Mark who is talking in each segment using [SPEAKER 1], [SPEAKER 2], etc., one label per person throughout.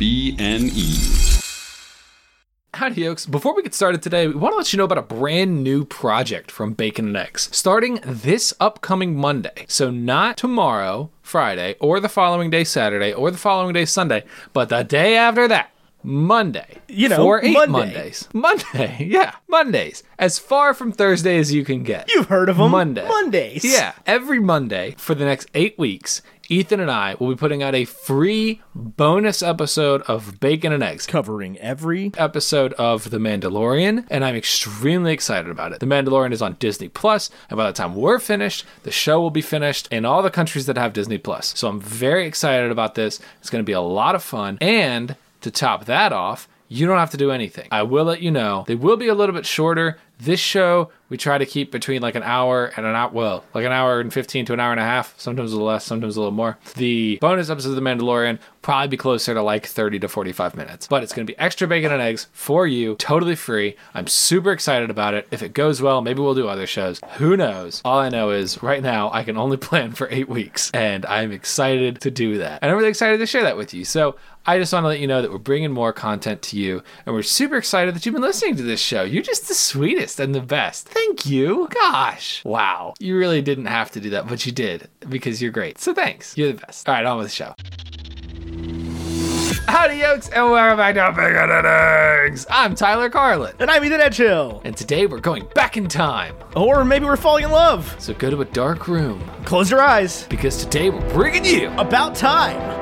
[SPEAKER 1] WBNE.
[SPEAKER 2] Howdy, Yokes. Before we get started today, we want to let you know about a brand new project from Bacon and Eggs starting this upcoming Monday. So, not tomorrow, Friday, or the following day, Saturday, or the following day, Sunday, but the day after that. Monday.
[SPEAKER 3] You know,
[SPEAKER 2] four eight
[SPEAKER 3] Monday.
[SPEAKER 2] Mondays. Monday, yeah. Mondays. As far from Thursday as you can get.
[SPEAKER 3] You've heard of them.
[SPEAKER 2] Monday.
[SPEAKER 3] Mondays.
[SPEAKER 2] Yeah. Every Monday for the next eight weeks, Ethan and I will be putting out a free bonus episode of Bacon and Eggs
[SPEAKER 3] Covering every.
[SPEAKER 2] episode of The Mandalorian, and I'm extremely excited about it. The Mandalorian is on Disney Plus, and by the time we're finished, the show will be finished in all the countries that have Disney Plus. So I'm very excited about this. It's going to be a lot of fun, and to top that off, you don't have to do anything. I will let you know. They will be a little bit shorter. This show we try to keep between like an hour and an hour, well, like an hour and 15 to an hour and a half, sometimes a little less, sometimes a little more. The bonus episode of The Mandalorian probably be closer to like 30 to 45 minutes, but it's going to be extra bacon and eggs for you, totally free. I'm super excited about it. If it goes well, maybe we'll do other shows. Who knows? All I know is right now I can only plan for eight weeks, and I'm excited to do that. And I'm really excited to share that with you. So, I just want to let you know that we're bringing more content to you, and we're super excited that you've been listening to this show. You're just the sweetest and the best. Thank you. Gosh. Wow. You really didn't have to do that, but you did because you're great. So thanks. You're the best. All right, on with the show. Howdy, yokes, and welcome back to Bacon and Eggs. I'm Tyler Carlin,
[SPEAKER 3] And I'm Ethan Edgehill.
[SPEAKER 2] and today we're going back in time.
[SPEAKER 3] Or maybe we're falling in love.
[SPEAKER 2] So go to a dark room
[SPEAKER 3] Close your eyes.
[SPEAKER 2] because today we're bringing you
[SPEAKER 3] About time.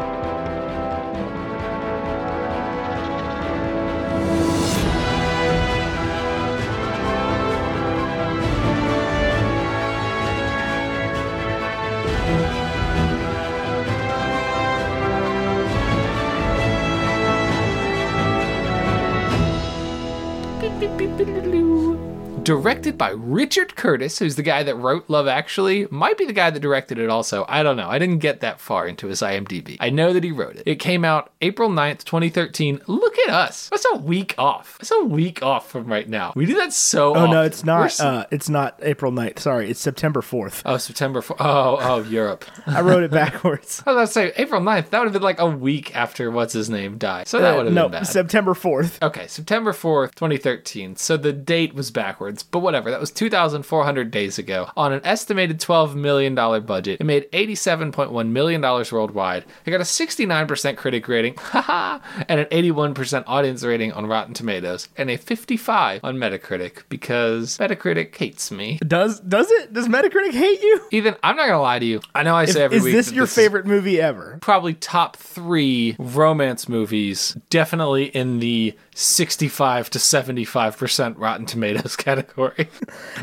[SPEAKER 2] directed by Richard Curtis, who's the guy that wrote Love Actually, might be the guy that directed it also. I don't know. I didn't get that far into his IMDb. I know that he wrote it. It came out April 9th, 2013. Look at us. That's a week off. That's a week off from right now. We do that so
[SPEAKER 3] Oh no,
[SPEAKER 2] often.
[SPEAKER 3] it's
[SPEAKER 2] We're
[SPEAKER 3] not.
[SPEAKER 2] s-
[SPEAKER 3] Uh, it's not April 9th. Sorry, it's September 4th.
[SPEAKER 2] oh, September 4th. Oh, oh, Europe.
[SPEAKER 3] I wrote it backwards.
[SPEAKER 2] I was about to say April 9th. That would have been like a week after what's his name died. So that would have
[SPEAKER 3] Uh, no,
[SPEAKER 2] been bad.
[SPEAKER 3] September 4th.
[SPEAKER 2] Okay, September 4th, 2013. So the date was backwards, but whatever. That was 2,400 days ago. On an estimated $12 million budget, it made $87.1 million worldwide. It got a 69% critic rating, haha, and an 81% audience rating on Rotten Tomatoes, and a 55 on Metacritic because Metacritic hates me.
[SPEAKER 3] Does does it? Does Metacritic hate you?
[SPEAKER 2] Ethan, I'm not gonna lie to you. I know I say every
[SPEAKER 3] is
[SPEAKER 2] week.
[SPEAKER 3] this
[SPEAKER 2] that
[SPEAKER 3] your
[SPEAKER 2] is
[SPEAKER 3] favorite movie ever?
[SPEAKER 2] probably top three romance movies, definitely in the 65 to 75% Rotten Tomatoes category.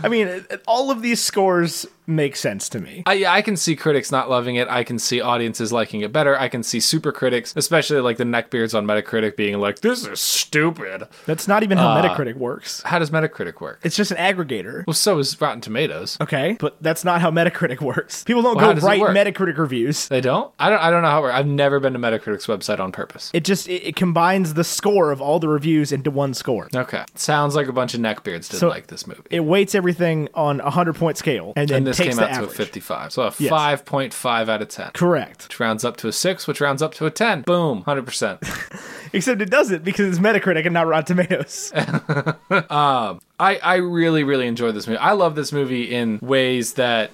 [SPEAKER 3] I mean, it- it- all of these scores make sense to me.
[SPEAKER 2] I, I can see critics not loving it. I can see audiences liking it better. I can see super critics, especially like the neckbeards on Metacritic, being like, this is stupid.
[SPEAKER 3] That's not even how
[SPEAKER 2] Uh.
[SPEAKER 3] Metacritic works.
[SPEAKER 2] How does Metacritic work?
[SPEAKER 3] It's just an aggregator.
[SPEAKER 2] Well, so is Rotten Tomatoes.
[SPEAKER 3] Okay, but that's not how Metacritic works. People don't
[SPEAKER 2] how
[SPEAKER 3] go
[SPEAKER 2] does it
[SPEAKER 3] write
[SPEAKER 2] work?
[SPEAKER 3] Metacritic reviews.
[SPEAKER 2] They don't? I don't I don't know how it works. I've never been to Metacritic's website on purpose.
[SPEAKER 3] It just it, it combines the score of all the reviews into one score.
[SPEAKER 2] Okay. Sounds like a bunch of neckbeards didn't
[SPEAKER 3] So-
[SPEAKER 2] like this movie.
[SPEAKER 3] It weights everything on a hundred point scale and then
[SPEAKER 2] and this
[SPEAKER 3] takes
[SPEAKER 2] came
[SPEAKER 3] the
[SPEAKER 2] out to a
[SPEAKER 3] average.
[SPEAKER 2] 55. So a 5.5 out of 10.
[SPEAKER 3] Correct.
[SPEAKER 2] which rounds up to a six, which rounds up to a 10. Boom, 100%.
[SPEAKER 3] Except it doesn't because it's Metacritic and not Rotten Tomatoes.
[SPEAKER 2] I, I really, really enjoy this movie. I love this movie in ways that.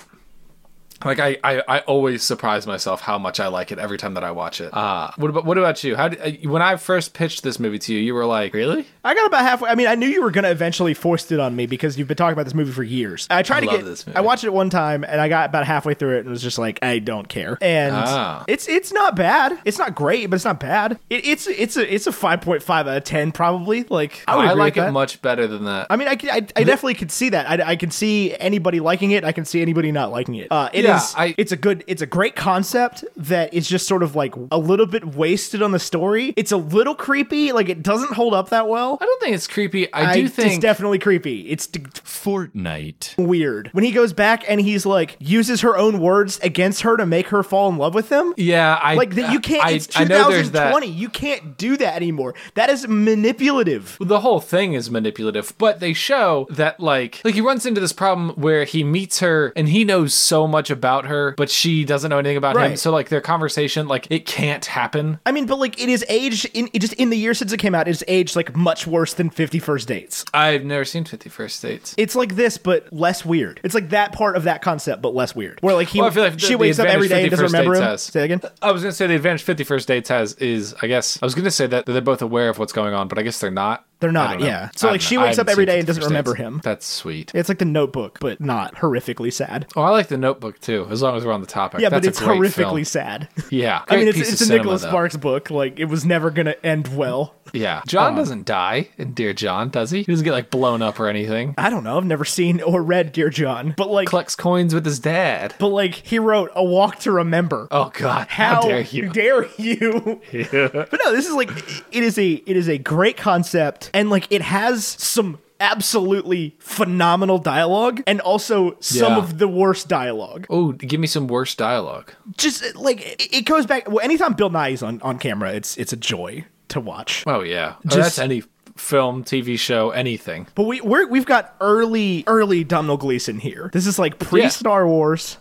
[SPEAKER 2] Like I, I, I always surprise myself how much I like it every time that I watch it. Uh, what about what about you? How did, uh, when I first pitched this movie to you, you were like, "Really?
[SPEAKER 3] I got about halfway. I mean, I knew you were gonna eventually force it on me because you've been talking about this movie for years. I tried to
[SPEAKER 2] love
[SPEAKER 3] get.
[SPEAKER 2] this movie.
[SPEAKER 3] I watched it one time and I got about halfway through it and was just like, I don't care. And
[SPEAKER 2] Ah.
[SPEAKER 3] it's it's not bad. It's not great, but it's not bad. It, it's it's a it's a five point five out of ten probably. Like I would agree
[SPEAKER 2] "Oh, like
[SPEAKER 3] with
[SPEAKER 2] it
[SPEAKER 3] that.
[SPEAKER 2] much better than that."
[SPEAKER 3] I mean, I, c- I- I definitely could see that. I, I can see anybody liking it. I can see anybody not liking it. Uh, it
[SPEAKER 2] Yeah,
[SPEAKER 3] is-
[SPEAKER 2] I-
[SPEAKER 3] it's a good, it's a great concept that is just sort of like a little bit wasted on the story. It's a little creepy. Like it doesn't hold up that well.
[SPEAKER 2] I don't think it's creepy. I, do
[SPEAKER 3] it's
[SPEAKER 2] think
[SPEAKER 3] definitely creepy. It's d-
[SPEAKER 1] Fortnite.
[SPEAKER 3] weird when he goes back and he's like uses her own words against her to make her fall in love with him.
[SPEAKER 2] yeah, I
[SPEAKER 3] Like that, you can't.
[SPEAKER 2] I,
[SPEAKER 3] it's
[SPEAKER 2] I know there's that.
[SPEAKER 3] 2020. You can't do that anymore. That is manipulative.
[SPEAKER 2] the whole thing is manipulative but they show that like like he runs into this problem where he meets her and he knows so much about her, but she doesn't know anything about him.
[SPEAKER 3] Right.
[SPEAKER 2] So like their conversation, like it can't happen.
[SPEAKER 3] I mean, but like it is aged in it just in the year since it came out, it's aged like much worse than Fifty First Dates.
[SPEAKER 2] I've never seen Fifty First Dates.
[SPEAKER 3] It's like this, but less weird. It's like that part of that concept, but less weird. Where like he,
[SPEAKER 2] Well, I feel like the-
[SPEAKER 3] she
[SPEAKER 2] the
[SPEAKER 3] wakes up every
[SPEAKER 2] advantage
[SPEAKER 3] day and doesn't
[SPEAKER 2] 51st
[SPEAKER 3] remember him.
[SPEAKER 2] Dates has-
[SPEAKER 3] Say that again.
[SPEAKER 2] I was gonna say the advantage Fifty First Dates has is I guess I was gonna say that they're both aware of what's going on, but I guess they're not.
[SPEAKER 3] They're
[SPEAKER 2] I
[SPEAKER 3] not.
[SPEAKER 2] don't know.
[SPEAKER 3] Yeah. So
[SPEAKER 2] I
[SPEAKER 3] like
[SPEAKER 2] don't
[SPEAKER 3] she
[SPEAKER 2] know. I
[SPEAKER 3] wakes up
[SPEAKER 2] haven't
[SPEAKER 3] every
[SPEAKER 2] seen
[SPEAKER 3] day and doesn't
[SPEAKER 2] 51st
[SPEAKER 3] remember
[SPEAKER 2] Dates.
[SPEAKER 3] him.
[SPEAKER 2] That's sweet.
[SPEAKER 3] It's like the Notebook, but not horrifically sad.
[SPEAKER 2] Oh, I like the Notebook too. As long as we're on the topic,
[SPEAKER 3] Yeah,
[SPEAKER 2] That's
[SPEAKER 3] but
[SPEAKER 2] a
[SPEAKER 3] it's
[SPEAKER 2] great
[SPEAKER 3] horrifically
[SPEAKER 2] film.
[SPEAKER 3] sad.
[SPEAKER 2] Yeah,
[SPEAKER 3] I mean,
[SPEAKER 2] Great
[SPEAKER 3] it's,
[SPEAKER 2] piece of
[SPEAKER 3] it's a
[SPEAKER 2] cinema,
[SPEAKER 3] Nicholas
[SPEAKER 2] though.
[SPEAKER 3] Sparks book. Like it was never gonna end well.
[SPEAKER 2] Yeah, John doesn't die in Dear John, does he? He doesn't get like blown up or anything.
[SPEAKER 3] I don't know. I've never seen or read Dear John, but like,
[SPEAKER 2] Collects coins with his dad.
[SPEAKER 3] but like he wrote A Walk to Remember.
[SPEAKER 2] Oh God! How,
[SPEAKER 3] How,
[SPEAKER 2] dare you?
[SPEAKER 3] dare you? But no, this is like it is a it is a great concept, and like it has some absolutely phenomenal dialogue, and also some
[SPEAKER 2] Yeah.
[SPEAKER 3] of the worst dialogue.
[SPEAKER 2] Oh, give me some worse dialogue.
[SPEAKER 3] Just like it, it goes back. Well, anytime Bill Nye is on on camera, it's it's a joy to watch.
[SPEAKER 2] Oh yeah, Oh,
[SPEAKER 3] Just-
[SPEAKER 2] that's any film, TV show, anything.
[SPEAKER 3] But we we're, we've got early early Domhnall Gleeson here. This is like pre
[SPEAKER 2] Yeah.
[SPEAKER 3] Star Wars,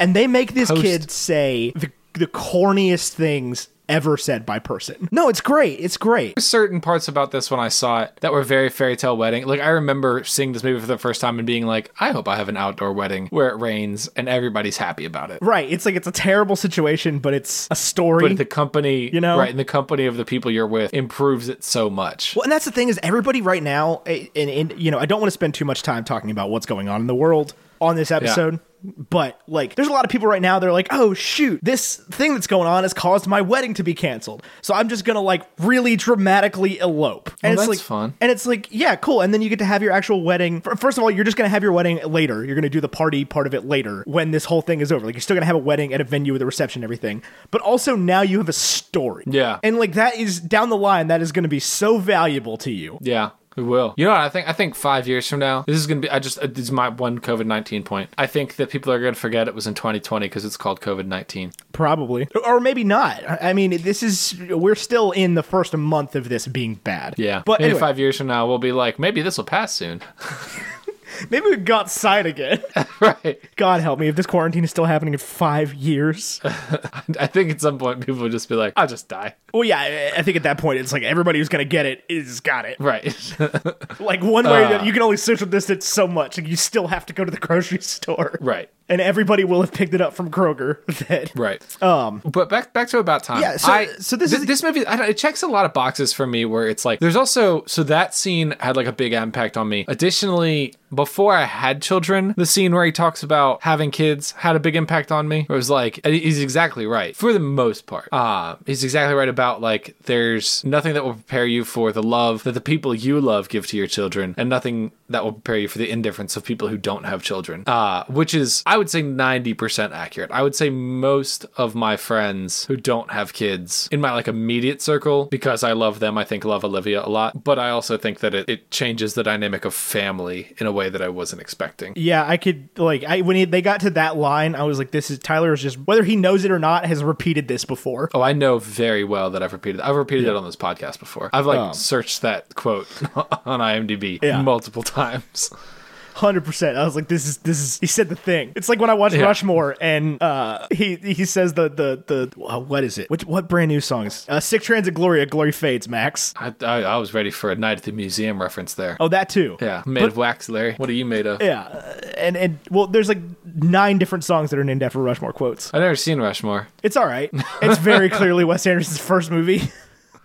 [SPEAKER 3] and they make this
[SPEAKER 2] Post-
[SPEAKER 3] kid say the the corniest things ever said by person. No, it's great. It's great.
[SPEAKER 2] certain parts about this when I saw it that were very fairy tale wedding. Like I remember seeing this movie for the first time and being like, I hope I have an outdoor wedding where it rains and everybody's happy about it.
[SPEAKER 3] Right. It's like it's a terrible situation, but it's a story.
[SPEAKER 2] But the company,
[SPEAKER 3] You know?
[SPEAKER 2] right, and the company of the people you're with improves it so much.
[SPEAKER 3] well, and that's the thing is everybody right now, eh, and, and you know, I don't want to spend too much time talking about what's going on in the world on this episode. But like, there's a lot of people right now. They're like, "Oh shoot, this thing that's going on has caused my wedding to be canceled." So I'm just gonna like really dramatically elope. And
[SPEAKER 2] Well,
[SPEAKER 3] it's
[SPEAKER 2] that's
[SPEAKER 3] like
[SPEAKER 2] fun.
[SPEAKER 3] And it's like, yeah, cool. And then you get to have your actual wedding. F- First of all, you're just going to have your wedding later. You're going to do the party part of it later when this whole thing is over. Like, you're still going to have a wedding at a venue with a reception and everything. But also, now you have a story.
[SPEAKER 2] Yeah.
[SPEAKER 3] And, like, that is down the line, that is going to be so valuable to you.
[SPEAKER 2] Yeah. We will. You know what I think? I think five years from now, this is gonna be. I just uh, this is my one COVID nineteen point. I think that people are gonna forget it was in 2020 because it's called COVID nineteen.
[SPEAKER 3] Probably. Or maybe not. I I mean, this is, we're still in the first month of this being bad.
[SPEAKER 2] Yeah,
[SPEAKER 3] But
[SPEAKER 2] maybe
[SPEAKER 3] anyway,
[SPEAKER 2] five years from now, we'll be like, maybe this will pass soon.
[SPEAKER 3] maybe we got side again.
[SPEAKER 2] right?
[SPEAKER 3] God help me if this quarantine is still happening in five years.
[SPEAKER 2] I think at some point people will just be like, I'll just die.
[SPEAKER 3] well, yeah, I- I think at that point, it's like everybody who's going to get it is got it.
[SPEAKER 2] Right.
[SPEAKER 3] Like one way
[SPEAKER 2] Uh.
[SPEAKER 3] that you can only social distance so much, and you still have to go to the grocery store.
[SPEAKER 2] Right.
[SPEAKER 3] And everybody will have picked it up from Kroger. That
[SPEAKER 2] Right. Um. But back back to about time.
[SPEAKER 3] Yeah, so-
[SPEAKER 2] I,
[SPEAKER 3] so this
[SPEAKER 2] thi-
[SPEAKER 3] is-
[SPEAKER 2] this movie. I don't, it checks a lot of boxes for me. Where it's like there's also so that scene had like a big impact on me. Additionally, before I had children, the scene where he talks about having kids had a big impact on me. It was like and he's exactly right for the most part. Uh, he's exactly right about like there's nothing that will prepare you for the love that the people you love give to your children, and nothing that will prepare you for the indifference of people who don't have children. Uh, which is I would say 90% accurate. I would say most of my friends who don't have kids in my like immediate circle, because I love them, I think love Olivia a lot. But I also think that it, it changes the dynamic of family in a way that I wasn't expecting.
[SPEAKER 3] yeah, I could like I when he, they got to that line, I was like, "This is Tyler is just whether he knows it or not has repeated this before."
[SPEAKER 2] Oh, I know very well that I've repeated. I've repeated it on this podcast before. I've like searched that quote on IMDb
[SPEAKER 3] Yeah.
[SPEAKER 2] multiple times.
[SPEAKER 3] Hundred percent. I was like, "This is this is." He said the thing. It's like when I watched
[SPEAKER 2] Yeah.
[SPEAKER 3] Rushmore, and uh, he he says the the the uh, what is it? Which what brand new songs? Uh, Sick Transit Gloria, Glory Fades, Max.
[SPEAKER 2] I, I, I was ready for a night at the museum reference there.
[SPEAKER 3] Oh, that too.
[SPEAKER 2] Yeah, made of wax, Larry. What are you made of?
[SPEAKER 3] Yeah, uh, and and well, there's like nine different songs that are named after Rushmore quotes.
[SPEAKER 2] I've never seen Rushmore.
[SPEAKER 3] It's all right. It's very clearly Wes Anderson's first movie.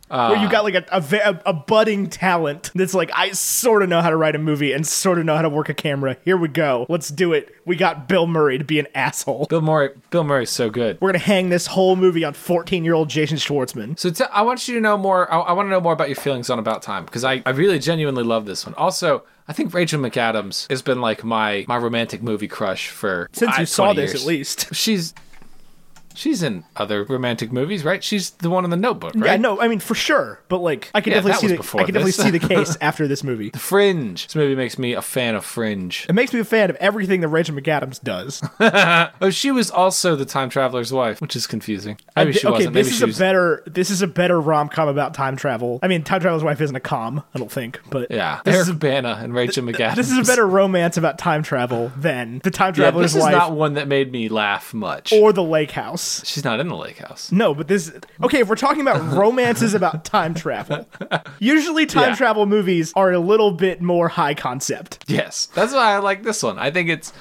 [SPEAKER 2] Ah.
[SPEAKER 3] where you got like a, a ve- a a budding talent that's like I sort of know how to write a movie and sort of know how to work a camera. Here we go, let's do it. We got Bill Murray to be an asshole.
[SPEAKER 2] Bill Murray. Bill Murray's so good.
[SPEAKER 3] We're gonna hang this whole movie on 14 year old Jason Schwartzman.
[SPEAKER 2] So t- I want you to know more. I, I want to know more about your feelings on About Time because I, I really genuinely love this one. Also, I think Rachel McAdams has been like my my romantic movie crush for
[SPEAKER 3] Since
[SPEAKER 2] I-
[SPEAKER 3] you saw
[SPEAKER 2] 20
[SPEAKER 3] this,
[SPEAKER 2] years.
[SPEAKER 3] at least.
[SPEAKER 2] she's she's in other romantic movies, right? She's the one in the Notebook, right?
[SPEAKER 3] Yeah, no, I mean for sure, but like I could
[SPEAKER 2] Yeah, that
[SPEAKER 3] definitely see
[SPEAKER 2] was
[SPEAKER 3] the
[SPEAKER 2] before
[SPEAKER 3] I could definitely
[SPEAKER 2] this.
[SPEAKER 3] see the case after this movie.
[SPEAKER 2] Fringe. This movie makes me a fan of Fringe.
[SPEAKER 3] It makes me a fan of everything that Rachel McAdams does.
[SPEAKER 2] Uh, Oh, she was also the time traveler's wife, which is confusing. Maybe
[SPEAKER 3] I
[SPEAKER 2] she
[SPEAKER 3] thi- okay,
[SPEAKER 2] wasn't.
[SPEAKER 3] this
[SPEAKER 2] Maybe
[SPEAKER 3] is
[SPEAKER 2] she
[SPEAKER 3] a
[SPEAKER 2] was.
[SPEAKER 3] better this is a better rom com about time travel. I mean, time travel's wife isn't a com, I don't think, but
[SPEAKER 2] yeah,
[SPEAKER 3] this
[SPEAKER 2] Eric
[SPEAKER 3] is, a,
[SPEAKER 2] Bana and Rachel McAdams.
[SPEAKER 3] this is a better romance about time travel than the time
[SPEAKER 2] Yeah,
[SPEAKER 3] traveler's
[SPEAKER 2] this is
[SPEAKER 3] wife
[SPEAKER 2] not one that made me laugh much.
[SPEAKER 3] or the lake house.
[SPEAKER 2] She's not in the lake house.
[SPEAKER 3] No, but this okay. If we're talking about romances about time travel, usually time
[SPEAKER 2] Yeah.
[SPEAKER 3] travel movies are a little bit more high concept.
[SPEAKER 2] Yes, that's why I like this one. I think it's,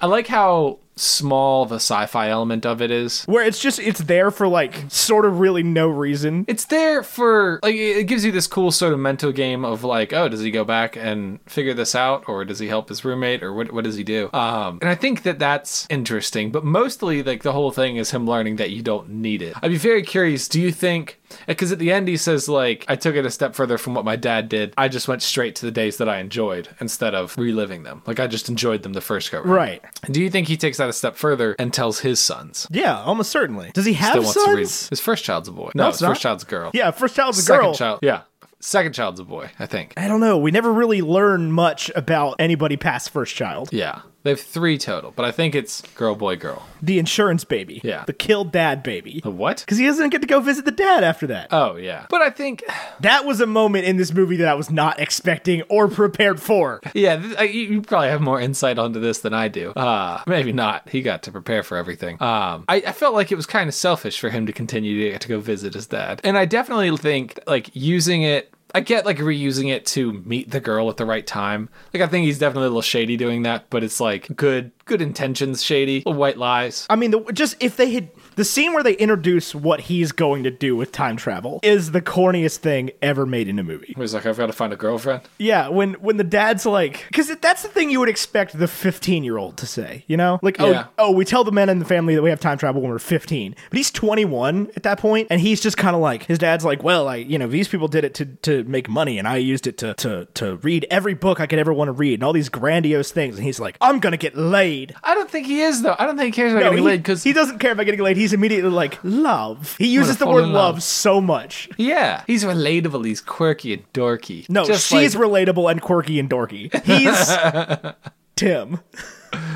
[SPEAKER 2] I like how small the sci-fi element of it is.
[SPEAKER 3] where it's just it's there for like sort of really no reason.
[SPEAKER 2] It's there for like it it gives you this cool sort of mental game of like, oh, does he go back and figure this out, or does he help his roommate, or what? What does he do? Um, and I think that that's interesting. But mostly, like the whole thing is him learning that you don't need it. I'd be very curious. Do you think? Because at the end he says like, I took it a step further from what my dad did. I just went straight to the days that I enjoyed instead of reliving them. Like I just enjoyed them the first go. round.
[SPEAKER 3] Right.
[SPEAKER 2] Do you think he takes that a step further and tells his sons?
[SPEAKER 3] Yeah, almost certainly. Does he have
[SPEAKER 2] Still wants to read.
[SPEAKER 3] sons?
[SPEAKER 2] His first child's a boy. No,
[SPEAKER 3] it's
[SPEAKER 2] his first
[SPEAKER 3] not.
[SPEAKER 2] child's a girl.
[SPEAKER 3] Yeah, first child's a
[SPEAKER 2] Second
[SPEAKER 3] girl.
[SPEAKER 2] child. Yeah. Second child's a boy, I think.
[SPEAKER 3] I don't know. We never really learn much about anybody past first child.
[SPEAKER 2] Yeah. They have three total, but I think it's girl, boy, girl.
[SPEAKER 3] The insurance baby.
[SPEAKER 2] Yeah.
[SPEAKER 3] The killed dad baby.
[SPEAKER 2] The what?
[SPEAKER 3] Because he doesn't get to go visit the dad after that.
[SPEAKER 2] Oh, yeah. But I think,
[SPEAKER 3] that was a moment in this movie that I was not expecting or prepared for.
[SPEAKER 2] yeah, th- I- you you probably have more insight onto this than I do. Uh, maybe not. He got to prepare for everything. Um, I, I felt like it was kind of selfish for him to continue to, to go visit his dad. And I definitely think, like, using it. I get like reusing it to meet the girl at the right time. Like I think he's definitely a little shady doing that, but it's like good good intentions shady, little white lies.
[SPEAKER 3] I mean, the, just if they had the scene where they introduce what he's going to do with time travel is the corniest thing ever made in a movie.
[SPEAKER 2] He's like I've got to find a girlfriend.
[SPEAKER 3] Yeah, when when the dad's like, because that's the thing you would expect the fifteen year old to say, you know, like oh
[SPEAKER 2] Yeah.
[SPEAKER 3] oh we tell the men in the family that we have time travel when we're fifteen, but he's twenty one at that point, and he's just kind of like his dad's like, well, I you know these people did it to to make money, and I used it to to to read every book I could ever want to read and all these grandiose things, and he's like, I'm gonna get laid.
[SPEAKER 2] I don't think he is though. I don't think he cares about
[SPEAKER 3] No,
[SPEAKER 2] getting
[SPEAKER 3] he,
[SPEAKER 2] laid because
[SPEAKER 3] he doesn't care about getting laid. He's immediately like love. He uses the
[SPEAKER 2] fall
[SPEAKER 3] word
[SPEAKER 2] in love.
[SPEAKER 3] love so much.
[SPEAKER 2] yeah, he's relatable. He's quirky and dorky.
[SPEAKER 3] No,
[SPEAKER 2] Just
[SPEAKER 3] she's
[SPEAKER 2] like
[SPEAKER 3] relatable and quirky and dorky. He's Tim.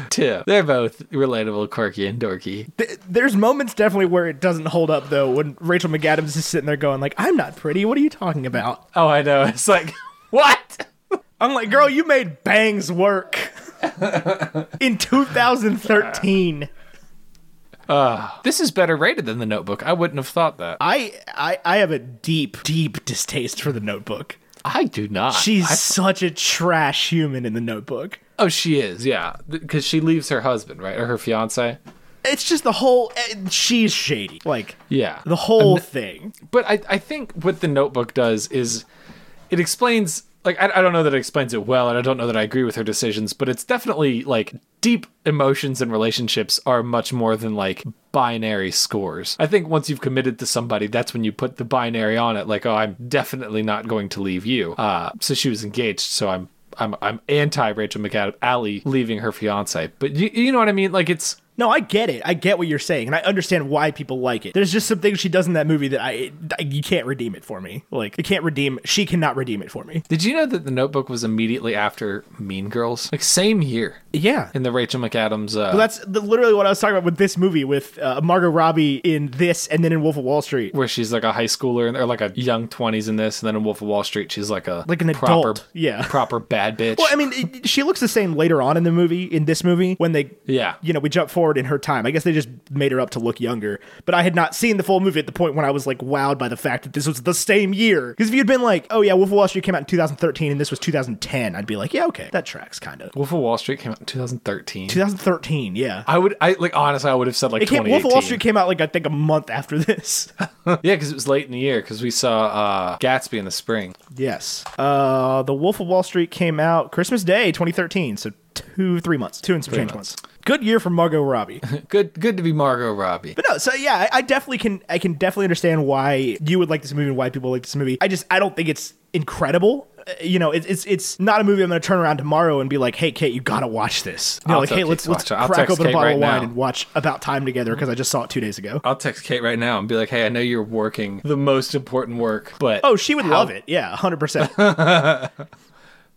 [SPEAKER 2] Tim. They're both relatable, quirky, and dorky.
[SPEAKER 3] Th- There's moments definitely where it doesn't hold up though. When Rachel McAdams is sitting there going like, "I'm not pretty. What are you talking about?"
[SPEAKER 2] Oh, I know. It's like what?
[SPEAKER 3] I'm like, "Girl, you made bangs work in 2013."
[SPEAKER 2] This is better rated than the Notebook. I wouldn't have thought that.
[SPEAKER 3] I, I I have a deep, deep distaste for the Notebook.
[SPEAKER 2] I do not.
[SPEAKER 3] She's such a trash human in the Notebook.
[SPEAKER 2] oh, she is. Yeah, because she leaves her husband, right, or her fiance.
[SPEAKER 3] It's just the whole. eh, She's shady. Like
[SPEAKER 2] Yeah.
[SPEAKER 3] the whole thing.
[SPEAKER 2] but I, I think what the notebook does is it explains like I, I don't know that it explains it well and i don't know that i agree with her decisions but it's definitely like deep emotions and relationships are much more than like binary scores i think once you've committed to somebody that's when you put the binary on it like oh i'm definitely not going to leave you uh, so she was engaged so i'm i'm i'm anti rachel mcadam leaving her fiance but you, you know what i mean like it's
[SPEAKER 3] No, I get it. I get what you're saying, and I understand why people like it. There's just some things she does in that movie that I, I- you can't redeem it for me. Like you can't redeem. She cannot redeem it for me.
[SPEAKER 2] did you know that the notebook was immediately after mean girls like same year
[SPEAKER 3] Yeah.
[SPEAKER 2] in the Rachel McAdams. Uh,
[SPEAKER 3] That's the, literally what I was talking about with this movie, with uh, Margot Robbie in this, and then in Wolf of Wall Street,
[SPEAKER 2] where she's like a high schooler and- or like a young twenties in this, and then in Wolf of Wall Street, she's like a
[SPEAKER 3] like an
[SPEAKER 2] proper
[SPEAKER 3] adult. Yeah.
[SPEAKER 2] proper bad bitch.
[SPEAKER 3] Well, I mean, it- it- she looks the same later on in the movie. In this movie, when they,
[SPEAKER 2] Yeah.
[SPEAKER 3] you know, we jump forward in her time. I guess they just made her up to look younger. But I had not seen the full movie at the point when I was like wowed by the fact that this was the same year. Because if you'd been like, oh yeah, Wolf of Wall Street came out in 2013 and this was 2010, I'd be like, yeah, okay, that tracks kind of.
[SPEAKER 2] Wolf of Wall Street came out in 2013.
[SPEAKER 3] 2013, yeah.
[SPEAKER 2] I would, I like honestly, I would have said like
[SPEAKER 3] It came, Wolf
[SPEAKER 2] 2018.
[SPEAKER 3] of Wall Street came out like I think a month after this.
[SPEAKER 2] yeah, because it was late in the year because we saw uh, Gatsby in the spring.
[SPEAKER 3] yes. Uh, the Wolf of Wall Street came out Christmas Day 2013, so two, three months, two and some change months. Good year for Margot Robbie.
[SPEAKER 2] Good, good to be Margot Robbie.
[SPEAKER 3] But no, so yeah, I, I definitely can I can definitely understand why you would like this movie and why people like this movie. I just I don't think it's incredible. Uh, You know, it's it's it's not a movie I'm going to turn around tomorrow and be like, "Hey, Kate, you gotta watch this." You know,
[SPEAKER 2] I'll
[SPEAKER 3] like,
[SPEAKER 2] tell
[SPEAKER 3] "Hey,
[SPEAKER 2] Kate
[SPEAKER 3] let's
[SPEAKER 2] to
[SPEAKER 3] let's
[SPEAKER 2] watch it. I'll
[SPEAKER 3] crack
[SPEAKER 2] text
[SPEAKER 3] open a
[SPEAKER 2] Kate
[SPEAKER 3] bottle
[SPEAKER 2] right
[SPEAKER 3] of wine
[SPEAKER 2] now.
[SPEAKER 3] and watch About Time together" because I just saw it two days ago.
[SPEAKER 2] I'll text Kate right now and be like, "Hey, I know you're working the most important work, but
[SPEAKER 3] Oh, she would
[SPEAKER 2] how-
[SPEAKER 3] love it. Yeah, hundred percent.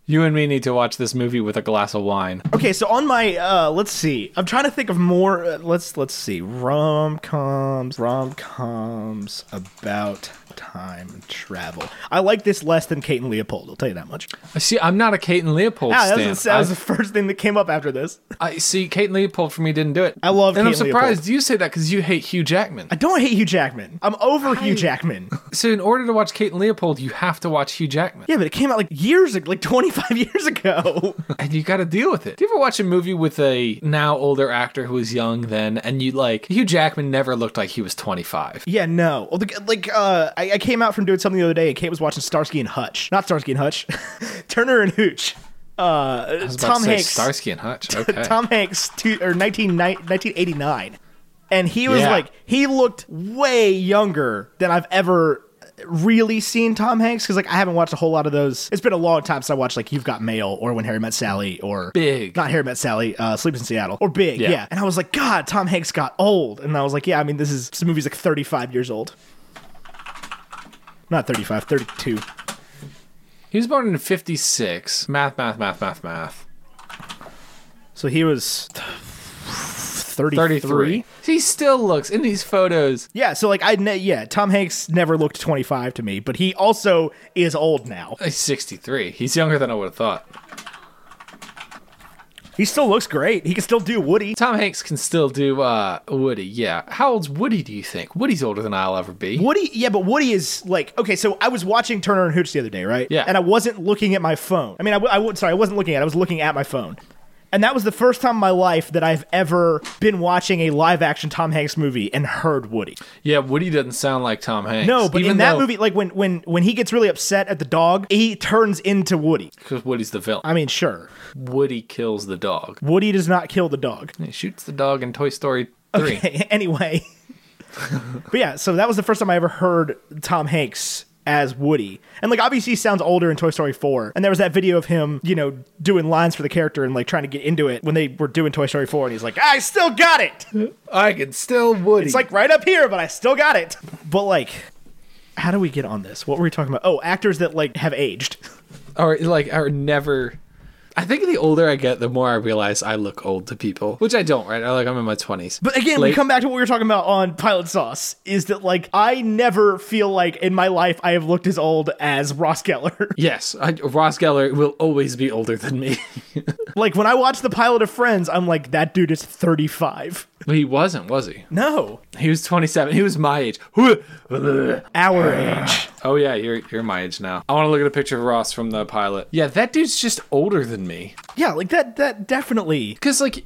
[SPEAKER 2] You and me need to watch this movie with a glass of wine.
[SPEAKER 3] Okay, so on my uh let's see. I'm trying to think of more uh, let's let's see. Rom-coms, rom-coms about time travel. I like this less than Kate and Leopold, I'll tell you that much.
[SPEAKER 2] See, I'm not a Kate and Leopold
[SPEAKER 3] Ah, that,
[SPEAKER 2] stan.
[SPEAKER 3] was, the- that was
[SPEAKER 2] I-
[SPEAKER 3] the first thing that came up after this.
[SPEAKER 2] I see Kate and Leopold for me didn't do it.
[SPEAKER 3] I love
[SPEAKER 2] and I'm
[SPEAKER 3] Kate and
[SPEAKER 2] surprised you say that because you hate Hugh Jackman.
[SPEAKER 3] I don't hate Hugh Jackman. I'm over Hugh Jackman.
[SPEAKER 2] So in order to watch Kate and Leopold, you have to watch Hugh Jackman,
[SPEAKER 3] Yeah, but it came out like years ago, like 25 years ago.
[SPEAKER 2] and you got to deal with it. Do you ever watch a movie with a now older actor who was young then, and you like Hugh Jackman never looked like he was 25?
[SPEAKER 3] yeah, no. Well, the- Like, uh, I, I came out from doing something the other day, and Kate was watching Starsky and Hutch. Not Starsky and Hutch. Turner and Hooch. Uh,
[SPEAKER 2] I was about
[SPEAKER 3] Tom
[SPEAKER 2] to say
[SPEAKER 3] Hanks.
[SPEAKER 2] Starsky and Hutch. Okay.
[SPEAKER 3] Tom Hanks two, or 19, 1989. And he was
[SPEAKER 2] Yeah.
[SPEAKER 3] like, he looked way younger than I've ever really seen Tom Hanks. Cause like, I haven't watched a whole lot of those. It's been a long time since I watched like You've Got Mail or When Harry Met Sally or
[SPEAKER 2] Big.
[SPEAKER 3] Not Harry Met Sally, uh, Sleep in Seattle or Big. Yeah.
[SPEAKER 2] Yeah.
[SPEAKER 3] And I was like, God, Tom Hanks got old. And I was like, yeah, I mean, this is, this movie's like 35 years old. Not 35, 32.
[SPEAKER 2] He was born in 56. Math, math, math, math, math.
[SPEAKER 3] So he was
[SPEAKER 2] 33. He still looks in these photos.
[SPEAKER 3] Yeah, so like I ne- yeah, Tom Hanks never looked 25 to me, but he also is old now.
[SPEAKER 2] He's 63. He's younger than I would have thought.
[SPEAKER 3] He still looks great. He can still do Woody.
[SPEAKER 2] Tom Hanks can still do uh, Woody. Yeah. How old's Woody? Do you think Woody's older than I'll ever be?
[SPEAKER 3] Woody, yeah, but Woody is like okay. So I was watching Turner and Hooch the other day, right?
[SPEAKER 2] Yeah.
[SPEAKER 3] and I wasn't looking at my phone. I mean, I, w- I w- sorry, I wasn't looking at. it. I was looking at my phone, and that was the first time in my life that I've ever been watching a live action Tom Hanks movie and heard Woody.
[SPEAKER 2] Yeah, Woody doesn't sound like Tom Hanks.
[SPEAKER 3] No, but
[SPEAKER 2] Even
[SPEAKER 3] in that
[SPEAKER 2] though-
[SPEAKER 3] movie, like when when when he gets really upset at the dog, he turns into Woody.
[SPEAKER 2] because Woody's the villain.
[SPEAKER 3] I mean, sure,
[SPEAKER 2] Woody kills the dog.
[SPEAKER 3] Woody does not kill the dog.
[SPEAKER 2] He shoots the dog in Toy Story Three.
[SPEAKER 3] Okay, anyway. but yeah, so that was the first time I ever heard Tom Hanks as Woody. And like obviously he sounds older in Toy Story 4. And there was that video of him, you know, doing lines for the character and like trying to get into it when they were doing Toy Story 4 and he's like, "I still got it."
[SPEAKER 2] I can still Woody.
[SPEAKER 3] It's like right up here, but I still got it. But like how do we get on this? What were we talking about? Oh, actors that like have aged.
[SPEAKER 2] or like are never. I think the older I get, the more I realize I look old to people, which I don't. Right? I like I'm in my twenties.
[SPEAKER 3] But again, we
[SPEAKER 2] Like-
[SPEAKER 3] come back to what we were talking about on Pilot Sauce is that like I never feel like in my life I have looked as old as Ross Geller.
[SPEAKER 2] yes, I, Ross Geller will always be older than me.
[SPEAKER 3] Like when I watch the pilot of Friends, I'm like, that dude is 35.
[SPEAKER 2] but he wasn't, was he?
[SPEAKER 3] No,
[SPEAKER 2] He was 27. He was my age.
[SPEAKER 3] our age.
[SPEAKER 2] Oh yeah, you're you're my age now. I want to look at a picture of Ross from the pilot. Yeah, that dude's just older than me.
[SPEAKER 3] Yeah, like that. That definitely.
[SPEAKER 2] Because, like,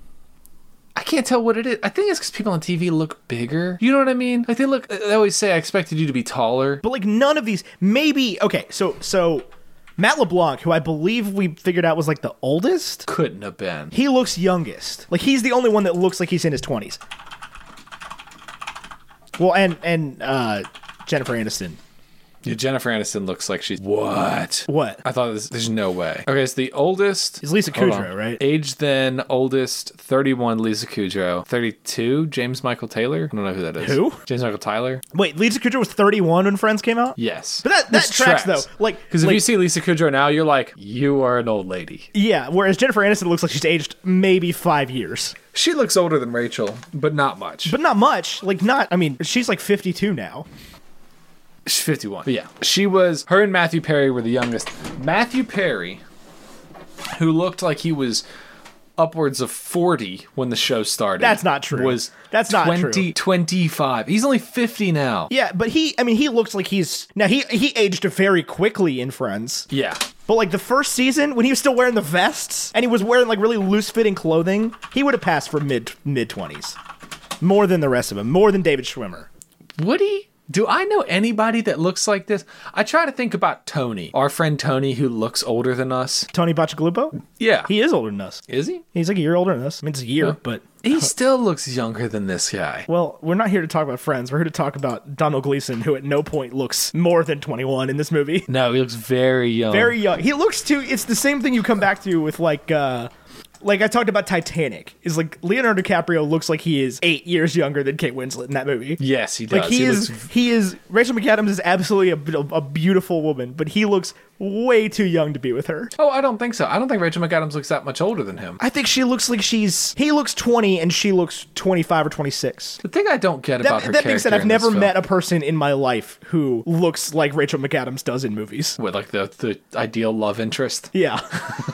[SPEAKER 2] I can't tell what it is. I think it's because people on TV look bigger. You know what I mean? Like, they look, they always say, I expected you to be taller.
[SPEAKER 3] But like none of these. Maybe okay. So so, Matt LeBlanc, who I believe we figured out was like the oldest.
[SPEAKER 2] Couldn't have been.
[SPEAKER 3] He looks youngest. Like he's the only one that looks like he's in his 20s. Well, and and uh, Jennifer Aniston.
[SPEAKER 2] Yeah, Jennifer Aniston looks like she's. What?
[SPEAKER 3] What?
[SPEAKER 2] I thought this, there's no way. Okay, it's the oldest.
[SPEAKER 3] It's Lisa
[SPEAKER 2] Hold
[SPEAKER 3] Kudrow,
[SPEAKER 2] on.
[SPEAKER 3] right?
[SPEAKER 2] Age then oldest, 31, Lisa Kudrow. 32, James Michael Taylor. I don't know who that is.
[SPEAKER 3] Who?
[SPEAKER 2] James Michael Tyler?
[SPEAKER 3] Wait, Lisa Kudrow was 31 when Friends came out.
[SPEAKER 2] Yes.
[SPEAKER 3] But that- that tracks, though. Like-
[SPEAKER 2] Because if
[SPEAKER 3] like-
[SPEAKER 2] you see Lisa Kudrow now, you're like, you are an old lady.
[SPEAKER 3] Yeah. Whereas Jennifer Aniston looks like she's aged maybe five years.
[SPEAKER 2] She looks older than Rachel, but not much.
[SPEAKER 3] but not much. Like not. I mean, she's like fifty two now.
[SPEAKER 2] She's 51. But yeah. She was, her and Matthew Perry were the youngest. Matthew Perry, who looked like he was upwards of 40 when the show started.
[SPEAKER 3] That's not true.
[SPEAKER 2] Was
[SPEAKER 3] That's not true.
[SPEAKER 2] 25. He's only 50 now.
[SPEAKER 3] Yeah, but he. I mean, he looks like he's now. He he aged very quickly in Friends.
[SPEAKER 2] Yeah.
[SPEAKER 3] But like the first season, when he was still wearing the vests and he was wearing like really loose fitting clothing, he would have passed for mid mid twenties, more than the rest of them, more than David Schwimmer.
[SPEAKER 2] Woody? Do I know anybody that looks like this? I try to think about Tony, our friend Tony, who looks older than us.
[SPEAKER 3] Tony Bacigalupo.
[SPEAKER 2] Yeah.
[SPEAKER 3] He is older than us.
[SPEAKER 2] is he?
[SPEAKER 3] He's like a year older than us. I mean, it's a year, but.
[SPEAKER 2] He still looks younger than this guy.
[SPEAKER 3] Well, we're not here to talk about friends. We're here to talk about Donald Gleason, who at no point looks more than 21 in this movie.
[SPEAKER 2] No, he looks very young.
[SPEAKER 3] very young. He looks too. It's the same thing you come back to with like, uh like I talked about Titanic. Is like Leonardo DiCaprio looks like he is eight years younger than Kate Winslet in that movie.
[SPEAKER 2] Yes, he does.
[SPEAKER 3] Like he, is,
[SPEAKER 2] looks
[SPEAKER 3] he is. Rachel McAdams is absolutely a, a beautiful woman, but he looks way too young to be with her.
[SPEAKER 2] Oh, I don't think so. I don't think Rachel McAdams looks that much older than him.
[SPEAKER 3] I think she looks like she's he looks 20 and she looks 25 or 26.
[SPEAKER 2] The thing I don't get about her
[SPEAKER 3] That, that being said,
[SPEAKER 2] character
[SPEAKER 3] I've
[SPEAKER 2] in this
[SPEAKER 3] never
[SPEAKER 2] film-
[SPEAKER 3] met a person in my life who looks like Rachel McAdams does in movies.
[SPEAKER 2] with like the the ideal love interest.
[SPEAKER 3] Yeah.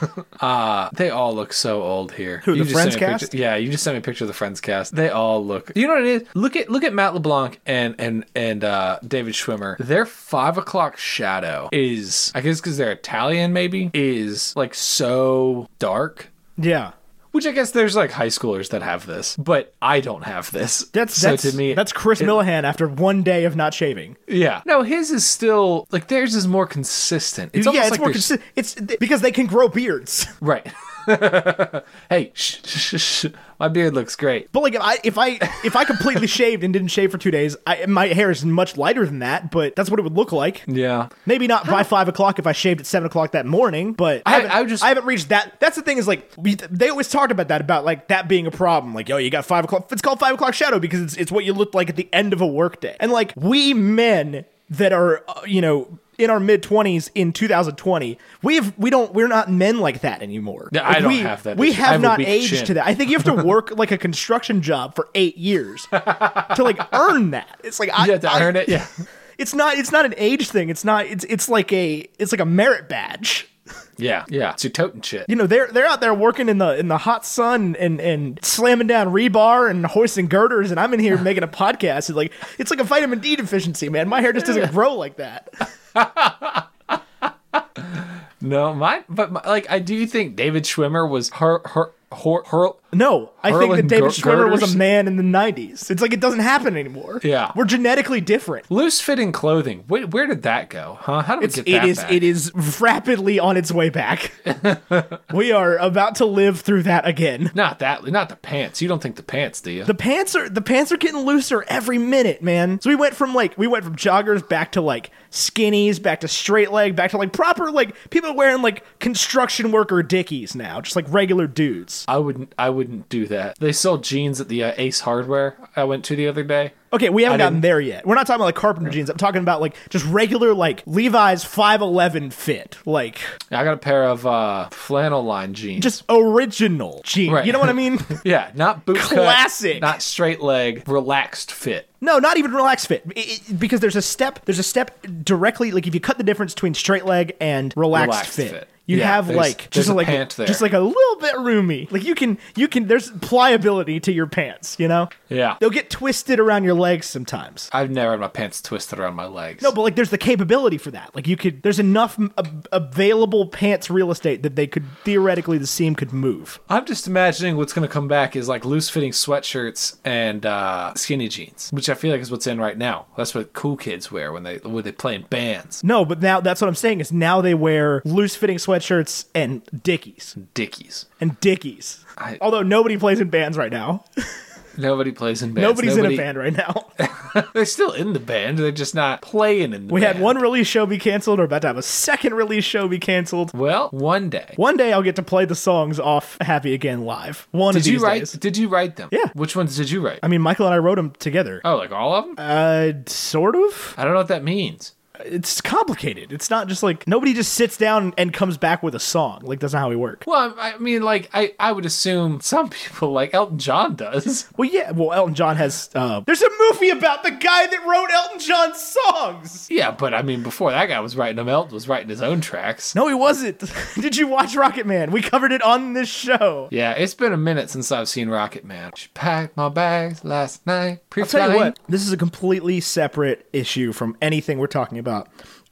[SPEAKER 2] Uh, they all look so old here. Who
[SPEAKER 3] the Friends cast?
[SPEAKER 2] yeah, you just sent me a picture of the Friends cast. They all look. You know what it is? Look at look at Matt LeBlanc and and and uh, David Schwimmer. Their five o'clock shadow is I guess because they're Italian maybe is like so dark.
[SPEAKER 3] yeah.
[SPEAKER 2] Which I guess there's like high schoolers that have this, but I don't have this.
[SPEAKER 3] That's
[SPEAKER 2] so
[SPEAKER 3] that's
[SPEAKER 2] to me
[SPEAKER 3] that's Chris Millihan after one day of not shaving.
[SPEAKER 2] yeah. No, his is still like theirs is more consistent. It's
[SPEAKER 3] yeah,
[SPEAKER 2] almost
[SPEAKER 3] it's
[SPEAKER 2] like
[SPEAKER 3] more
[SPEAKER 2] they're-
[SPEAKER 3] consistent. It's th- because they can grow beards.
[SPEAKER 2] Right. hey, shh, shh, shh, shh. my beard looks great.
[SPEAKER 3] But like if I if I if I completely shaved and didn't shave for two days, I, my hair is much lighter than that. But that's what it would look like.
[SPEAKER 2] Yeah.
[SPEAKER 3] Maybe not by five o'clock if I shaved at seven o'clock that morning, but I
[SPEAKER 2] I-
[SPEAKER 3] haven't, I,
[SPEAKER 2] I just-
[SPEAKER 3] haven't reached that. That's the thing is like we, they always talked about that about like that being a problem. Like yo, you got five o'clock. It's called five o'clock shadow because it's it's what you look like at the end of a workday. And like we men that are uh, you know in our mid twenties in 2020, we've we don't we're not men like that anymore.
[SPEAKER 2] Yeah, I
[SPEAKER 3] Like,
[SPEAKER 2] don't
[SPEAKER 3] we,
[SPEAKER 2] have that
[SPEAKER 3] We
[SPEAKER 2] issue. I
[SPEAKER 3] have
[SPEAKER 2] have a
[SPEAKER 3] not
[SPEAKER 2] weak
[SPEAKER 3] aged
[SPEAKER 2] chin.
[SPEAKER 3] to that. I think you have to work like a construction job for eight years to like earn that. It's like I,
[SPEAKER 2] You have to
[SPEAKER 3] I-
[SPEAKER 2] earn it. Yeah.
[SPEAKER 3] it's not it's not an age thing it's not it's it's like a it's like a merit badge
[SPEAKER 2] Yeah. Yeah. It's your totem shit.
[SPEAKER 3] you know they're they're out there working in the in the hot sun and and slamming down rebar and hoisting girders and i'm in here making a podcast it's like it's like a vitamin d deficiency man my hair just doesn't grow like that
[SPEAKER 2] No, my, but my, like, I do think David Schwimmer was her, her, her, her
[SPEAKER 3] no i think that
[SPEAKER 2] Hurling
[SPEAKER 3] david
[SPEAKER 2] gir-
[SPEAKER 3] schwimmer was
[SPEAKER 2] girders?
[SPEAKER 3] a man in the 90s it's like it doesn't happen anymore
[SPEAKER 2] Yeah.
[SPEAKER 3] we're genetically different
[SPEAKER 2] loose fitting clothing. Where, where did that go? Huh? How did
[SPEAKER 3] it's,
[SPEAKER 2] we
[SPEAKER 3] it
[SPEAKER 2] get that
[SPEAKER 3] is
[SPEAKER 2] back?
[SPEAKER 3] it is rapidly on its way back we are about to live through that again
[SPEAKER 2] Not that, not the pants. You don't think the pants, do you?
[SPEAKER 3] The pants are the pants are getting looser every minute, man. So we went from like we went from joggers back to like skinnies, back to straight leg, back to like proper like people wearing like construction worker dickies now, just like regular dudes.
[SPEAKER 2] I wouldn't, I wouldn't do that. They sold jeans at the uh, Ace Hardware I went to the other day.
[SPEAKER 3] Okay, we haven't
[SPEAKER 2] I
[SPEAKER 3] gotten there yet. We're not talking about like carpenter jeans. I'm talking about like just regular like Levi's 511 fit, like
[SPEAKER 2] I got a pair of uh, flannel line jeans.
[SPEAKER 3] just original jeans.
[SPEAKER 2] Right.
[SPEAKER 3] You know what I mean?
[SPEAKER 2] Yeah, not boot cut,
[SPEAKER 3] Classic.
[SPEAKER 2] not straight leg, relaxed fit.
[SPEAKER 3] No, not even relaxed fit, It- it- because there's a step. There's a step directly. Like if you cut the difference between straight leg and relaxed,
[SPEAKER 2] Relaxed
[SPEAKER 3] fit,
[SPEAKER 2] fit.
[SPEAKER 3] you
[SPEAKER 2] Yeah,
[SPEAKER 3] have
[SPEAKER 2] there's-
[SPEAKER 3] like
[SPEAKER 2] there's
[SPEAKER 3] just
[SPEAKER 2] a
[SPEAKER 3] like
[SPEAKER 2] pant there.
[SPEAKER 3] just like a little bit roomy. Like you can you can there's pliability to your pants. You know.
[SPEAKER 2] Yeah.
[SPEAKER 3] They'll get twisted around your legs sometimes.
[SPEAKER 2] I've never had my pants twisted around my legs.
[SPEAKER 3] No, but like there's the capability for that. Like you could there's enough m- a- available pants real estate that they could theoretically the seam could move.
[SPEAKER 2] I'm just imagining what's going to come back is like loose fitting sweatshirts and uh, skinny jeans, which I feel like is what's in right now. That's what cool kids wear when they when they play in bands.
[SPEAKER 3] No, but now that's what I'm saying is now they wear loose fitting sweatshirts and dickies.
[SPEAKER 2] Dickies.
[SPEAKER 3] and Dickies.
[SPEAKER 2] I-
[SPEAKER 3] Although nobody plays in bands right now.
[SPEAKER 2] Nobody plays in bands.
[SPEAKER 3] Nobody's
[SPEAKER 2] Nobody-
[SPEAKER 3] in a band right now.
[SPEAKER 2] They're still in the band. They're just not playing in the
[SPEAKER 3] we
[SPEAKER 2] band.
[SPEAKER 3] had one release show be canceled. We're about to have a second release show be canceled.
[SPEAKER 2] Well, one day.
[SPEAKER 3] One day I'll get to play the songs off Happy Again live. One
[SPEAKER 2] Did
[SPEAKER 3] of these
[SPEAKER 2] you write?
[SPEAKER 3] days.
[SPEAKER 2] Did you write them?
[SPEAKER 3] Yeah.
[SPEAKER 2] Which ones did you write?
[SPEAKER 3] I mean, Michael and I wrote them together.
[SPEAKER 2] oh, like all of them?
[SPEAKER 3] Uh, sort of.
[SPEAKER 2] I don't know what that means.
[SPEAKER 3] It's complicated. It's not just like nobody just sits down and comes back with a song. Like that's not how we work.
[SPEAKER 2] Well, I I mean, like I, I would assume some people, like Elton John, does.
[SPEAKER 3] Well, yeah. Well, Elton John has. Uh, there's a movie about the guy that wrote Elton John's songs.
[SPEAKER 2] Yeah, but I mean, before that guy was writing them, Elton was writing his own tracks.
[SPEAKER 3] No, he wasn't. Did you watch Rocket Man? We covered it on this show.
[SPEAKER 2] Yeah, it's been a minute since I've seen Rocket Man. She packed my bags last night. Pre
[SPEAKER 3] I'll tell you what, this is a completely separate issue from anything we're talking about.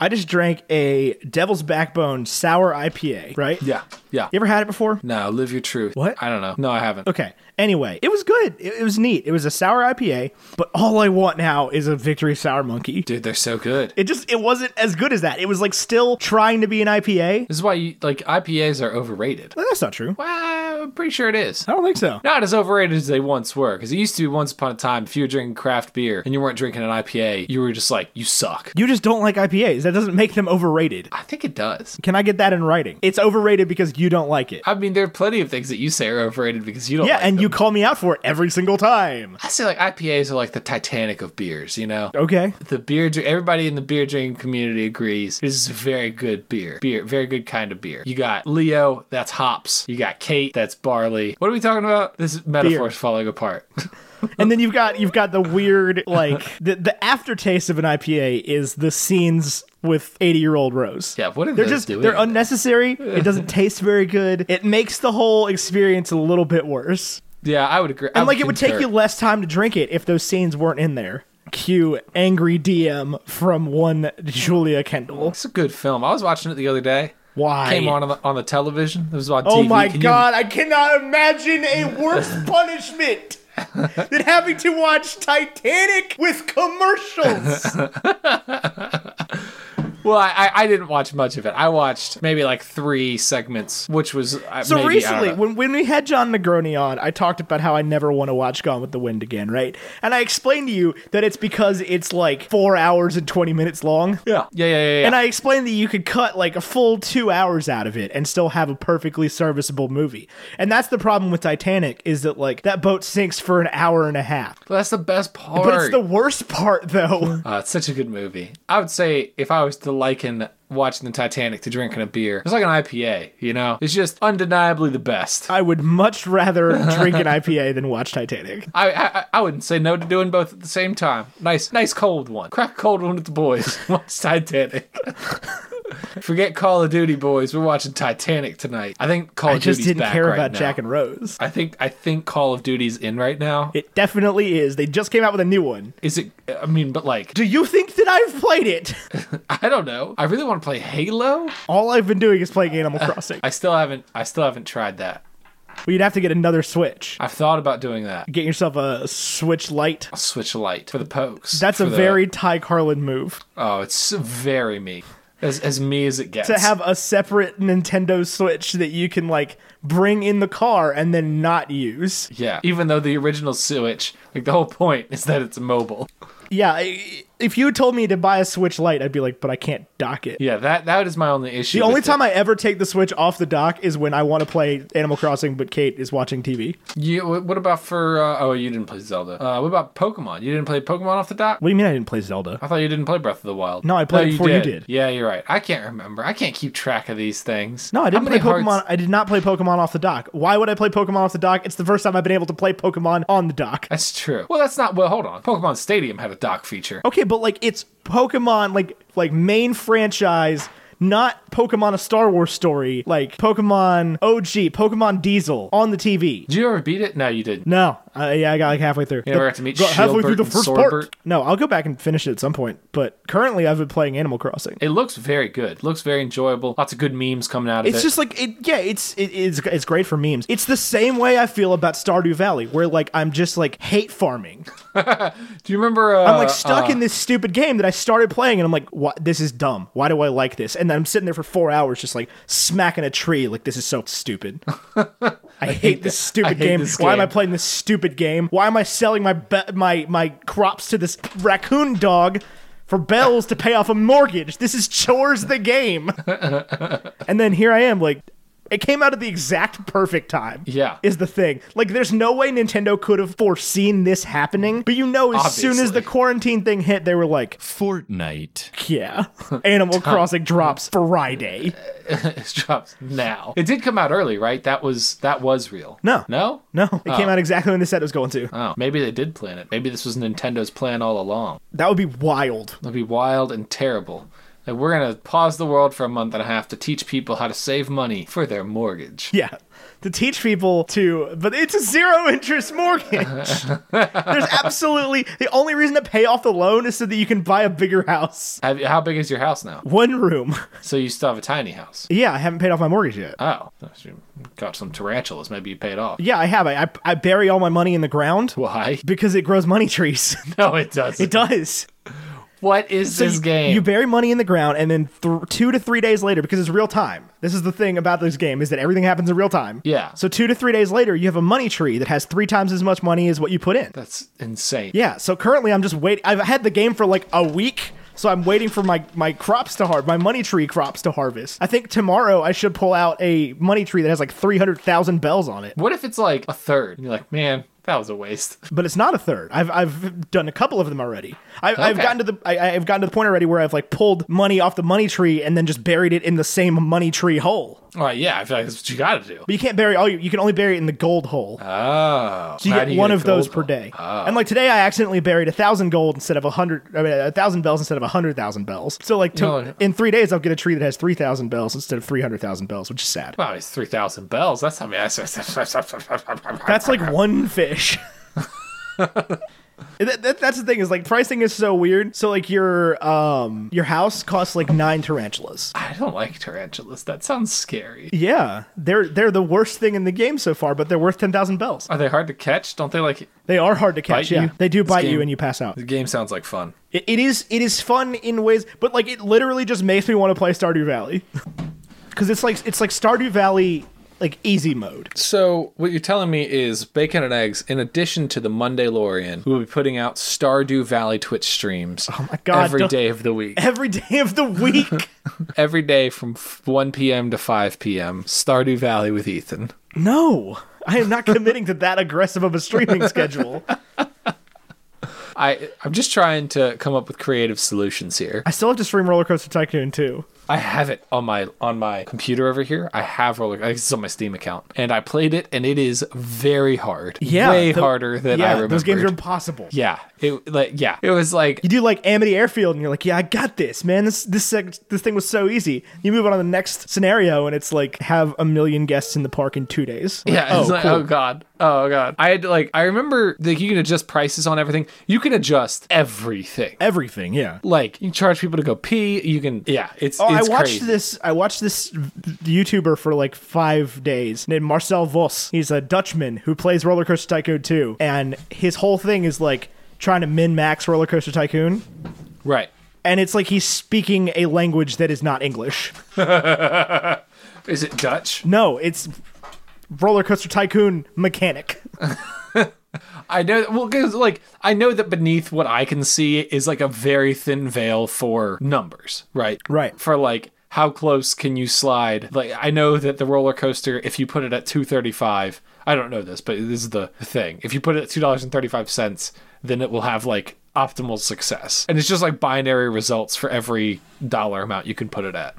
[SPEAKER 3] I just drank a Devil's Backbone sour IPA, right?
[SPEAKER 2] Yeah, yeah.
[SPEAKER 3] You ever had it before?
[SPEAKER 2] No, live your truth.
[SPEAKER 3] What?
[SPEAKER 2] I don't know. No, I haven't.
[SPEAKER 3] Okay. Anyway, it was good. It, it was neat. It was a sour IPA, but all I want now is a Victory Sour Monkey.
[SPEAKER 2] Dude, they're so good.
[SPEAKER 3] It just it wasn't as good as that. It was like still trying to be an IPA.
[SPEAKER 2] This is why you like IPAs are overrated.
[SPEAKER 3] That's not true.
[SPEAKER 2] Wow, I'm pretty sure it is.
[SPEAKER 3] I don't think so.
[SPEAKER 2] Not as overrated as they once were, because it used to be once upon a time, if you were drinking craft beer and you weren't drinking an IPA, you were just like, you suck.
[SPEAKER 3] You just don't like IPAs. That doesn't make them overrated.
[SPEAKER 2] I think it does.
[SPEAKER 3] Can I get that in writing? It's overrated because you don't like it.
[SPEAKER 2] I mean, there are plenty of things that you say are overrated because you don't
[SPEAKER 3] Yeah,
[SPEAKER 2] like
[SPEAKER 3] and
[SPEAKER 2] them.
[SPEAKER 3] you call me out for it every single time.
[SPEAKER 2] I say like IPAs are like the Titanic of beers, you know?
[SPEAKER 3] Okay.
[SPEAKER 2] The beer, everybody in the beer drinking community agrees this is a very good beer. Beer, very good kind of beer. You got Leo, that's hops. You got Kate, that's barley. What are we talking about? This metaphor is falling apart.
[SPEAKER 3] and then you've got you've got the weird like the the aftertaste of an IPA is the scenes with 80 year old Rose.
[SPEAKER 2] Yeah, what are
[SPEAKER 3] they're
[SPEAKER 2] those
[SPEAKER 3] just
[SPEAKER 2] doing
[SPEAKER 3] they're
[SPEAKER 2] in
[SPEAKER 3] unnecessary. It doesn't taste very good. It makes the whole experience a little bit worse.
[SPEAKER 2] yeah, I would agree. I
[SPEAKER 3] And like it would take
[SPEAKER 2] concur.
[SPEAKER 3] you less time to drink it if those scenes weren't in there. Cue angry DM from one Julia Kendall.
[SPEAKER 2] It's a good film. I was watching it the other day.
[SPEAKER 3] Why?
[SPEAKER 2] Came on on the, on the television. It was on
[SPEAKER 3] Oh
[SPEAKER 2] TV.
[SPEAKER 3] my
[SPEAKER 2] Can you-
[SPEAKER 3] god, I cannot imagine a worse punishment than having to watch Titanic with commercials.
[SPEAKER 2] well, I, I I didn't watch much of it. I watched maybe like three segments, which was uh,
[SPEAKER 3] So
[SPEAKER 2] maybe, I don't
[SPEAKER 3] recently,
[SPEAKER 2] know.
[SPEAKER 3] when, when we had John Negroni on, I talked about how I never want to watch Gone with the Wind again, right? And I explained to you that it's because it's like four hours and 20 minutes long.
[SPEAKER 2] yeah, yeah, yeah, yeah. yeah.
[SPEAKER 3] And I explained that you could cut like a full two hours out of it and still have a perfectly serviceable movie. And that's the problem with Titanic is that like that boat sinks for an hour and a half.
[SPEAKER 2] But that's the best part.
[SPEAKER 3] But it's the worst part though.
[SPEAKER 2] Uh, it's such a good movie. I would say if I was to liken watching the Titanic to drinking a beer, it's like an IPA. You know, it's just undeniably the best. I
[SPEAKER 3] I would much rather drink an IPA than watch Titanic.
[SPEAKER 2] I, I, I wouldn't say no to doing both at the same time. Nice nice cold one. Crack a cold one with the boys. Watch Titanic. Forget Call of Duty, boys. We're watching Titanic tonight. I think Call
[SPEAKER 3] I
[SPEAKER 2] of
[SPEAKER 3] just
[SPEAKER 2] Duty's
[SPEAKER 3] didn't
[SPEAKER 2] back
[SPEAKER 3] care
[SPEAKER 2] right
[SPEAKER 3] about
[SPEAKER 2] now.
[SPEAKER 3] Jack and Rose.
[SPEAKER 2] I think I think Call of Duty's in right now.
[SPEAKER 3] It definitely is. They just came out with a new one.
[SPEAKER 2] Is it? I mean, but like,
[SPEAKER 3] Do you think that I've played it?
[SPEAKER 2] I don't know. I really want to play Halo.
[SPEAKER 3] All I've been doing is playing Animal Crossing.
[SPEAKER 2] Uh, I still haven't. I still haven't tried that.
[SPEAKER 3] Well, you'd have to get another Switch.
[SPEAKER 2] I've thought about doing that.
[SPEAKER 3] Get yourself a Switch Lite.
[SPEAKER 2] Switch light for the pokes.
[SPEAKER 3] That's a
[SPEAKER 2] For the-
[SPEAKER 3] very Ty Carlin move
[SPEAKER 2] oh, it's very me. As as me as it gets.
[SPEAKER 3] to have a separate Nintendo Switch that you can like bring in the car and then not use.
[SPEAKER 2] yeah, even though the original Switch, like the whole point is that it's mobile.
[SPEAKER 3] Yeah, I- if you told me to buy a Switch Lite, I'd be like, but I can't dock it.
[SPEAKER 2] Yeah, that that is my only issue.
[SPEAKER 3] The only
[SPEAKER 2] with
[SPEAKER 3] time I ever take the Switch off the dock is when I want to play Animal Crossing, but Kate is watching TV.
[SPEAKER 2] it. You, wh- what about for? Uh, oh, you didn't play Zelda. Uh, what about Pokemon? You didn't play Pokemon off the dock.
[SPEAKER 3] What do you mean I didn't play Zelda?
[SPEAKER 2] I thought you didn't play Breath of the Wild.
[SPEAKER 3] No, I played before you did.
[SPEAKER 2] Yeah, you're right. I can't remember. I can't keep track of these things.
[SPEAKER 3] No, I didn't
[SPEAKER 2] How
[SPEAKER 3] play
[SPEAKER 2] many
[SPEAKER 3] Pokemon.
[SPEAKER 2] hearts-
[SPEAKER 3] I did not play Pokemon off the dock. Why would I play Pokemon off the dock? It's the first time I've been able to play Pokemon on the dock.
[SPEAKER 2] That's true. Well, that's not. Well, hold on. Pokemon Stadium had a dock feature.
[SPEAKER 3] Okay, but like it's Pokemon, like like main franchise, not Pokemon a Star Wars story, like Pokemon OG, Pokemon Diesel on the TV.
[SPEAKER 2] Did you ever beat it? No, you didn't.
[SPEAKER 3] No, uh, yeah, I got like halfway through. You
[SPEAKER 2] never got to meet
[SPEAKER 3] halfway through
[SPEAKER 2] Shieldbert
[SPEAKER 3] the
[SPEAKER 2] and
[SPEAKER 3] first
[SPEAKER 2] Sorbert?
[SPEAKER 3] part. No, I'll go back and finish it at some point. But currently, I've been playing Animal Crossing.
[SPEAKER 2] It looks very good. Looks very enjoyable. Lots of good memes coming out of
[SPEAKER 3] It's
[SPEAKER 2] it.
[SPEAKER 3] just like it, yeah, it's it, it's it's great for memes. It's the same way I feel about Stardew Valley, where like I'm just like hate farming.
[SPEAKER 2] Do you remember? Uh,
[SPEAKER 3] I'm like stuck in this stupid game that I started playing, and I'm like, what? This is dumb. Why do I like this? And then I'm sitting there for four hours, just like smacking a tree. Like this is so stupid. I, hate, this
[SPEAKER 2] I
[SPEAKER 3] stupid
[SPEAKER 2] hate
[SPEAKER 3] game.
[SPEAKER 2] this
[SPEAKER 3] Why am I
[SPEAKER 2] game.
[SPEAKER 3] playing this stupid game? Why am I selling my be- my my crops to this raccoon dog? For bells to pay off a mortgage. This is chores the game. and then here I am, like, it came out at the exact perfect time.
[SPEAKER 2] Yeah.
[SPEAKER 3] Is the thing. Like, there's no way Nintendo could have foreseen this happening, but you know, as soon as
[SPEAKER 2] Obviously.
[SPEAKER 3] the quarantine thing hit, they were like,
[SPEAKER 2] uh,
[SPEAKER 1] Fortnite.
[SPEAKER 3] yeah, Animal Crossing drops Friday.
[SPEAKER 2] It drops now. It did come out early, right? That was that was real.
[SPEAKER 3] No.
[SPEAKER 2] no,
[SPEAKER 3] No, it came out exactly when they said it was going to.
[SPEAKER 2] Oh, maybe they did plan it. Maybe this was Nintendo's plan all along.
[SPEAKER 3] That would be wild.
[SPEAKER 2] It'll be wild and terrible. Like we're gonna pause the world for a month and a half to teach people how to save money for their mortgage.
[SPEAKER 3] Yeah. To teach people to, but it's a zero interest mortgage. There's absolutely the only reason to pay off the loan is so that you can buy a bigger house.
[SPEAKER 2] Have, how big is your house now?
[SPEAKER 3] One room.
[SPEAKER 2] So you still have a tiny house.
[SPEAKER 3] Yeah, I haven't paid off my mortgage yet.
[SPEAKER 2] Oh, you got some tarantulas. Maybe you paid off.
[SPEAKER 3] Yeah, I have. I, I, I bury all my money in the ground
[SPEAKER 2] Why?
[SPEAKER 3] because it grows money trees.
[SPEAKER 2] No, it doesn't.
[SPEAKER 3] it does.
[SPEAKER 2] What is
[SPEAKER 3] So
[SPEAKER 2] this
[SPEAKER 3] you-
[SPEAKER 2] game?
[SPEAKER 3] You bury money in the ground, and then th- two to three days later, because it's real time. This is the thing about this game is that everything happens in real time.
[SPEAKER 2] Yeah.
[SPEAKER 3] So two to three days later, you have a money tree that has three times as much money as what you put in.
[SPEAKER 2] That's insane.
[SPEAKER 3] yeah. So currently, I'm just waiting. I've had the game for like a week. So I'm waiting for my, my crops to harvest, my money tree crops to harvest. I think tomorrow I should pull out a money tree that has like 300,000 bells on it.
[SPEAKER 2] What if it's like a third? And you're like, man, that was a waste.
[SPEAKER 3] but it's not a third. I've I've done a couple of them already. I, I've
[SPEAKER 2] Okay.
[SPEAKER 3] gotten to the I, I've gotten to the point already where I've like pulled money off the money tree and then just buried it in the same money tree hole.
[SPEAKER 2] All right, yeah, I feel like that's what you got to do.
[SPEAKER 3] But you can't bury all you you can only bury it in the gold hole.
[SPEAKER 2] Oh,
[SPEAKER 3] so you
[SPEAKER 2] how
[SPEAKER 3] get
[SPEAKER 2] do you
[SPEAKER 3] one
[SPEAKER 2] a
[SPEAKER 3] of those
[SPEAKER 2] gold Ah.
[SPEAKER 3] per
[SPEAKER 2] one?
[SPEAKER 3] day. And like today, I accidentally buried a thousand gold instead of a hundred. I mean, a thousand bells instead of a hundred thousand bells. So like to,
[SPEAKER 2] No, no.
[SPEAKER 3] in three days, I'll get a tree that has three thousand bells instead of three hundred thousand bells, which is sad.
[SPEAKER 2] Wow, it's three thousand bells. That's how many. That's,
[SPEAKER 3] That's like one fish. That- that- that's the thing is like pricing is so weird. So like your um your house costs like nine tarantulas.
[SPEAKER 2] I don't like tarantulas. That sounds scary.
[SPEAKER 3] Yeah, they're they're the worst thing in the game so far, but they're worth ten thousand bells.
[SPEAKER 2] Are they hard to catch? Don't they like?
[SPEAKER 3] They are hard to catch.
[SPEAKER 2] Bite you?
[SPEAKER 3] Yeah, they do
[SPEAKER 2] This
[SPEAKER 3] bite you
[SPEAKER 2] game-
[SPEAKER 3] and you pass out.
[SPEAKER 2] The game sounds like fun.
[SPEAKER 3] It, it is it is fun in ways, but like it literally just makes me want to play Stardew Valley because it's like it's like Stardew Valley like easy mode.
[SPEAKER 2] So what you're telling me is bacon and eggs. In addition to the Monday Lorian, we'll be putting out Stardew Valley Twitch streams. Oh
[SPEAKER 3] my God,
[SPEAKER 2] Every
[SPEAKER 3] don't-
[SPEAKER 2] day of the week,
[SPEAKER 3] Every day of the week.
[SPEAKER 2] every day from f- 1 p.m. to 5 p.m. Stardew Valley with Ethan.
[SPEAKER 3] no, I am not committing to that aggressive of a streaming schedule.
[SPEAKER 2] I I'm just trying to come up with creative solutions here.
[SPEAKER 3] I still have to stream Roller Coaster Tycoon too.
[SPEAKER 2] I have it on my on my computer over here. I have roller. I guess It's on my Steam account, and I played it, and it is very hard. way
[SPEAKER 3] the-
[SPEAKER 2] harder than I
[SPEAKER 3] yeah,
[SPEAKER 2] remember.
[SPEAKER 3] Those games are impossible.
[SPEAKER 2] Yeah, it like yeah, it was like
[SPEAKER 3] You do like Amity Airfield, and you're like, "Yeah, I got this, man. This this sec- this thing was so easy." You move on to the next scenario, and it's like have a million guests in the park in two days. Like,
[SPEAKER 2] yeah. It's
[SPEAKER 3] oh,
[SPEAKER 2] like,
[SPEAKER 3] cool.
[SPEAKER 2] oh god, oh god. I had to, like I remember like you can adjust prices on everything. You can adjust everything.
[SPEAKER 3] everything. Yeah.
[SPEAKER 2] Like you can charge people to go pee. You can yeah. It's
[SPEAKER 3] Oh,
[SPEAKER 2] it's
[SPEAKER 3] I watched
[SPEAKER 2] crazy.
[SPEAKER 3] this. I watched this YouTuber for like five days named Marcel Vos. He's a Dutchman who plays Roller Coaster Tycoon 2, and his whole thing is like trying to min max Roller Coaster Tycoon.
[SPEAKER 2] right.
[SPEAKER 3] And it's like he's speaking a language that is not English.
[SPEAKER 2] Is it Dutch?
[SPEAKER 3] No, it's roller coaster tycoon mechanic.
[SPEAKER 2] I know. Well, because like I know that beneath what I can see is like a very thin veil for numbers, right?
[SPEAKER 3] Right.
[SPEAKER 2] For like how close can you slide? Like I know that the roller coaster, if you put it at two thirty-five, I don't know this, but this is the thing. If you put it at two dollars and thirty-five cents, then it will have like optimal success, and it's just like binary results for every dollar amount you can put it at.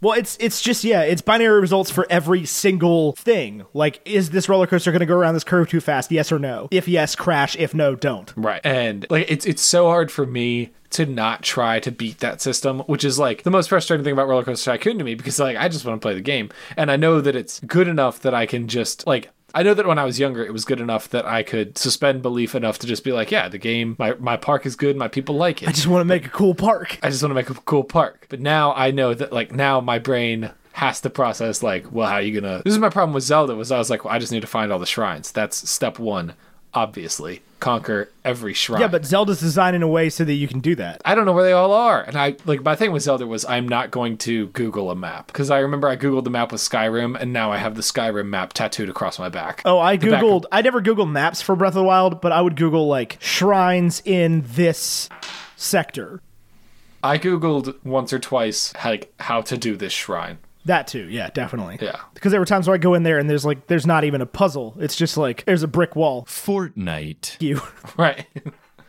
[SPEAKER 3] Well, it's it's just yeah, it's binary results for every single thing. Like, is this roller coaster going to go around this curve too fast? Yes or no. If yes, crash. If no, don't.
[SPEAKER 2] Right. And like it's it's so hard for me to not try to beat that system, which is like the most frustrating thing about Roller Coaster Tycoon to me because like I just want to play the game and I know that it's good enough that I can just like I know that when I was younger it was good enough that I could suspend belief enough to just be like, yeah, the game my my park is good, my people like it.
[SPEAKER 3] I just want to make a cool park.
[SPEAKER 2] I just want to make a cool park. But now I know that like now my brain has to process like, well, how are you gonna? This is my problem with Zelda was I was like, well, I just need to find all the shrines. That's step one, obviously. Conquer every shrine.
[SPEAKER 3] Yeah, but Zelda's designed in a way so that you can do that.
[SPEAKER 2] I don't know where they all are. And I like my thing with Zelda was I'm not going to Google a map because I remember I Googled the map with Skyrim and now I have the Skyrim map tattooed across my back.
[SPEAKER 3] Oh, I
[SPEAKER 2] The back-
[SPEAKER 3] googled. I never Google maps for Breath of the Wild, but I would Google like shrines in this sector.
[SPEAKER 2] I Googled once or twice like how to do this shrine.
[SPEAKER 3] That too, yeah, definitely.
[SPEAKER 2] Yeah.
[SPEAKER 3] Because there were times where I go in there and there's like there's not even a puzzle. It's just like there's a brick wall. F
[SPEAKER 1] Fortnite.
[SPEAKER 3] you.
[SPEAKER 2] Right.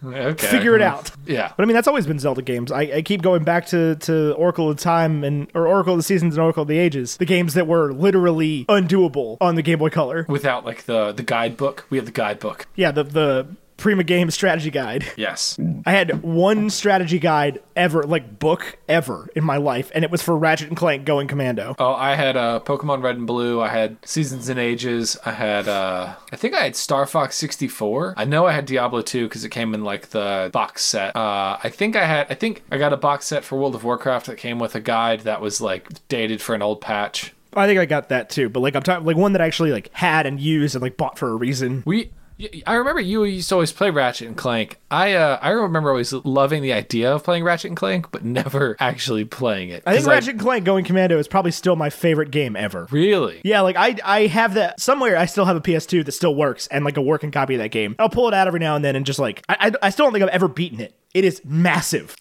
[SPEAKER 2] okay.
[SPEAKER 3] Figure it out.
[SPEAKER 2] Yeah.
[SPEAKER 3] But I mean, that's always been Zelda games. I, I keep going back to, to Oracle of Time and or Oracle of the Seasons and Oracle of the Ages, the games that were literally undoable on the Game Boy Color.
[SPEAKER 2] Without like the the guidebook, we have the guidebook.
[SPEAKER 3] Yeah, the the Prima Game strategy guide.
[SPEAKER 2] Yes.
[SPEAKER 3] I had one strategy guide ever, like book ever in my life, and it was for Ratchet and Clank Going Commando.
[SPEAKER 2] Oh, I had uh, Pokemon Red and Blue. I had Seasons and Ages. I had, uh, I think I had Star Fox 64. I know I had Diablo 2 because it came in like the box set. Uh, I think I had, I think I got a box set for World of Warcraft that came with a guide that was like dated for an old patch.
[SPEAKER 3] I think I got that too, but like I'm talking like one that I actually like had and used and like bought for a reason.
[SPEAKER 2] We, Y- I remember you used to always play Ratchet and Clank. I uh, I remember always loving the idea of playing Ratchet and Clank, but never actually playing it.
[SPEAKER 3] I think
[SPEAKER 2] 'Cause, like,
[SPEAKER 3] Ratchet and Clank Going Commando is probably still my favorite game ever.
[SPEAKER 2] really.
[SPEAKER 3] Yeah, like I I have that somewhere. I still have a PS2 that still works and like a working copy of that game. I'll pull it out every now and then and just like I I, I still don't think I've ever beaten it. It is massive.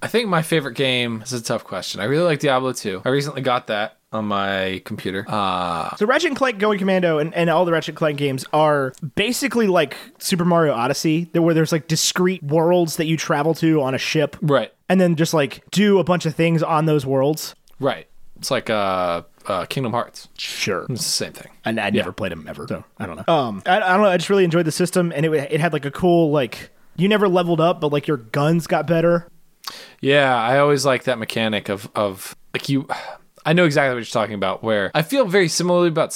[SPEAKER 2] I think my favorite game this is a tough question. I really like Diablo 2. I recently got that on my computer. Uh,
[SPEAKER 3] So Ratchet and Clank Going Commando and, and all the Ratchet and Clank games are basically like Super Mario Odyssey, there- where there's like discrete worlds that you travel to on a ship,
[SPEAKER 2] right,
[SPEAKER 3] and then just like do a bunch of things on those worlds.
[SPEAKER 2] right. It's like uh, uh, Kingdom Hearts.
[SPEAKER 3] Sure.
[SPEAKER 2] It's the same thing.
[SPEAKER 3] and I never played them ever. So I don't know. Um, I, I don't know. I just really enjoyed the system, and it wa- it had like a cool like you never leveled up, but like your guns got better.
[SPEAKER 2] Yeah, I always like that mechanic of of like you. I know exactly what you're talking about. Where I feel very similarly about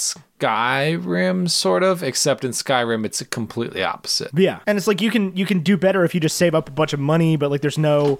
[SPEAKER 2] Skyrim, sort of, except in Skyrim it's completely opposite.
[SPEAKER 3] Yeah, and it's like you can you can do better if you just save up a bunch of money, but like there's no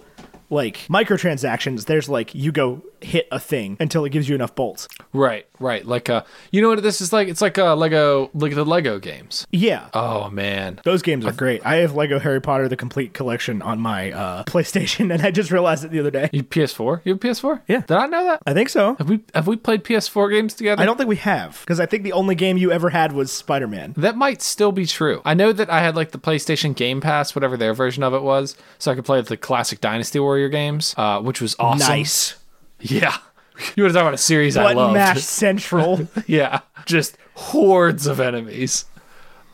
[SPEAKER 3] like microtransactions. There's like you go hit a thing until it gives you enough bolts.
[SPEAKER 2] Right, right. Like uh, you know what this is like? It's like a Lego, like the Lego games.
[SPEAKER 3] Yeah.
[SPEAKER 2] Oh man,
[SPEAKER 3] those games are great. Uh, I have Lego Harry Potter the complete collection on my uh, PlayStation, and I just realized it the other day.
[SPEAKER 2] you PS4? You have PS4?
[SPEAKER 3] Yeah.
[SPEAKER 2] Did I know that?
[SPEAKER 3] I think so.
[SPEAKER 2] Have we have we played PS4 games together?
[SPEAKER 3] I don't think we have because I think the only game you ever had was Spider Man.
[SPEAKER 2] That might still be true. I know that I had like the PlayStation Game Pass, whatever their version of it was, so I could play the classic Dynasty Warrior games, uh, which was awesome.
[SPEAKER 3] Nice.
[SPEAKER 2] Yeah. You want to talk about a series I
[SPEAKER 3] Button
[SPEAKER 2] loved?
[SPEAKER 3] mash central.
[SPEAKER 2] Yeah, just hordes of enemies.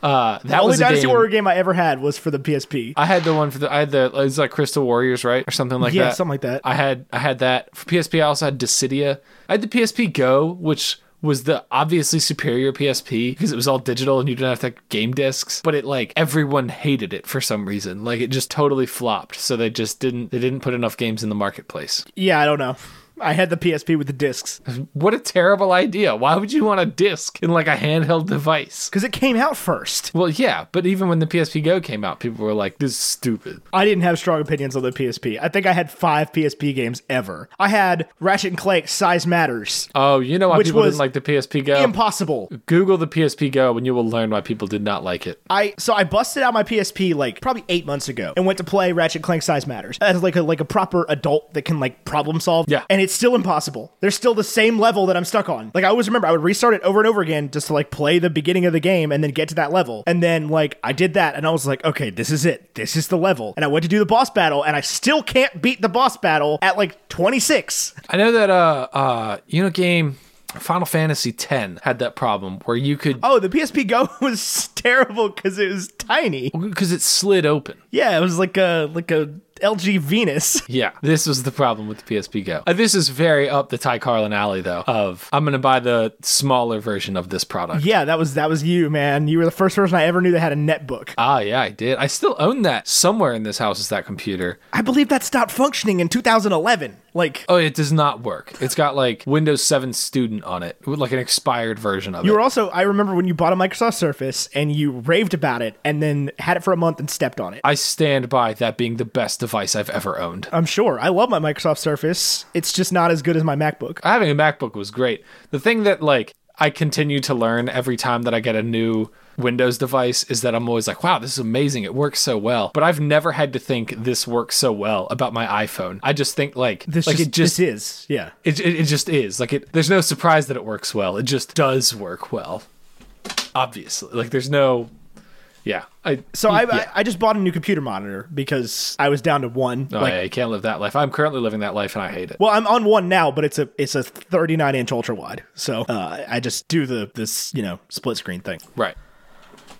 [SPEAKER 2] Uh, that
[SPEAKER 3] The only
[SPEAKER 2] was a
[SPEAKER 3] Dynasty
[SPEAKER 2] game.
[SPEAKER 3] Warrior game I ever had was for the PSP.
[SPEAKER 2] I had the one for the I had the it was like Crystal Warriors, right, or something like
[SPEAKER 3] Yeah,
[SPEAKER 2] that.
[SPEAKER 3] something like that.
[SPEAKER 2] I had I had that for PSP. I also had Dissidia. I had the PSP Go, which was the obviously superior PSP because it was all digital and you didn't have to have game discs. But it like everyone hated it for some reason. Like it just totally flopped. So they just didn't they didn't put enough games in the marketplace.
[SPEAKER 3] yeah, I don't know. I had the PSP with the discs
[SPEAKER 2] What a terrible idea! Why would you want a disc in like a handheld device?
[SPEAKER 3] because it came out first.
[SPEAKER 2] Well, yeah, but even when the PSP Go came out, people were like, "This is stupid."
[SPEAKER 3] I didn't have strong opinions on the PSP. I think I had five PSP games ever. I had Ratchet and Clank Size Matters.
[SPEAKER 2] Oh, you know why
[SPEAKER 3] Which
[SPEAKER 2] people
[SPEAKER 3] was
[SPEAKER 2] didn't like the PSP Go?
[SPEAKER 3] Impossible.
[SPEAKER 2] Google the PSP Go and you will learn why people did not like it.
[SPEAKER 3] I so I busted out my PSP like probably eight months ago and went to play Ratchet and Clank Size Matters as like a like a proper adult that can like problem solve.
[SPEAKER 2] Yeah.
[SPEAKER 3] And it's still impossible. There's still the same level that I'm stuck on. Like I always remember I would restart it over and over again just to like play the beginning of the game and then get to that level. And then like I did that and I was like, okay, this is it. This is the level. And I went to do the boss battle and I still can't beat the boss battle at like 26.
[SPEAKER 2] I know that uh uh you know game Final Fantasy X had that problem where you could
[SPEAKER 3] Oh, the PSP Go was terrible because it was tiny.
[SPEAKER 2] because it slid open.
[SPEAKER 3] Yeah, it was like a like a LG Venus.
[SPEAKER 2] Yeah, this was the problem with the PSP Go. Uh, this is very up the Ty Carlin alley though. Of I'm gonna buy the smaller version of this product.
[SPEAKER 3] Yeah, that was that was you, man. You were the first person I ever knew that had a netbook.
[SPEAKER 2] Ah, yeah, I did. I still own that. Somewhere in this house is that computer.
[SPEAKER 3] I believe that stopped functioning in 2011. Like
[SPEAKER 2] Oh, it does not work. It's got like Windows 7 Student on it, with like an expired version of
[SPEAKER 3] you
[SPEAKER 2] it.
[SPEAKER 3] were also I remember when you bought a Microsoft Surface and you raved about it and then had it for a month and stepped on it.
[SPEAKER 2] I stand by that being the best device I've ever owned.
[SPEAKER 3] I'm sure. I love my Microsoft Surface. It's just not as good as my MacBook.
[SPEAKER 2] having a MacBook was great. The thing that like I continue to learn every time that I get a new Windows device is that I'm always like, wow, this is amazing. It works so well. But I've never had to think this works so well about my iPhone. I just think like
[SPEAKER 3] This
[SPEAKER 2] like
[SPEAKER 3] just,
[SPEAKER 2] it just
[SPEAKER 3] this is. Yeah.
[SPEAKER 2] it, it, it just is. Like it there's no surprise that it works well. It just does work well. Obviously. Like there's no yeah. I
[SPEAKER 3] So I,
[SPEAKER 2] yeah.
[SPEAKER 3] I I just bought a new computer monitor because I was down to one.
[SPEAKER 2] Oh,
[SPEAKER 3] like
[SPEAKER 2] yeah, I can't live that life. I'm currently living that life and I hate it.
[SPEAKER 3] well, I'm on one now, but it's a it's a 39 inch ultra wide. So uh, I just do the this you know split screen thing.
[SPEAKER 2] Right.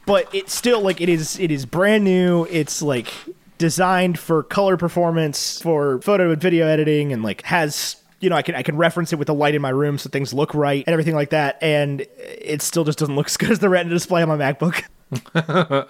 [SPEAKER 3] but it's still like it is it is brand new it's like designed for color performance for photo and video editing and like has you know I can I can reference it with the light in my room so things look right and everything like that and it still just doesn't look as good as the retina display on my MacBook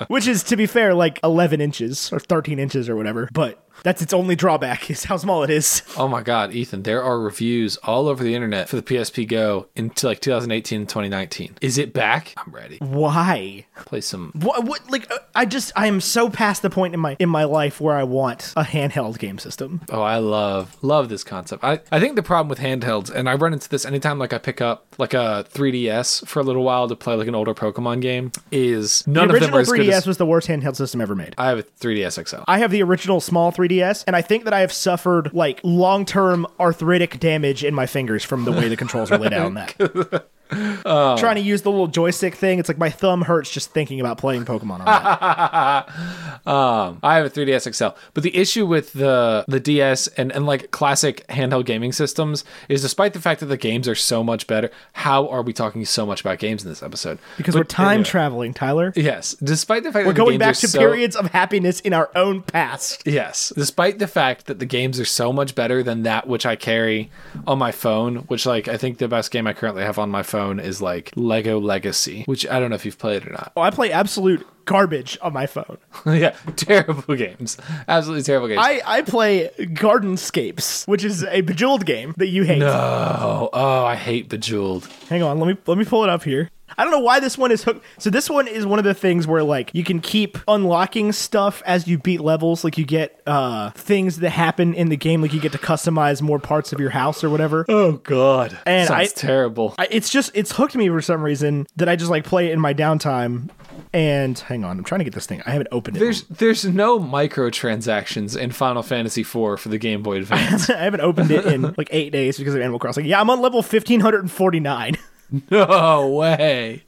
[SPEAKER 3] which is to be fair like 11 inches or 13 inches or whatever but that's its only drawback is how small it is
[SPEAKER 2] Oh my God, Ethan, there are reviews all over the internet for the PSP Go into like 2018 and 2019. Is it back? I'm ready.
[SPEAKER 3] why
[SPEAKER 2] Play some.
[SPEAKER 3] what, what like uh, I just I am so past the point in my in my life where I want a handheld game system
[SPEAKER 2] Oh, I love, love this concept. I, I think the problem with handhelds, and I run into this anytime like I pick up like a 3DS for a little while to play like an older Pokemon game, is None
[SPEAKER 3] the
[SPEAKER 2] of them are
[SPEAKER 3] original
[SPEAKER 2] as good
[SPEAKER 3] 3DS
[SPEAKER 2] as
[SPEAKER 3] was the worst handheld system ever made.
[SPEAKER 2] I have a 3DS XL.
[SPEAKER 3] I have the original small 3DS, and I think that I have suffered like long term arthritic damage in my fingers from the way the controls were laid out on that.
[SPEAKER 2] Oh.
[SPEAKER 3] Trying to use the little joystick thing, it's like my thumb hurts just thinking about playing Pokemon on that.
[SPEAKER 2] Um, I have a 3DS XL, but the issue with the the DS and and like classic handheld gaming systems is, despite the fact that the games are so much better, how are we talking so much about games in this episode?
[SPEAKER 3] Because
[SPEAKER 2] But-
[SPEAKER 3] we're time
[SPEAKER 2] Yeah.
[SPEAKER 3] traveling, Tyler.
[SPEAKER 2] Yes, despite the fact
[SPEAKER 3] We're
[SPEAKER 2] that the games
[SPEAKER 3] going back
[SPEAKER 2] are
[SPEAKER 3] to
[SPEAKER 2] so-
[SPEAKER 3] periods of happiness in our own past.
[SPEAKER 2] Yes, despite the fact that the games are so much better than that which I carry on my phone, which like I think the best game I currently have on my phone is like Lego Legacy, which I don't know if you've played or not.
[SPEAKER 3] Oh, I play absolute garbage on my phone.
[SPEAKER 2] yeah, terrible games, absolutely terrible games.
[SPEAKER 3] I, I play Gardenscapes, which is a bejeweled game that you hate.
[SPEAKER 2] oh, oh, I hate Bejeweled.
[SPEAKER 3] Hang on, let me let me pull it up here. I don't know why this one is hooked. So this one is one of the things where like you can keep unlocking stuff as you beat levels. Like you get uh things that happen in the game. Like you get to customize more parts of your house or whatever.
[SPEAKER 2] Oh God,
[SPEAKER 3] And
[SPEAKER 2] sounds
[SPEAKER 3] I-
[SPEAKER 2] terrible.
[SPEAKER 3] I, it's just it's hooked me for some reason that I just like play it in my downtime. And hang on, I'm trying to get this thing. I haven't opened it.
[SPEAKER 2] There's there's no microtransactions in Final Fantasy IV for the Game Boy Advance.
[SPEAKER 3] I haven't opened it in like eight days because of Animal Crossing. Yeah, I'm on level 1549.
[SPEAKER 2] no way.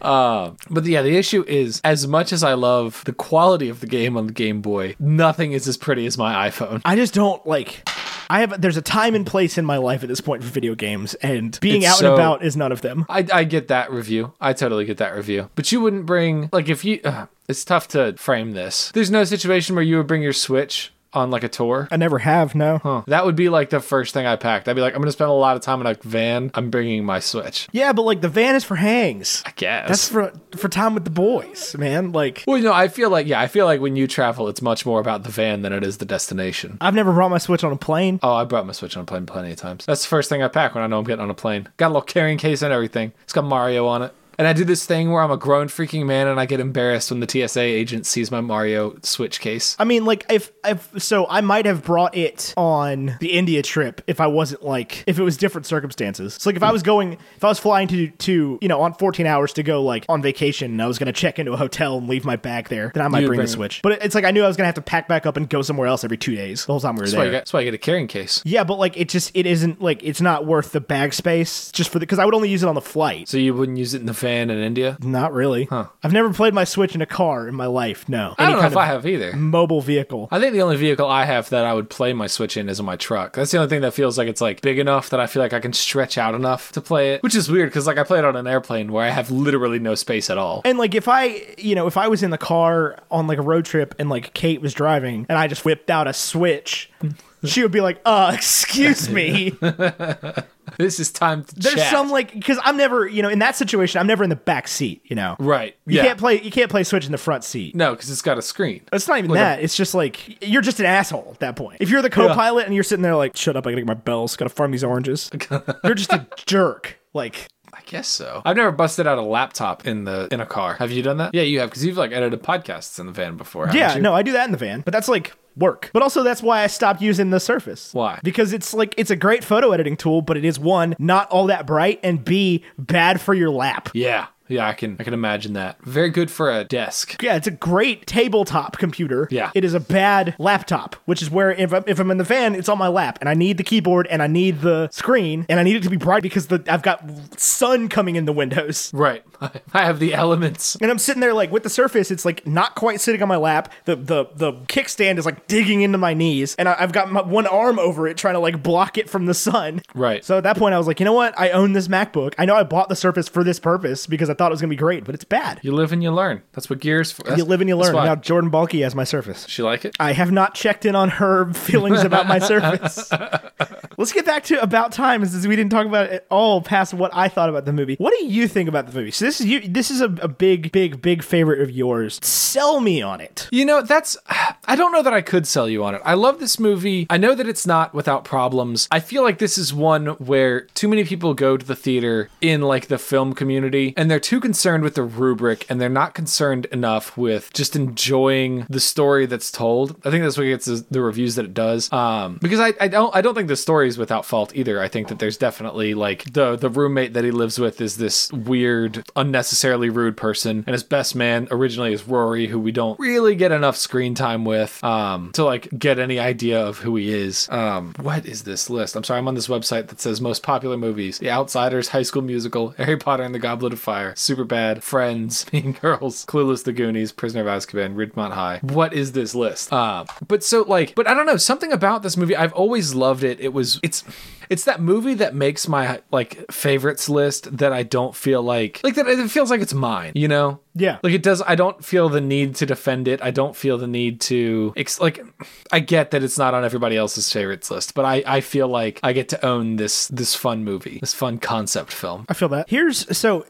[SPEAKER 2] Um, but yeah, the issue is as much as I love the quality of the game on the Game Boy, nothing is as pretty as my iPhone.
[SPEAKER 3] I just don't like. I have there's a time and place in my life at this point for video games, and being
[SPEAKER 2] It's
[SPEAKER 3] out
[SPEAKER 2] so-
[SPEAKER 3] and about is none of them.
[SPEAKER 2] I, I get that review. I totally get that review. But you wouldn't bring like if you. Uh, it's tough to frame this. There's no situation where you would bring your Switch on like a tour.
[SPEAKER 3] I never have. No.
[SPEAKER 2] That would be like the first thing I packed. I'd be like, I'm gonna spend a lot of time in a van. I'm bringing my Switch.
[SPEAKER 3] Yeah, but like the van is for hangs.
[SPEAKER 2] I guess
[SPEAKER 3] That's for for time with the boys, man. Like
[SPEAKER 2] Well, no, I feel like yeah, I feel like when you travel, it's much more about the van than it is the destination.
[SPEAKER 3] I've never brought my Switch on a plane.
[SPEAKER 2] Oh, I brought my Switch on a plane plenty of times. That's the first thing I pack when I know I'm getting on a plane. Got a little carrying case and everything. It's got Mario on it. And I do this thing where I'm a grown freaking man and I get embarrassed when the TSA agent sees my Mario Switch case.
[SPEAKER 3] I mean, like if if so, I might have brought it on the India trip if I wasn't like if it was different circumstances. So like if I was going, if I was flying to to you know on 14 hours to go like on vacation and I was gonna check into a hotel and leave my bag there, then I might
[SPEAKER 2] You'd
[SPEAKER 3] bring,
[SPEAKER 2] bring
[SPEAKER 3] the
[SPEAKER 2] it.
[SPEAKER 3] Switch. But it's like I knew I was gonna have to pack back up and go somewhere else every two days the whole time we were
[SPEAKER 2] That's why,
[SPEAKER 3] there.
[SPEAKER 2] I get, that's why I get a carrying case.
[SPEAKER 3] yeah, but like it just it isn't like it's not worth the bag space just for the because I would only use it on the flight.
[SPEAKER 2] So you wouldn't use it in the van in India?
[SPEAKER 3] Not really. I've never played my Switch in a car in my life. No.
[SPEAKER 2] I don't
[SPEAKER 3] Any
[SPEAKER 2] know if
[SPEAKER 3] kind of
[SPEAKER 2] I have either.
[SPEAKER 3] mobile vehicle.
[SPEAKER 2] I think the only vehicle I have that I would play my Switch in is in my truck. That's the only thing that feels like it's like big enough that I feel like I can stretch out enough to play it, which is weird because like I play it on an airplane where I have literally no space at all.
[SPEAKER 3] And like if I, you know, if I was in the car on like a road trip and like Kate was driving and I just whipped out a Switch, she would be like, "Uh, excuse me."
[SPEAKER 2] This is time to
[SPEAKER 3] There's
[SPEAKER 2] chat.
[SPEAKER 3] some like cuz I'm never, you know, in that situation, I'm never in the back seat, you know.
[SPEAKER 2] right.
[SPEAKER 3] You
[SPEAKER 2] yeah.
[SPEAKER 3] can't play you can't play Switch in the front seat.
[SPEAKER 2] no, because it's got a screen.
[SPEAKER 3] It's not even that. it's just like you're just an asshole at that point. If you're the co-pilot and you're sitting there like, "Shut up, I got to get my bells, got to farm these oranges." you're just a jerk. Like
[SPEAKER 2] I guess so. I've never busted out a laptop in the in a car. Have you done that? Yeah, you have because you've like edited podcasts in the van before. haven't
[SPEAKER 3] Yeah,
[SPEAKER 2] you?
[SPEAKER 3] no, I do that in the van, but that's like work. But also that's why I stopped using the Surface.
[SPEAKER 2] Why?
[SPEAKER 3] Because it's like it's a great photo editing tool, but it is one not all that bright and B bad for your lap.
[SPEAKER 2] Yeah. Yeah. I can. I can imagine that. Very good for a desk.
[SPEAKER 3] Yeah, it's a great tabletop computer.
[SPEAKER 2] Yeah.
[SPEAKER 3] It is a bad laptop, which is where if I'm, if I'm in the van, it's on my lap and I need the keyboard and I need the screen and I need it to be bright because the I've got sun coming in the windows.
[SPEAKER 2] Right. I have the elements.
[SPEAKER 3] And I'm sitting there like with the surface, it's like not quite sitting on my lap. The the the kickstand is like digging into my knees, and I, I've got my one arm over it trying to like block it from the sun.
[SPEAKER 2] Right.
[SPEAKER 3] So at that point, I was like, you know what? I own this MacBook. I know I bought the Surface for this purpose because I thought it was gonna be great, but it's bad.
[SPEAKER 2] You live and you learn. That's what gears for.
[SPEAKER 3] You live and you learn. Now
[SPEAKER 2] Now,
[SPEAKER 3] Jordan Balky has my Surface.
[SPEAKER 2] she like it.
[SPEAKER 3] I have not checked in on her feelings about my Surface. Let's get back to about time, since we didn't talk about it at all past what I thought about the movie. What do you think about the movie? So this is you. This is a, a big, big, big favorite of yours. Sell me on it.
[SPEAKER 2] You know, that's. I don't know that I could sell you on it. I love this movie. I know that it's not without problems. I feel like this is one where too many people go to the theater in like the film community and they're too concerned with the rubric and they're not concerned enough with just enjoying the story that's told. I think that's what gets the the reviews that it does. Um, because I, I don't I don't think the story Corey's without fault either. I think that there's definitely like the the roommate that he lives with is this weird, unnecessarily rude person, and his best man originally is Rory, who we don't really get enough screen time with um, to like get any idea of who he is. Um, what is this list? I'm sorry, I'm on this website that says most popular movies: The Outsiders, High School Musical, Harry Potter and the Goblet of Fire, Superbad, Friends, Mean Girls, Clueless, The Goonies, Prisoner of Azkaban, Ridgemont High. What is this list? Um, but so like, but I don't know something about this movie. I've always loved it. It was it's. It's that movie that makes my like favorites list that I don't feel like like that it feels like it's mine, you know?
[SPEAKER 3] Yeah.
[SPEAKER 2] Like it does I don't feel the need to defend it. I don't feel the need to it's like I get that it's not on everybody else's favorites list, but I I feel like I get to own this this fun movie, this fun concept film.
[SPEAKER 3] I feel that. Here's so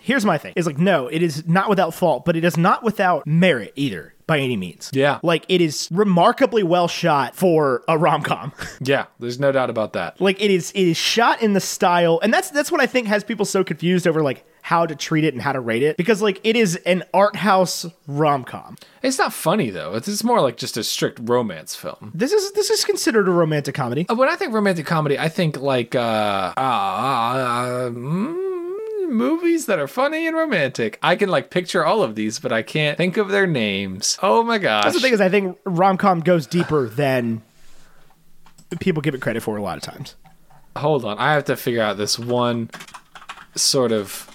[SPEAKER 3] here's my thing. It's like no, it is not without fault, but it is not without merit either by any means.
[SPEAKER 2] Yeah.
[SPEAKER 3] Like it is remarkably well shot for a rom-com.
[SPEAKER 2] Yeah, there's no doubt about that.
[SPEAKER 3] like it is it is shot in the style and that's that's what I think has people so confused over like how to treat it and how to rate it because like it is an art house rom-com.
[SPEAKER 2] It's not funny though. It's, it's more like just a strict romance film. Uh,
[SPEAKER 3] This is this is considered a romantic comedy.
[SPEAKER 2] When I think romantic comedy, I think like uh, uh, uh mm, movies that are funny and romantic. I can like picture all of these, but I can't think of their names. Oh my gosh.
[SPEAKER 3] That's the thing is I think rom-com goes deeper than people give it credit for a lot of times.
[SPEAKER 2] Hold on. I have to figure out this one sort of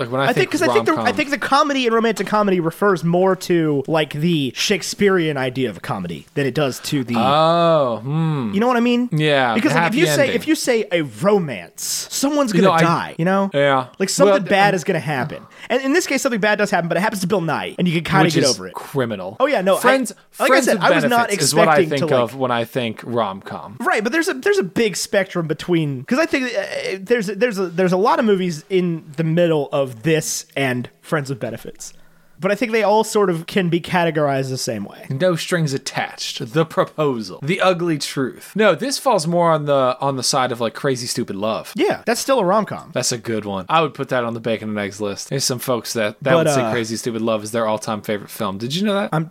[SPEAKER 2] like when I,
[SPEAKER 3] I think because I think the, I
[SPEAKER 2] rom-com-
[SPEAKER 3] think the comedy and romantic comedy refers more to like the Shakespearean idea of comedy than it does to the
[SPEAKER 2] Oh, hmm.
[SPEAKER 3] you know what I mean?
[SPEAKER 2] Yeah,
[SPEAKER 3] Because
[SPEAKER 2] the
[SPEAKER 3] like, if you
[SPEAKER 2] happy
[SPEAKER 3] say
[SPEAKER 2] ending.
[SPEAKER 3] if you say a romance, someone's gonna
[SPEAKER 2] know, I-
[SPEAKER 3] die. you know?
[SPEAKER 2] Yeah.
[SPEAKER 3] Like something
[SPEAKER 2] Well,
[SPEAKER 3] bad is gonna happen, and in this case, something bad does happen, but it happens to Bill Nye, and you can kind of
[SPEAKER 2] Which
[SPEAKER 3] get
[SPEAKER 2] is
[SPEAKER 3] over it.
[SPEAKER 2] criminal.
[SPEAKER 3] Oh, yeah, no, I-
[SPEAKER 2] friends.
[SPEAKER 3] like I
[SPEAKER 2] friends
[SPEAKER 3] said,
[SPEAKER 2] with
[SPEAKER 3] I was not
[SPEAKER 2] Benefits is what I
[SPEAKER 3] expecting to,
[SPEAKER 2] think of when I think rom com.
[SPEAKER 3] Right, but there's a there's a big spectrum between because I think uh, there's there's a, there's a lot of movies in the middle of this and Friends with Benefits, but I think they all sort of can be categorized the same way.
[SPEAKER 2] no strings attached the proposal the ugly truth no this falls more on the on the side of like crazy stupid love
[SPEAKER 3] Yeah, that's still a rom com.
[SPEAKER 2] that's a good one i would put that on the bacon and eggs list there's some folks that that
[SPEAKER 3] But,
[SPEAKER 2] would say
[SPEAKER 3] uh,
[SPEAKER 2] crazy stupid love is their all-time favorite film did you know that
[SPEAKER 3] I'm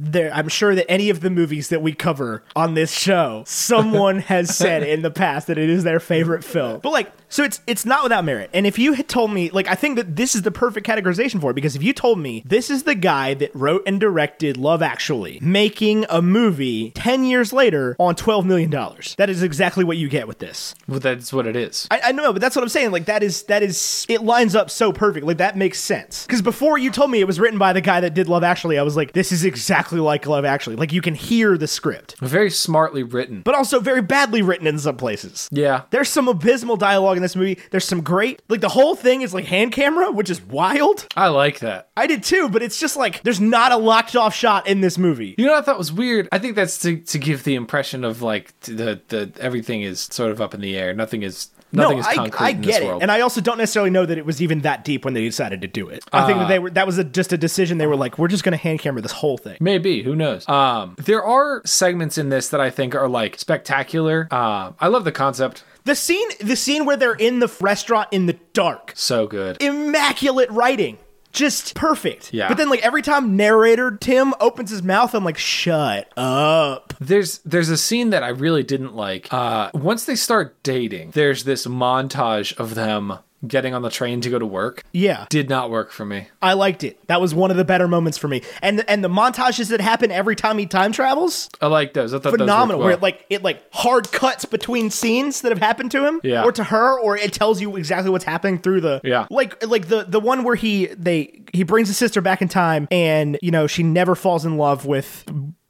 [SPEAKER 3] there. I'm sure that any of the movies that we cover on this show, someone has said in the past that it is their favorite film. But like, so it's it's not without merit. And if you had told me, like, I think that this is the perfect categorization for it because if you told me this is the guy that wrote and directed Love Actually, making a movie ten years later on twelve million dollars, that is exactly what you get with this.
[SPEAKER 2] well, that's what it is
[SPEAKER 3] I, I know, but that's what I'm saying. Like that is that is it lines up so perfect. Like that makes sense. Because before you told me it was written by the guy that did Love Actually, I was like, this is exactly like Love Actually. Like you can hear the script,
[SPEAKER 2] very smartly written
[SPEAKER 3] but also very badly written in some places.
[SPEAKER 2] yeah
[SPEAKER 3] There's some abysmal dialogue in this movie. There's some great, like the whole thing is like hand camera, which is wild.
[SPEAKER 2] i like that
[SPEAKER 3] I did too, but it's just like there's not a locked off shot in this movie.
[SPEAKER 2] you know what I thought was weird? I think that's to, to give the impression of like t- the the everything is sort of up in the air. Nothing is nothing
[SPEAKER 3] no,
[SPEAKER 2] is
[SPEAKER 3] I,
[SPEAKER 2] concrete
[SPEAKER 3] I
[SPEAKER 2] in
[SPEAKER 3] get
[SPEAKER 2] this
[SPEAKER 3] it,
[SPEAKER 2] world.
[SPEAKER 3] and I also don't necessarily know that it was even that deep when they decided to do it. I think
[SPEAKER 2] Uh,
[SPEAKER 3] that they were that was a, just a decision they were like, we're just going to hand camera this whole thing.
[SPEAKER 2] Maybe who knows? Um, there are segments in this that I think are like spectacular. Um, I love the concept.
[SPEAKER 3] The scene, the scene where they're in the f- restaurant in the dark,
[SPEAKER 2] So good.
[SPEAKER 3] immaculate writing, just perfect.
[SPEAKER 2] Yeah.
[SPEAKER 3] But then, like every time narrator Tim opens his mouth, I'm like, shut up.
[SPEAKER 2] There's there's a scene that I really didn't like. Uh, once they start dating, there's this montage of them getting on the train to go to work.
[SPEAKER 3] Yeah,
[SPEAKER 2] Did not work for me.
[SPEAKER 3] I liked it. That was one of the better moments for me. And and the montages that happen every time he time travels,
[SPEAKER 2] I like those. I thought
[SPEAKER 3] phenomenal.
[SPEAKER 2] Those
[SPEAKER 3] Where
[SPEAKER 2] worked
[SPEAKER 3] it like it like hard cuts between scenes that have happened to him,
[SPEAKER 2] Yeah.
[SPEAKER 3] or to her, or it tells you exactly what's happening through the
[SPEAKER 2] Yeah.
[SPEAKER 3] Like like the the one where he they he brings his sister back in time, and you know she never falls in love with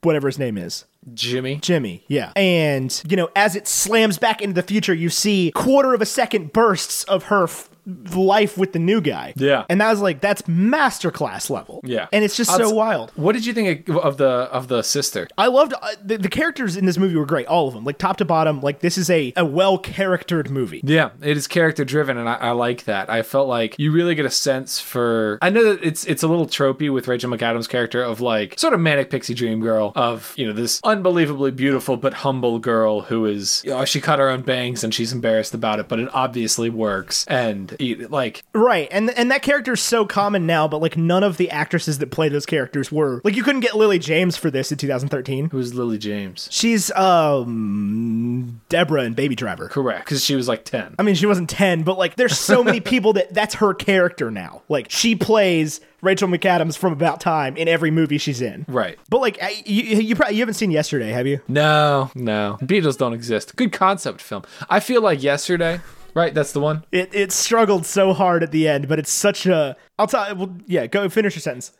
[SPEAKER 3] whatever his name is.
[SPEAKER 2] well. Jimmy.
[SPEAKER 3] Jimmy, yeah. And, you know, as it slams back into the future, you see quarter of a second bursts of her f- life with the new guy.
[SPEAKER 2] Yeah.
[SPEAKER 3] And that was like, that's masterclass level.
[SPEAKER 2] Yeah.
[SPEAKER 3] And it's just
[SPEAKER 2] That's-
[SPEAKER 3] so wild.
[SPEAKER 2] What did you think of the of the sister?
[SPEAKER 3] I loved uh, the, the characters in this movie were great, all of them, like top to bottom. Like this is a, a well charactered movie.
[SPEAKER 2] Yeah, it is character driven, and I, I like that. I felt like you really get a sense for. I know that it's it's a little tropey with Rachel McAdams' character of like sort of manic pixie dream girl of you know this unbelievably beautiful but humble girl who is you know, she cut her own bangs and she's embarrassed about it, but it obviously works, and eat. Like,
[SPEAKER 3] Right, and and that character is so common now, but like none of the actresses that play those characters were like you couldn't get Lily James for this in 2013.
[SPEAKER 2] who's Lily James?
[SPEAKER 3] She's um Deborah in Baby Driver.
[SPEAKER 2] Correct, because she was like ten.
[SPEAKER 3] I mean, she wasn't 10, but like there's so many people that that's her character now. Like she plays Rachel McAdams from About Time in every movie she's in.
[SPEAKER 2] Right.
[SPEAKER 3] But like I- you, you probably you haven't seen Yesterday, have you?
[SPEAKER 2] No, no. Beatles don't exist. Good concept film. I feel like yesterday, right? That's the one.
[SPEAKER 3] It it struggled so hard at the end, but it's such a I'll tell well, yeah, go finish your sentence.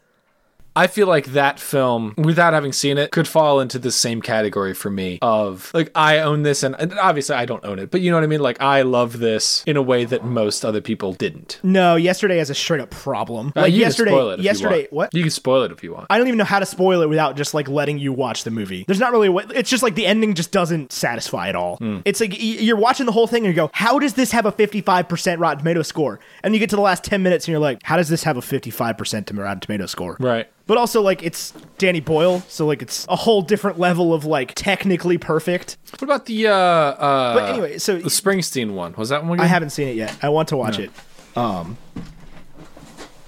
[SPEAKER 2] I feel like that film, without having seen it, could fall into the same category for me of like I own this, and, and obviously I don't own it, but you know what I mean. Like I love this in a way that most other people didn't.
[SPEAKER 3] No, Yesterday has a straight up problem.
[SPEAKER 2] Uh,
[SPEAKER 3] Like
[SPEAKER 2] you
[SPEAKER 3] yesterday,
[SPEAKER 2] can spoil it. If
[SPEAKER 3] yesterday,
[SPEAKER 2] you want.
[SPEAKER 3] what?
[SPEAKER 2] You can spoil it if you want.
[SPEAKER 3] I don't even know how to spoil it without just like letting you watch the movie. There's not really a way. It's just like the ending just doesn't satisfy at all.
[SPEAKER 2] Hmm.
[SPEAKER 3] It's like y- you're watching the whole thing and you go, how does this have a 55% Rotten Tomato score? And you get to the last 10 minutes and you're like, how does this have a 55% to Rotten Tomato score?
[SPEAKER 2] right.
[SPEAKER 3] But also like it's Danny Boyle, so like it's a whole different level of like technically perfect.
[SPEAKER 2] What about the uh, uh
[SPEAKER 3] But anyway, so
[SPEAKER 2] the Springsteen one? Was that one? Good?
[SPEAKER 3] I haven't seen it yet. I want to watch it. Um,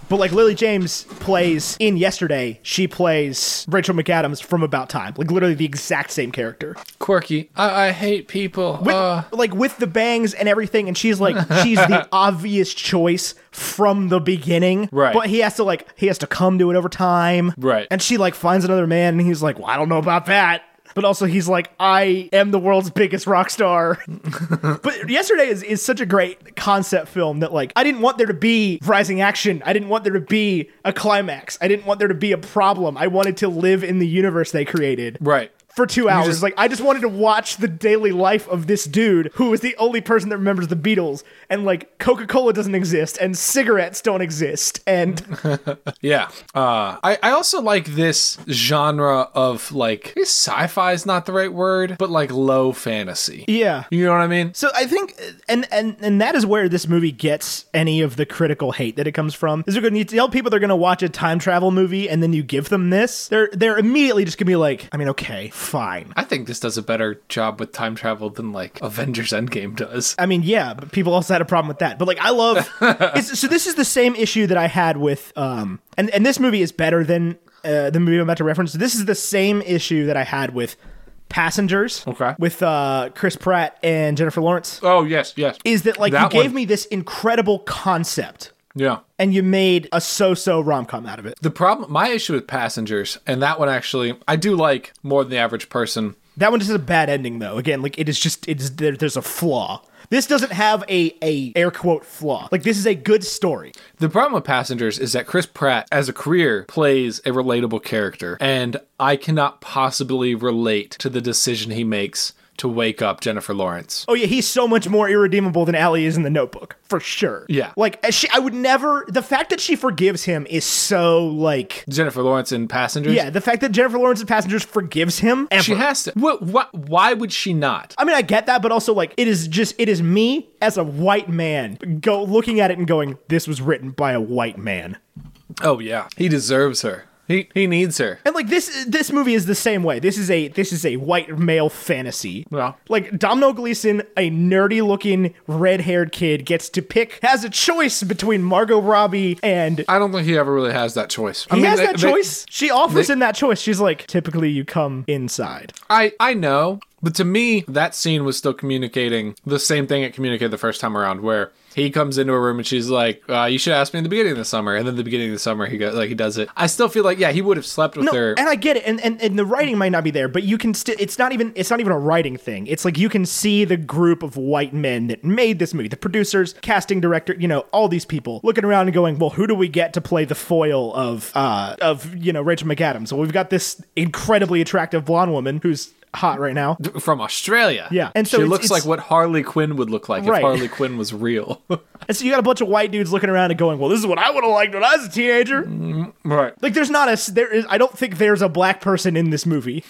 [SPEAKER 3] but like Lily James plays in Yesterday, she plays Rachel McAdams from About Time, like literally the exact same character,
[SPEAKER 2] quirky. I, I hate people.
[SPEAKER 3] with,
[SPEAKER 2] uh,
[SPEAKER 3] like with the bangs and everything. And she's like, she's the obvious choice from the beginning,
[SPEAKER 2] Right.
[SPEAKER 3] But he has to like, he has to come to it over time,
[SPEAKER 2] Right.
[SPEAKER 3] And she like finds another man, and he's like, well, I don't know about that. But also, he's like, I am the world's biggest rock star. But yesterday is, is such a great concept film that like I didn't want there to be rising action. I didn't want there to be a climax. I didn't want there to be a problem. I wanted to live in the universe they created.
[SPEAKER 2] right.
[SPEAKER 3] For two hours.
[SPEAKER 2] just-
[SPEAKER 3] like I just wanted to watch the daily life of this dude who is the only person that remembers the Beatles and like Coca-Cola doesn't exist and cigarettes don't exist and
[SPEAKER 2] Yeah. Uh, I, I also like this genre of like, I guess sci-fi is not the right word, but like low fantasy.
[SPEAKER 3] Yeah.
[SPEAKER 2] You know what I mean?
[SPEAKER 3] So I think, and and and that is where this movie gets any of the critical hate that it comes from. Is they're going to tell people they're going to watch a time travel movie, and then you give them this, they're they're immediately just going to be like, I mean, okay, fine.
[SPEAKER 2] I think this does a better job with time travel than like Avengers Endgame does.
[SPEAKER 3] I mean, yeah, but people also had a problem with that. But like, I love. it's, so this is the same issue that I had with, um, and and this movie is better than uh, the movie I'm about to reference. This is the same issue that I had with Passengers.
[SPEAKER 2] Okay.
[SPEAKER 3] With uh, Chris Pratt and Jennifer Lawrence.
[SPEAKER 2] Oh yes, yes.
[SPEAKER 3] Is that like
[SPEAKER 2] That
[SPEAKER 3] you gave
[SPEAKER 2] one.
[SPEAKER 3] me this incredible concept
[SPEAKER 2] yeah.
[SPEAKER 3] and you made a so-so rom-com out of it.
[SPEAKER 2] The problem, my issue with Passengers, and that one actually, I do like more than the average person.
[SPEAKER 3] That one just has a bad ending though. Again, like it is just it is there, there's a flaw. This doesn't have a a air quote flaw. Like this is a good story.
[SPEAKER 2] The problem with Passengers is that Chris Pratt, as a career, plays a relatable character, and I cannot possibly relate to the decision he makes to wake up Jennifer Lawrence.
[SPEAKER 3] Oh yeah, he's so much more irredeemable than Allie is in the Notebook for sure.
[SPEAKER 2] Yeah.
[SPEAKER 3] like as she, I would never. The fact that she forgives him is so like
[SPEAKER 2] Jennifer Lawrence in Passengers.
[SPEAKER 3] yeah. The fact that Jennifer Lawrence and Passengers forgives him. Ever.
[SPEAKER 2] she has to. What? What? Why would she not?
[SPEAKER 3] I mean, I get that, but also like it is just it is me as a white man go looking at it and going, this was written by a white man.
[SPEAKER 2] Oh yeah, he deserves her. He he needs her.
[SPEAKER 3] And like this this movie is the same way. This is a this is a white male fantasy.
[SPEAKER 2] Yeah.
[SPEAKER 3] Like Domino Gleason, a nerdy looking red haired kid, gets to pick has a choice between Margot Robbie and
[SPEAKER 2] I don't think he ever really has that choice. I
[SPEAKER 3] he has
[SPEAKER 2] they-
[SPEAKER 3] that
[SPEAKER 2] they-
[SPEAKER 3] choice. She offers
[SPEAKER 2] they-
[SPEAKER 3] him that choice. She's like, typically you come inside.
[SPEAKER 2] I I know, but to me, that scene was still communicating the same thing it communicated the first time around, where he comes into a room and she's like, uh, "You should ask me in the beginning of the summer," and then the beginning of the summer he goes like he does it. I still feel like yeah, he would have slept with
[SPEAKER 3] No,
[SPEAKER 2] her.
[SPEAKER 3] and I get it, and, and and the writing might not be there, but you can still. It's not even. It's not even a writing thing. It's like you can see the group of white men that made this movie, the producers, casting director, you know, all these people looking around and going, well, who do we get to play the foil of uh of you know Rachel McAdams? Well, we've got this incredibly attractive blonde woman who's hot right now.
[SPEAKER 2] from Australia,
[SPEAKER 3] Yeah, and so
[SPEAKER 2] she
[SPEAKER 3] it's-
[SPEAKER 2] looks
[SPEAKER 3] it's-
[SPEAKER 2] like what Harley Quinn would look like
[SPEAKER 3] Right.
[SPEAKER 2] if Harley Quinn was real,
[SPEAKER 3] And so you got a bunch of white dudes looking around and going, well, this is what I would have liked when I was a teenager.
[SPEAKER 2] right?
[SPEAKER 3] Like, there's not a s- there is. I don't think there's a black person in this movie.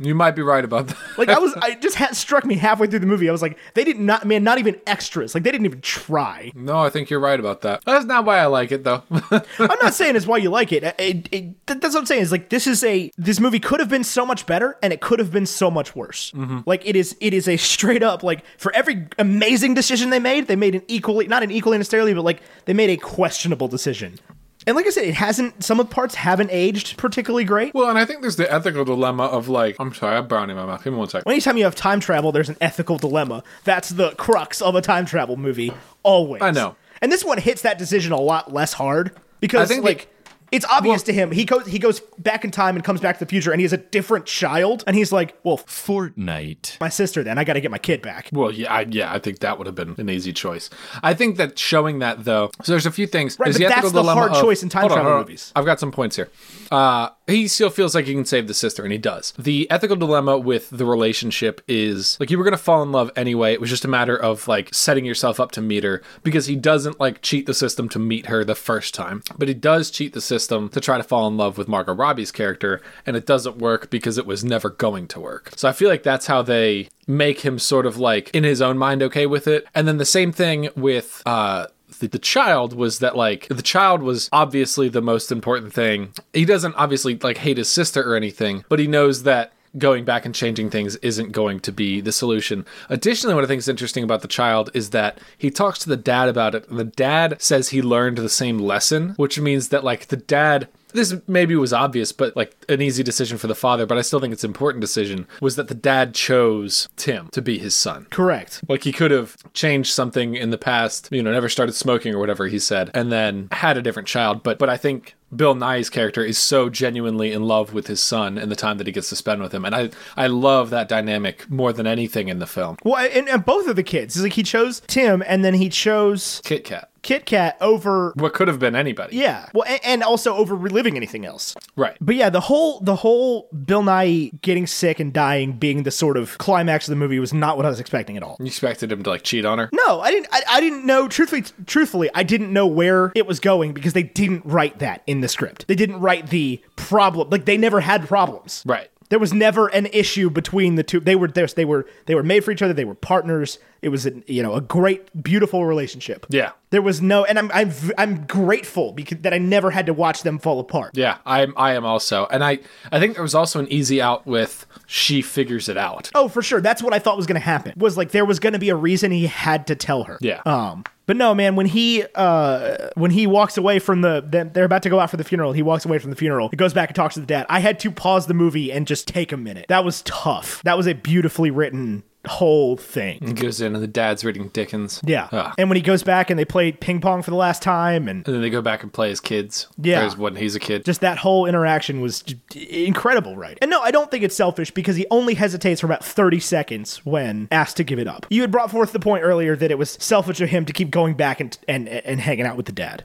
[SPEAKER 2] You might be right about that.
[SPEAKER 3] Like I was, I it just ha- struck me halfway through the movie. I was like, they did not, man, not even extras. Like they didn't even try.
[SPEAKER 2] No, I think you're right about that. That's not why I like it though.
[SPEAKER 3] I'm not saying it's why you like it. It- it- it- th- that's what I'm saying. Is like this is a this movie could have been so much better, and it could have been so much worse. Like it is, it is a straight up like for every amazing decision they made, they made an equally not an equally necessarily, but like they made a questionable decision. And like I said, it hasn't. Some of the parts haven't aged particularly great.
[SPEAKER 2] Well, and I think there's the ethical dilemma of like, I'm sorry, I have brown in my mouth. Give me one second.
[SPEAKER 3] Anytime you have time travel, there's an ethical dilemma. That's the crux of a time travel movie, always.
[SPEAKER 2] I know.
[SPEAKER 3] And this one hits that decision a lot less hard because,
[SPEAKER 2] I think
[SPEAKER 3] like, it's obvious
[SPEAKER 2] Well-
[SPEAKER 3] to him. He goes, he goes back in time and comes back to the future, and he's a different child. And he's like, "Well, f-
[SPEAKER 1] Fortnite.
[SPEAKER 3] my sister, then I got to get my kid back."
[SPEAKER 2] Well, yeah, I, yeah, I think that would have been an easy choice. I think that showing that though, so there's a few things. Right,
[SPEAKER 3] but that's the hard choice in time travel movies.
[SPEAKER 2] I've got some points here. Uh, he still feels like he can save the sister, and he does. The ethical dilemma with the relationship is like you were gonna fall in love anyway. It was just a matter of like setting yourself up to meet her because he doesn't like cheat the system to meet her the first time, but he does cheat the system to try to fall in love with Margot Robbie's character, and it doesn't work because it was never going to work. So I feel like that's how they make him sort of like in his own mind okay with it. And then the same thing with uh the, the child was that like the child was obviously the most important thing. He doesn't obviously like hate his sister or anything, but he knows that going back and changing things isn't going to be the solution. Additionally, one of the things interesting about the child is that he talks to the dad about it, and the dad says he learned the same lesson, which means that like the dad this maybe was obvious, but like an easy decision for the father, but I still think it's an important decision was that the dad chose Tim to be his son.
[SPEAKER 3] Correct.
[SPEAKER 2] Like he could have changed something in the past, you know, never started smoking or whatever he said, and then had a different child. But but I think Bill Nye's character is so genuinely in love with his son and the time that he gets to spend with him, and I I love that dynamic more than anything in the film.
[SPEAKER 3] Well, and, and both of the kids. It's like he chose Tim, and then he chose
[SPEAKER 2] Kit Kat,
[SPEAKER 3] Kit Kat over.
[SPEAKER 2] what could have been anybody,
[SPEAKER 3] Yeah. Well, and, and also over reliving anything else.
[SPEAKER 2] right?
[SPEAKER 3] But yeah, the whole the whole Bill Nye getting sick and dying being the sort of climax of the movie was not what I was expecting at all.
[SPEAKER 2] You expected him to like cheat on her.
[SPEAKER 3] No, I didn't. I, I didn't know. Truthfully, truthfully, I didn't know where it was going because they didn't write that in the script. They didn't write the problem. Like they never had problems.
[SPEAKER 2] Right.
[SPEAKER 3] There was never an issue between the two. They were there. They were they were made for each other. They were partners. It was an, you know a great beautiful relationship.
[SPEAKER 2] Yeah.
[SPEAKER 3] There was no, and I'm I'm v- I'm grateful because that I never had to watch them fall apart.
[SPEAKER 2] Yeah, I am. I am also, and I I think there was also an easy out with she figures it out.
[SPEAKER 3] Oh, for sure. That's what I thought was going to happen. Was like there was going to be a reason he had to tell her.
[SPEAKER 2] Yeah.
[SPEAKER 3] Um. But no, man. When he uh when he walks away from the them- they're about to go out for the funeral. He walks away from the funeral. He goes back and talks to the dad. I had to pause the movie and just take a minute. That was tough. That was a beautifully written whole thing.
[SPEAKER 2] He goes in and the dad's reading Dickens.
[SPEAKER 3] Yeah.
[SPEAKER 2] Ugh.
[SPEAKER 3] And when he goes back and they play ping pong for the last time and
[SPEAKER 2] And then they go back and play as kids.
[SPEAKER 3] Yeah.
[SPEAKER 2] Or as when he's a kid.
[SPEAKER 3] just that whole interaction was j- incredible, right? And no, I don't think it's selfish because he only hesitates for about 30 seconds when asked to give it up. You had brought forth the point earlier that it was selfish of him to keep going back and and, and hanging out with the dad.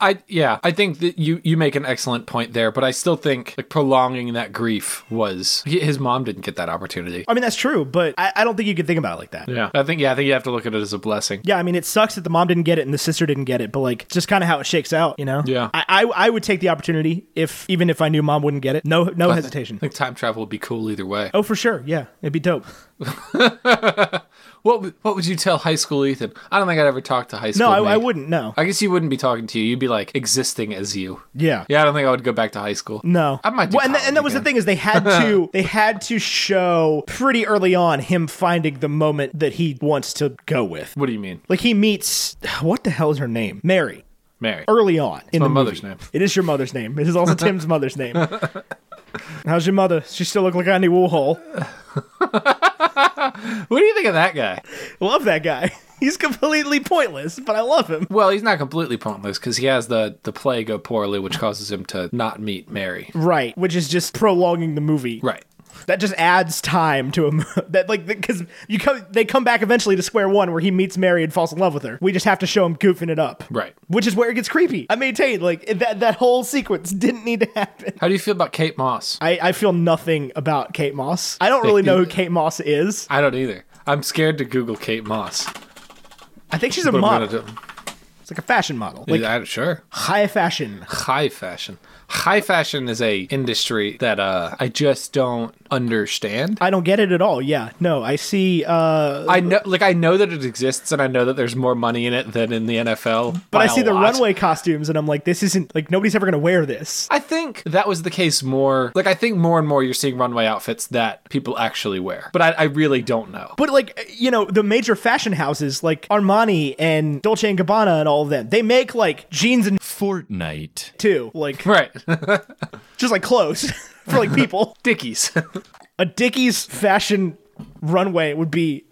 [SPEAKER 2] I yeah, I think that you you make an excellent point there, but I still think like prolonging that grief was he, his mom didn't get that opportunity.
[SPEAKER 3] I mean, that's true, but I, I don't think you can think about it like that.
[SPEAKER 2] Yeah. I think yeah, I think you have to look at it as a blessing.
[SPEAKER 3] Yeah, I mean, it sucks that the mom didn't get it and the sister didn't get it, but like, it's just kind of how it shakes out, you know?
[SPEAKER 2] Yeah.
[SPEAKER 3] I, I, I would take the opportunity if, even if I knew mom wouldn't get it. No, no hesitation.
[SPEAKER 2] I think time travel would be cool either way.
[SPEAKER 3] Oh, for sure. Yeah. It'd be dope.
[SPEAKER 2] What w- what would you tell high school Ethan? I don't think I'd ever talk to high school.
[SPEAKER 3] No, I, I
[SPEAKER 2] me.
[SPEAKER 3] wouldn't. No.
[SPEAKER 2] I guess you wouldn't be talking to you. You'd be like existing as you.
[SPEAKER 3] Yeah.
[SPEAKER 2] Yeah, I don't think I would go back to high school.
[SPEAKER 3] No,
[SPEAKER 2] I might do
[SPEAKER 3] Well, and, th-
[SPEAKER 2] college
[SPEAKER 3] and that was the
[SPEAKER 2] again.
[SPEAKER 3] thing is they had to they had to show pretty early on him finding the moment that he wants to go with.
[SPEAKER 2] What do you mean?
[SPEAKER 3] Like he meets what the hell is her name? Mary.
[SPEAKER 2] Mary.
[SPEAKER 3] Early on in
[SPEAKER 2] my
[SPEAKER 3] the
[SPEAKER 2] mother's
[SPEAKER 3] movie.
[SPEAKER 2] name.
[SPEAKER 3] It is your mother's name. It is also Tim's mother's name. How's your mother? She still look like Andy Warhol.
[SPEAKER 2] What do you think of that guy?
[SPEAKER 3] Love that guy. He's completely pointless, but I love him.
[SPEAKER 2] Well, he's not completely pointless because he has the the play go poorly, which causes him to not meet Mary.
[SPEAKER 3] Right, which is just prolonging the movie.
[SPEAKER 2] Right.
[SPEAKER 3] That just adds time to him. That like because you come, they come back eventually to square one where he meets Mary and falls in love with her. We just have to show him goofing it up,
[SPEAKER 2] Right.
[SPEAKER 3] Which is where it gets creepy. I maintain like that that whole sequence didn't need to happen.
[SPEAKER 2] How do you feel about Kate Moss?
[SPEAKER 3] I, I feel nothing about Kate Moss. I don't really know who Kate Moss is.
[SPEAKER 2] I don't either. I'm scared to Google Kate Moss.
[SPEAKER 3] I think she's a
[SPEAKER 2] But I'm
[SPEAKER 3] model.
[SPEAKER 2] gonna do-
[SPEAKER 3] It's like a fashion model, like
[SPEAKER 2] I- sure.
[SPEAKER 3] high fashion.
[SPEAKER 2] High fashion. high fashion is a industry that uh, I just don't understand.
[SPEAKER 3] I don't get it at all. Yeah, no, I see. Uh,
[SPEAKER 2] I know, like, I know that it exists, and I know that there's more money in it than in the NFL.
[SPEAKER 3] but
[SPEAKER 2] by
[SPEAKER 3] I
[SPEAKER 2] a
[SPEAKER 3] see the
[SPEAKER 2] lot.
[SPEAKER 3] runway costumes, and I'm like, this isn't like nobody's ever gonna wear this.
[SPEAKER 2] I think that was the case more. Like, I think more and more you're seeing runway outfits that people actually wear. But I, I really don't know.
[SPEAKER 3] But like you know, the major fashion houses like Armani and Dolce and Gabbana and all of them, they make like jeans and
[SPEAKER 1] Fortnite.
[SPEAKER 3] too, like
[SPEAKER 2] Right.
[SPEAKER 3] just like clothes for like people.
[SPEAKER 2] Dickies.
[SPEAKER 3] A Dickies fashion runway would be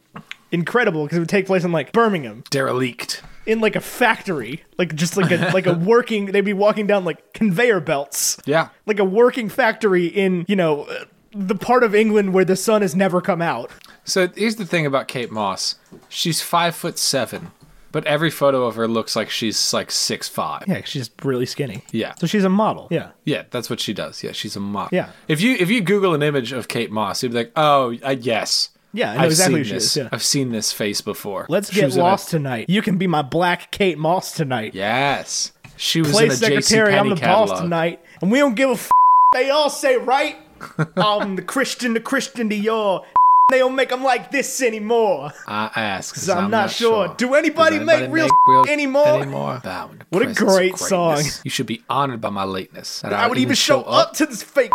[SPEAKER 3] incredible because it would take place in like Birmingham,
[SPEAKER 2] Derelict.
[SPEAKER 3] in like a factory, like just like a like a working. They'd be walking down like conveyor belts.
[SPEAKER 2] Yeah.
[SPEAKER 3] like a working factory in you know uh, the part of England where the sun has never come out.
[SPEAKER 2] So here's the thing about Kate Moss. She's five foot seven, but every photo of her looks like she's like six five.
[SPEAKER 3] Yeah, she's really skinny.
[SPEAKER 2] Yeah.
[SPEAKER 3] so she's a model. Yeah,
[SPEAKER 2] Yeah, that's what she does. Yeah, she's a model.
[SPEAKER 3] Yeah.
[SPEAKER 2] If you if you Google an image of Kate Moss, you'd be like, oh, uh, yes.
[SPEAKER 3] Yeah, I know exactly
[SPEAKER 2] seen
[SPEAKER 3] who she
[SPEAKER 2] this.
[SPEAKER 3] is, yeah.
[SPEAKER 2] I've seen this face before.
[SPEAKER 3] let's
[SPEAKER 2] She
[SPEAKER 3] get
[SPEAKER 2] was in a-
[SPEAKER 3] lost tonight. You can be my black Kate Moss tonight.
[SPEAKER 2] yes. She was
[SPEAKER 3] Play
[SPEAKER 2] in a
[SPEAKER 3] secretary.
[SPEAKER 2] JCPenney
[SPEAKER 3] I'm the
[SPEAKER 2] catalog.
[SPEAKER 3] boss tonight, and we don't give a. F- they all say right. I'm the Christian, the Christian Dior. They don't make them like this anymore.
[SPEAKER 2] I ask. 'cause
[SPEAKER 3] I'm
[SPEAKER 2] I'm,
[SPEAKER 3] not sure. Do anybody make real anymore?
[SPEAKER 2] Bow in the
[SPEAKER 3] What a
[SPEAKER 2] presence of
[SPEAKER 3] great song.
[SPEAKER 2] greatness. You should be honored by my lateness. That
[SPEAKER 3] I would even show up to this fake.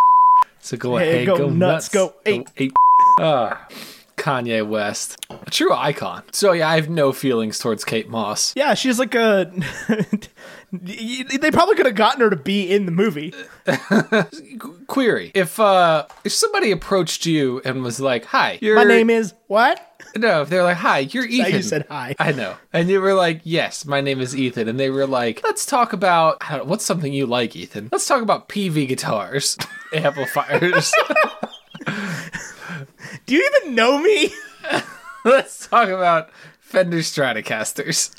[SPEAKER 2] So go ahead, go, nuts,
[SPEAKER 3] go ape.
[SPEAKER 2] Ah, Kanye West, a true icon. So yeah, I have no feelings towards Kate Moss.
[SPEAKER 3] Yeah, she's like a. they probably could have gotten her to be in the movie.
[SPEAKER 2] Query: If uh, if somebody approached you and was like, "Hi, you're,
[SPEAKER 3] My name is what?
[SPEAKER 2] no," if they were like, "Hi, you're
[SPEAKER 3] how
[SPEAKER 2] Ethan,"
[SPEAKER 3] you said hi.
[SPEAKER 2] I know, and you were like, "Yes, my name is Ethan," and they were like, "Let's talk about I don't know, what's something you like, Ethan. Let's talk about PV guitars, amplifiers."
[SPEAKER 3] Do you even know me?
[SPEAKER 2] Let's talk about Fender Stratocasters.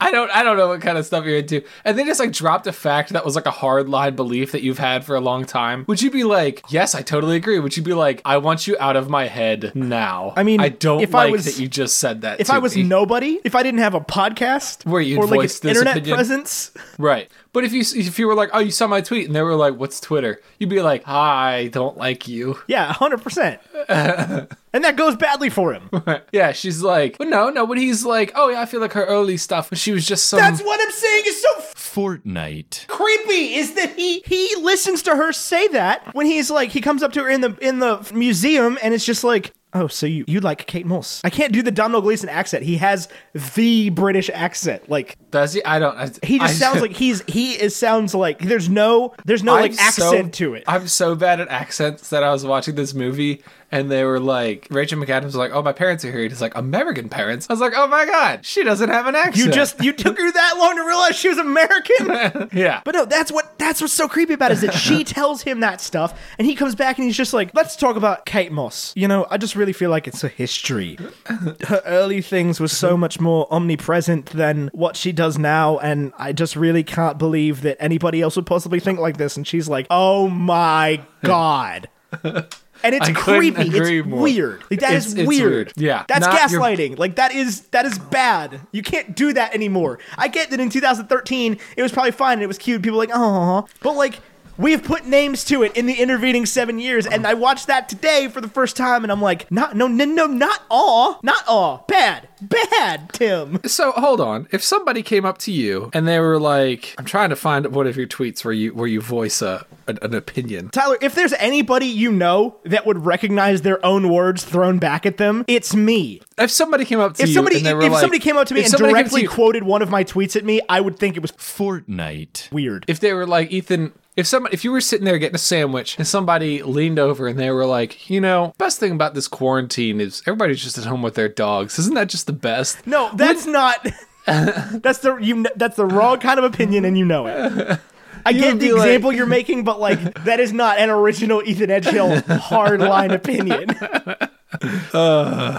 [SPEAKER 2] I don't I don't know what kind of stuff you're into. And they just like dropped a fact that was like a hard line belief that you've had for a long time. Would you be like, "Yes, I totally agree." Would you be like, "I want you out of my head now."
[SPEAKER 3] I mean,
[SPEAKER 2] I don't
[SPEAKER 3] if I
[SPEAKER 2] like
[SPEAKER 3] was-
[SPEAKER 2] that you just said that.
[SPEAKER 3] If
[SPEAKER 2] to
[SPEAKER 3] I was
[SPEAKER 2] me.
[SPEAKER 3] nobody, if I didn't have a podcast
[SPEAKER 2] Where you'd
[SPEAKER 3] or like
[SPEAKER 2] voice
[SPEAKER 3] an
[SPEAKER 2] this
[SPEAKER 3] internet
[SPEAKER 2] opinion.
[SPEAKER 3] presence,
[SPEAKER 2] right. But if you if you were like, "Oh, you saw my tweet." And they were like, "What's Twitter?" You'd be like, "I don't like you."
[SPEAKER 3] yeah, hundred percent. And that goes badly for him.
[SPEAKER 2] yeah, she's like, "But no, no, but he's like, "Oh, yeah, I feel like her early stuff when she was just some
[SPEAKER 3] That's what I'm saying is so f-
[SPEAKER 1] Fortnite.
[SPEAKER 3] creepy. Is that he he listens to her say that when he's like he comes up to her in the in the museum and it's just like. Oh, so you, you like Kate Moss? I can't do the Domino Gleason accent. He has the British accent. Like
[SPEAKER 2] Does he? I don't. I,
[SPEAKER 3] He just
[SPEAKER 2] I-
[SPEAKER 3] sounds like he's he is sounds like there's no there's no like
[SPEAKER 2] I'm so-
[SPEAKER 3] accent to it.
[SPEAKER 2] I'm so bad at accents that I was watching this movie and they were like, Rachel McAdams was like, "Oh, my parents are here." And he's like, "American parents." I was like, "Oh my god, she doesn't have an accent."
[SPEAKER 3] you just you took her that long to realize she was American.
[SPEAKER 2] yeah.
[SPEAKER 3] but no, that's what that's what's so creepy about it, is that she tells him that stuff and he comes back and he's just like, "Let's talk about Kate Moss." You know, I just really feel like it's a history. Her early things were so much more omnipresent than what she does now and I just really can't believe that anybody else would possibly think like this and she's like, "Oh my god." And it's
[SPEAKER 2] I couldn't
[SPEAKER 3] creepy.
[SPEAKER 2] agree
[SPEAKER 3] It's
[SPEAKER 2] more.
[SPEAKER 3] weird. Like that
[SPEAKER 2] It's-
[SPEAKER 3] is
[SPEAKER 2] it's
[SPEAKER 3] weird.
[SPEAKER 2] weird. Yeah.
[SPEAKER 3] That's
[SPEAKER 2] Not your-
[SPEAKER 3] gaslighting. Like that is that is bad. You can't do that anymore. I get that in 2013 it was probably fine and it was cute. People were like, "Oh." But like we've put names to it in the intervening 7 years and I watched that today for the first time and I'm like, "Not no no no not all. Not all. Bad. Bad, Tim."
[SPEAKER 2] So hold on. If somebody came up to you and they were like, "I'm trying to find one of your tweets where you where you voice a an, an opinion,"
[SPEAKER 3] Tyler, if there's anybody you know that would recognize their own words thrown back at them, it's me.
[SPEAKER 2] if somebody came up to
[SPEAKER 3] If
[SPEAKER 2] you,
[SPEAKER 3] somebody
[SPEAKER 2] and they
[SPEAKER 3] if
[SPEAKER 2] were like-
[SPEAKER 3] somebody came up to me
[SPEAKER 2] if
[SPEAKER 3] and
[SPEAKER 2] somebody came to
[SPEAKER 3] directly
[SPEAKER 2] you-
[SPEAKER 3] quoted one of my tweets at me, I would think it was
[SPEAKER 1] Fortnite.
[SPEAKER 3] weird.
[SPEAKER 2] if they were like Ethan, if somebody, if you were sitting there getting a sandwich and somebody leaned over and they were like, you know, best thing about this quarantine is everybody's just at home with their dogs. Isn't that just the best?
[SPEAKER 3] No, that's not. that's the you. kn- That's the wrong kind of opinion, and you know it. I get
[SPEAKER 2] would
[SPEAKER 3] the
[SPEAKER 2] be like-
[SPEAKER 3] example you're making, but like that is not an original Ethan Edgehill hard line opinion.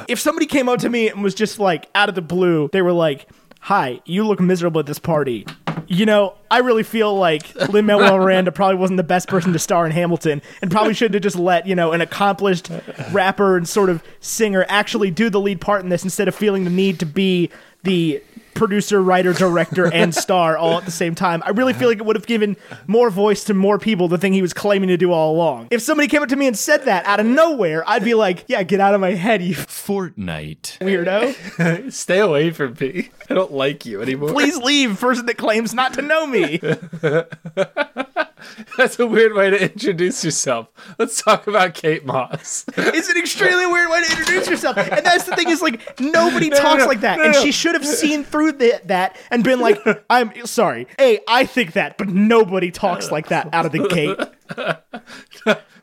[SPEAKER 3] If somebody came up to me and was just like out of the blue, they were like, "Hi, you look miserable at this party." You know, I really feel like Lin Manuel Miranda probably wasn't the best person to star in Hamilton, and probably should have just let you know an accomplished rapper and sort of singer actually do the lead part in this instead of feeling the need to be the producer, writer, director, and star all at the same time. I really feel like it would have given more voice to more people, the thing he was claiming to do all along. If somebody came up to me and said that out of nowhere, I'd be like, yeah, get out of my head, you
[SPEAKER 1] Fortnite.
[SPEAKER 3] weirdo.
[SPEAKER 2] Stay away from me. I don't like you anymore.
[SPEAKER 3] Please leave, person that claims not to know me.
[SPEAKER 2] That's a weird way to introduce yourself. Let's talk about Kate Moss.
[SPEAKER 3] It's an extremely weird way to introduce yourself. And that's the thing is like nobody talks
[SPEAKER 2] no,
[SPEAKER 3] like that.
[SPEAKER 2] no,
[SPEAKER 3] and
[SPEAKER 2] no.
[SPEAKER 3] she should have seen through the, that and been like, I'm sorry. Hey, I think that, but nobody talks like that out of the gate.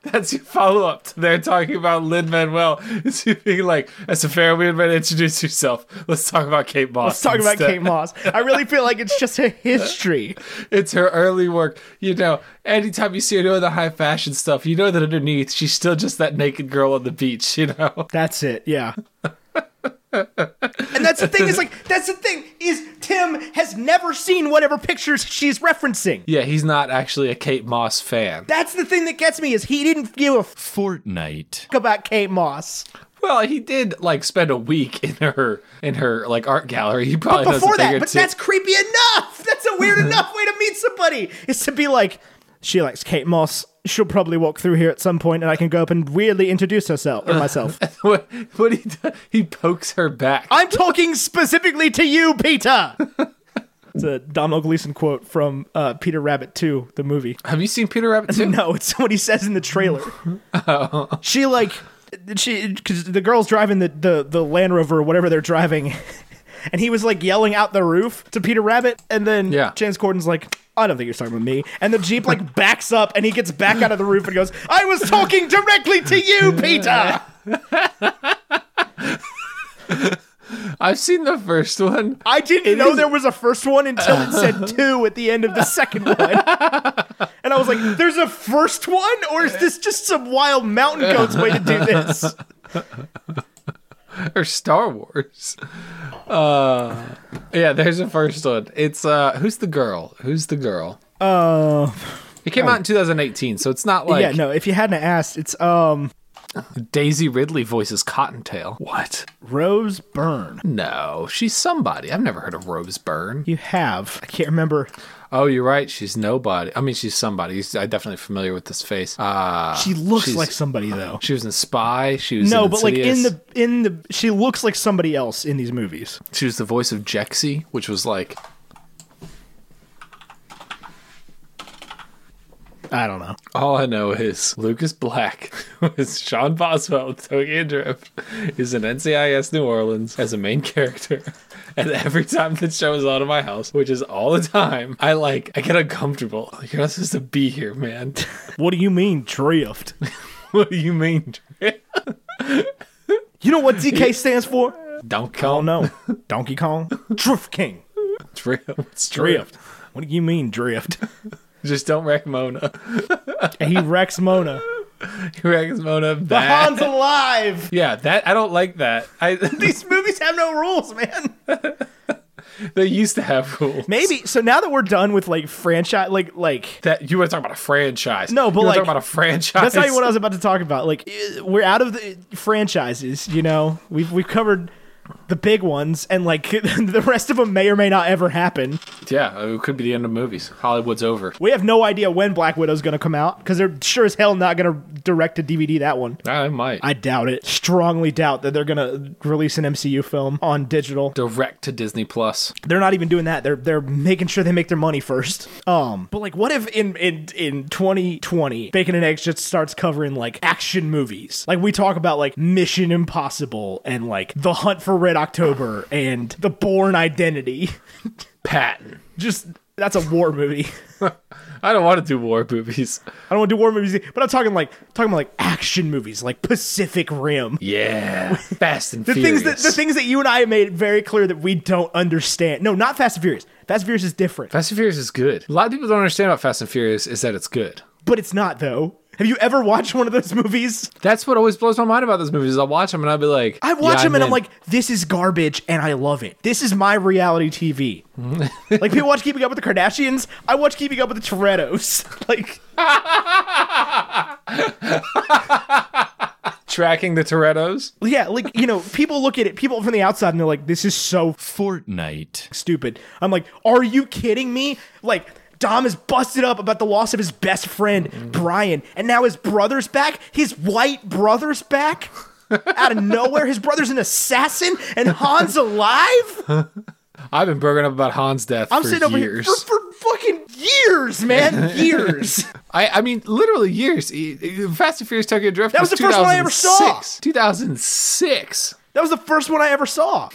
[SPEAKER 2] That's your follow up to their talking about Lin Manuel. It's you being like, that's a fair weird way to introduce yourself. Let's talk about Kate Moss.
[SPEAKER 3] Let's talk about
[SPEAKER 2] instead."
[SPEAKER 3] Kate Moss. I really feel like it's just a history.
[SPEAKER 2] It's her early work. You know, anytime you see her doing the high fashion stuff, you know that underneath she's still just that naked girl on the beach, you know?
[SPEAKER 3] That's it. Yeah. and that's the thing is like that's the thing is Tim has never seen whatever pictures she's referencing.
[SPEAKER 2] Yeah, he's not actually a Kate Moss fan.
[SPEAKER 3] That's the thing that gets me is he didn't give a f-
[SPEAKER 1] Fortnite.
[SPEAKER 3] about Kate Moss.
[SPEAKER 2] Well, he did like spend a week in her in her like art gallery. He probably knows
[SPEAKER 3] before
[SPEAKER 2] a thing
[SPEAKER 3] that,
[SPEAKER 2] or
[SPEAKER 3] but
[SPEAKER 2] two.
[SPEAKER 3] that's creepy enough. That's a weird enough way to meet somebody is to be like, she likes Kate Moss. She'll probably walk through here at some point, and I can go up and weirdly introduce herself or myself.
[SPEAKER 2] what, what he do- he pokes her back.
[SPEAKER 3] I'm talking specifically to you, Peter. It's a Donald Gleason quote from uh, Peter Rabbit 2, the movie.
[SPEAKER 2] Have you seen Peter Rabbit too?
[SPEAKER 3] No, it's what he says in the trailer. She like she because the girl's driving the, the the Land Rover or whatever they're driving, and he was like yelling out the roof to Peter Rabbit, and then
[SPEAKER 2] Yeah.
[SPEAKER 3] James Corden's like. I don't think you're talking about me. And the Jeep like backs up and he gets back out of the roof and goes, I was talking directly to you, Peter.
[SPEAKER 2] I've seen the first one.
[SPEAKER 3] I didn't know there was a first one until it said two at the end of the second one. And I was like, there's a first one? Or is this just some wild mountain goat's way to do this?
[SPEAKER 2] or Star Wars. Uh, yeah, there's the first one. It's uh, who's the girl? Who's the girl?
[SPEAKER 3] Uh,
[SPEAKER 2] It came out in 2018, so it's not like
[SPEAKER 3] yeah, no, if you hadn't asked, it's um
[SPEAKER 2] Daisy Ridley voices Cottontail. What?
[SPEAKER 3] Rose Byrne.
[SPEAKER 2] No, she's somebody. I've never heard of Rose Byrne.
[SPEAKER 3] You have. I can't remember.
[SPEAKER 2] Oh, you're right. She's nobody. I mean, she's somebody. I'm definitely familiar with this face. Uh,
[SPEAKER 3] She looks
[SPEAKER 2] she's-
[SPEAKER 3] like somebody though.
[SPEAKER 2] she was in Spy. She was
[SPEAKER 3] No,
[SPEAKER 2] in
[SPEAKER 3] but like in
[SPEAKER 2] Insidious.
[SPEAKER 3] the in the she looks like somebody else in these movies.
[SPEAKER 2] she was the voice of Jexy, which was like
[SPEAKER 3] I don't know.
[SPEAKER 2] All I know is Lucas Black was Sean Boswell of Tokyo Drift is in NCIS New Orleans as a main character. And every time the show is on in my house, which is all the time, I like I get uncomfortable. Like, You're not supposed to be here, man.
[SPEAKER 3] What do you mean drift?
[SPEAKER 2] what do you mean? Drift?
[SPEAKER 3] You know what DK stands for?
[SPEAKER 2] Don't
[SPEAKER 3] Oh
[SPEAKER 2] call
[SPEAKER 3] no. Donkey Kong? Drift King.
[SPEAKER 2] drift. It's drift.
[SPEAKER 3] Drift. What do you mean drift?
[SPEAKER 2] Just don't wreck Mona.
[SPEAKER 3] And he wrecks Mona.
[SPEAKER 2] Wrecks Mona
[SPEAKER 3] The
[SPEAKER 2] bad.
[SPEAKER 3] Han's alive.
[SPEAKER 2] yeah, that I don't like that. I
[SPEAKER 3] These movies have no rules, man.
[SPEAKER 2] they used to have rules.
[SPEAKER 3] Maybe so. Now that we're done with like franchise, like like
[SPEAKER 2] That you were talking about a franchise.
[SPEAKER 3] No, but
[SPEAKER 2] you were
[SPEAKER 3] like-
[SPEAKER 2] talking about a franchise.
[SPEAKER 3] That's not even what I was about to talk about. Like eh, we're out of the franchises, you know. We've we've covered the big ones, and like the rest of them may or may not ever happen.
[SPEAKER 2] Yeah, it could be the end of movies. Hollywood's over.
[SPEAKER 3] We have no idea when Black Widow's going to come out because they're sure as hell not going to direct to DVD that one.
[SPEAKER 2] I might.
[SPEAKER 3] I doubt it. Strongly doubt that they're going to release an MCU film on digital.
[SPEAKER 2] Direct to Disney Plus.
[SPEAKER 3] They're not even doing that. They're they're making sure they make their money first. Um, but like, what if in in in 2020, Bacon and Eggs just starts covering like action movies? Like we talk about like Mission Impossible and like The Hunt for Red October and The Born Identity.
[SPEAKER 2] Patton.
[SPEAKER 3] Just that's a war movie.
[SPEAKER 2] I don't want to do war movies.
[SPEAKER 3] I don't want to do war movies, but I'm talking like talking about like action movies, like Pacific Rim.
[SPEAKER 2] Yeah. Fast and
[SPEAKER 3] The
[SPEAKER 2] Furious.
[SPEAKER 3] things that the things that you and I made very clear that we don't understand. No, not Fast and Furious. Fast and Furious is different,
[SPEAKER 2] Fast and Furious is good. A lot of people don't understand about Fast and Furious is that it's good.
[SPEAKER 3] but it's not though. Have you ever watched one of those movies?
[SPEAKER 2] That's what always blows my mind about those movies. Is I'll watch them and I'll be like,
[SPEAKER 3] I watch
[SPEAKER 2] yeah,
[SPEAKER 3] them and I'm
[SPEAKER 2] in.
[SPEAKER 3] like, this is garbage and I love it. This is my reality TV. like people watch Keeping Up with the Kardashians, I watch Keeping Up with the Torettos. like
[SPEAKER 2] tracking the Torettos.
[SPEAKER 3] Yeah, like, you know, people look at it, people from the outside, and they're like, this is so
[SPEAKER 1] Fortnite.
[SPEAKER 3] stupid. I'm like, are you kidding me? Like, Dom is busted up about the loss of his best friend,
[SPEAKER 2] Mm-hmm.
[SPEAKER 3] Brian, and now his brother's back. His white brother's back. Out of nowhere, his brother's an assassin, and Han's alive.
[SPEAKER 2] I've been burgering up about Han's death
[SPEAKER 3] I'm
[SPEAKER 2] for
[SPEAKER 3] sitting over here
[SPEAKER 2] years.
[SPEAKER 3] for, for fucking years, man, years.
[SPEAKER 2] I, I mean, literally years. E- e- Fast and Furious Tokyo Drift. That
[SPEAKER 3] was the first one I ever saw.
[SPEAKER 2] 2006.
[SPEAKER 3] That was the first one I ever saw,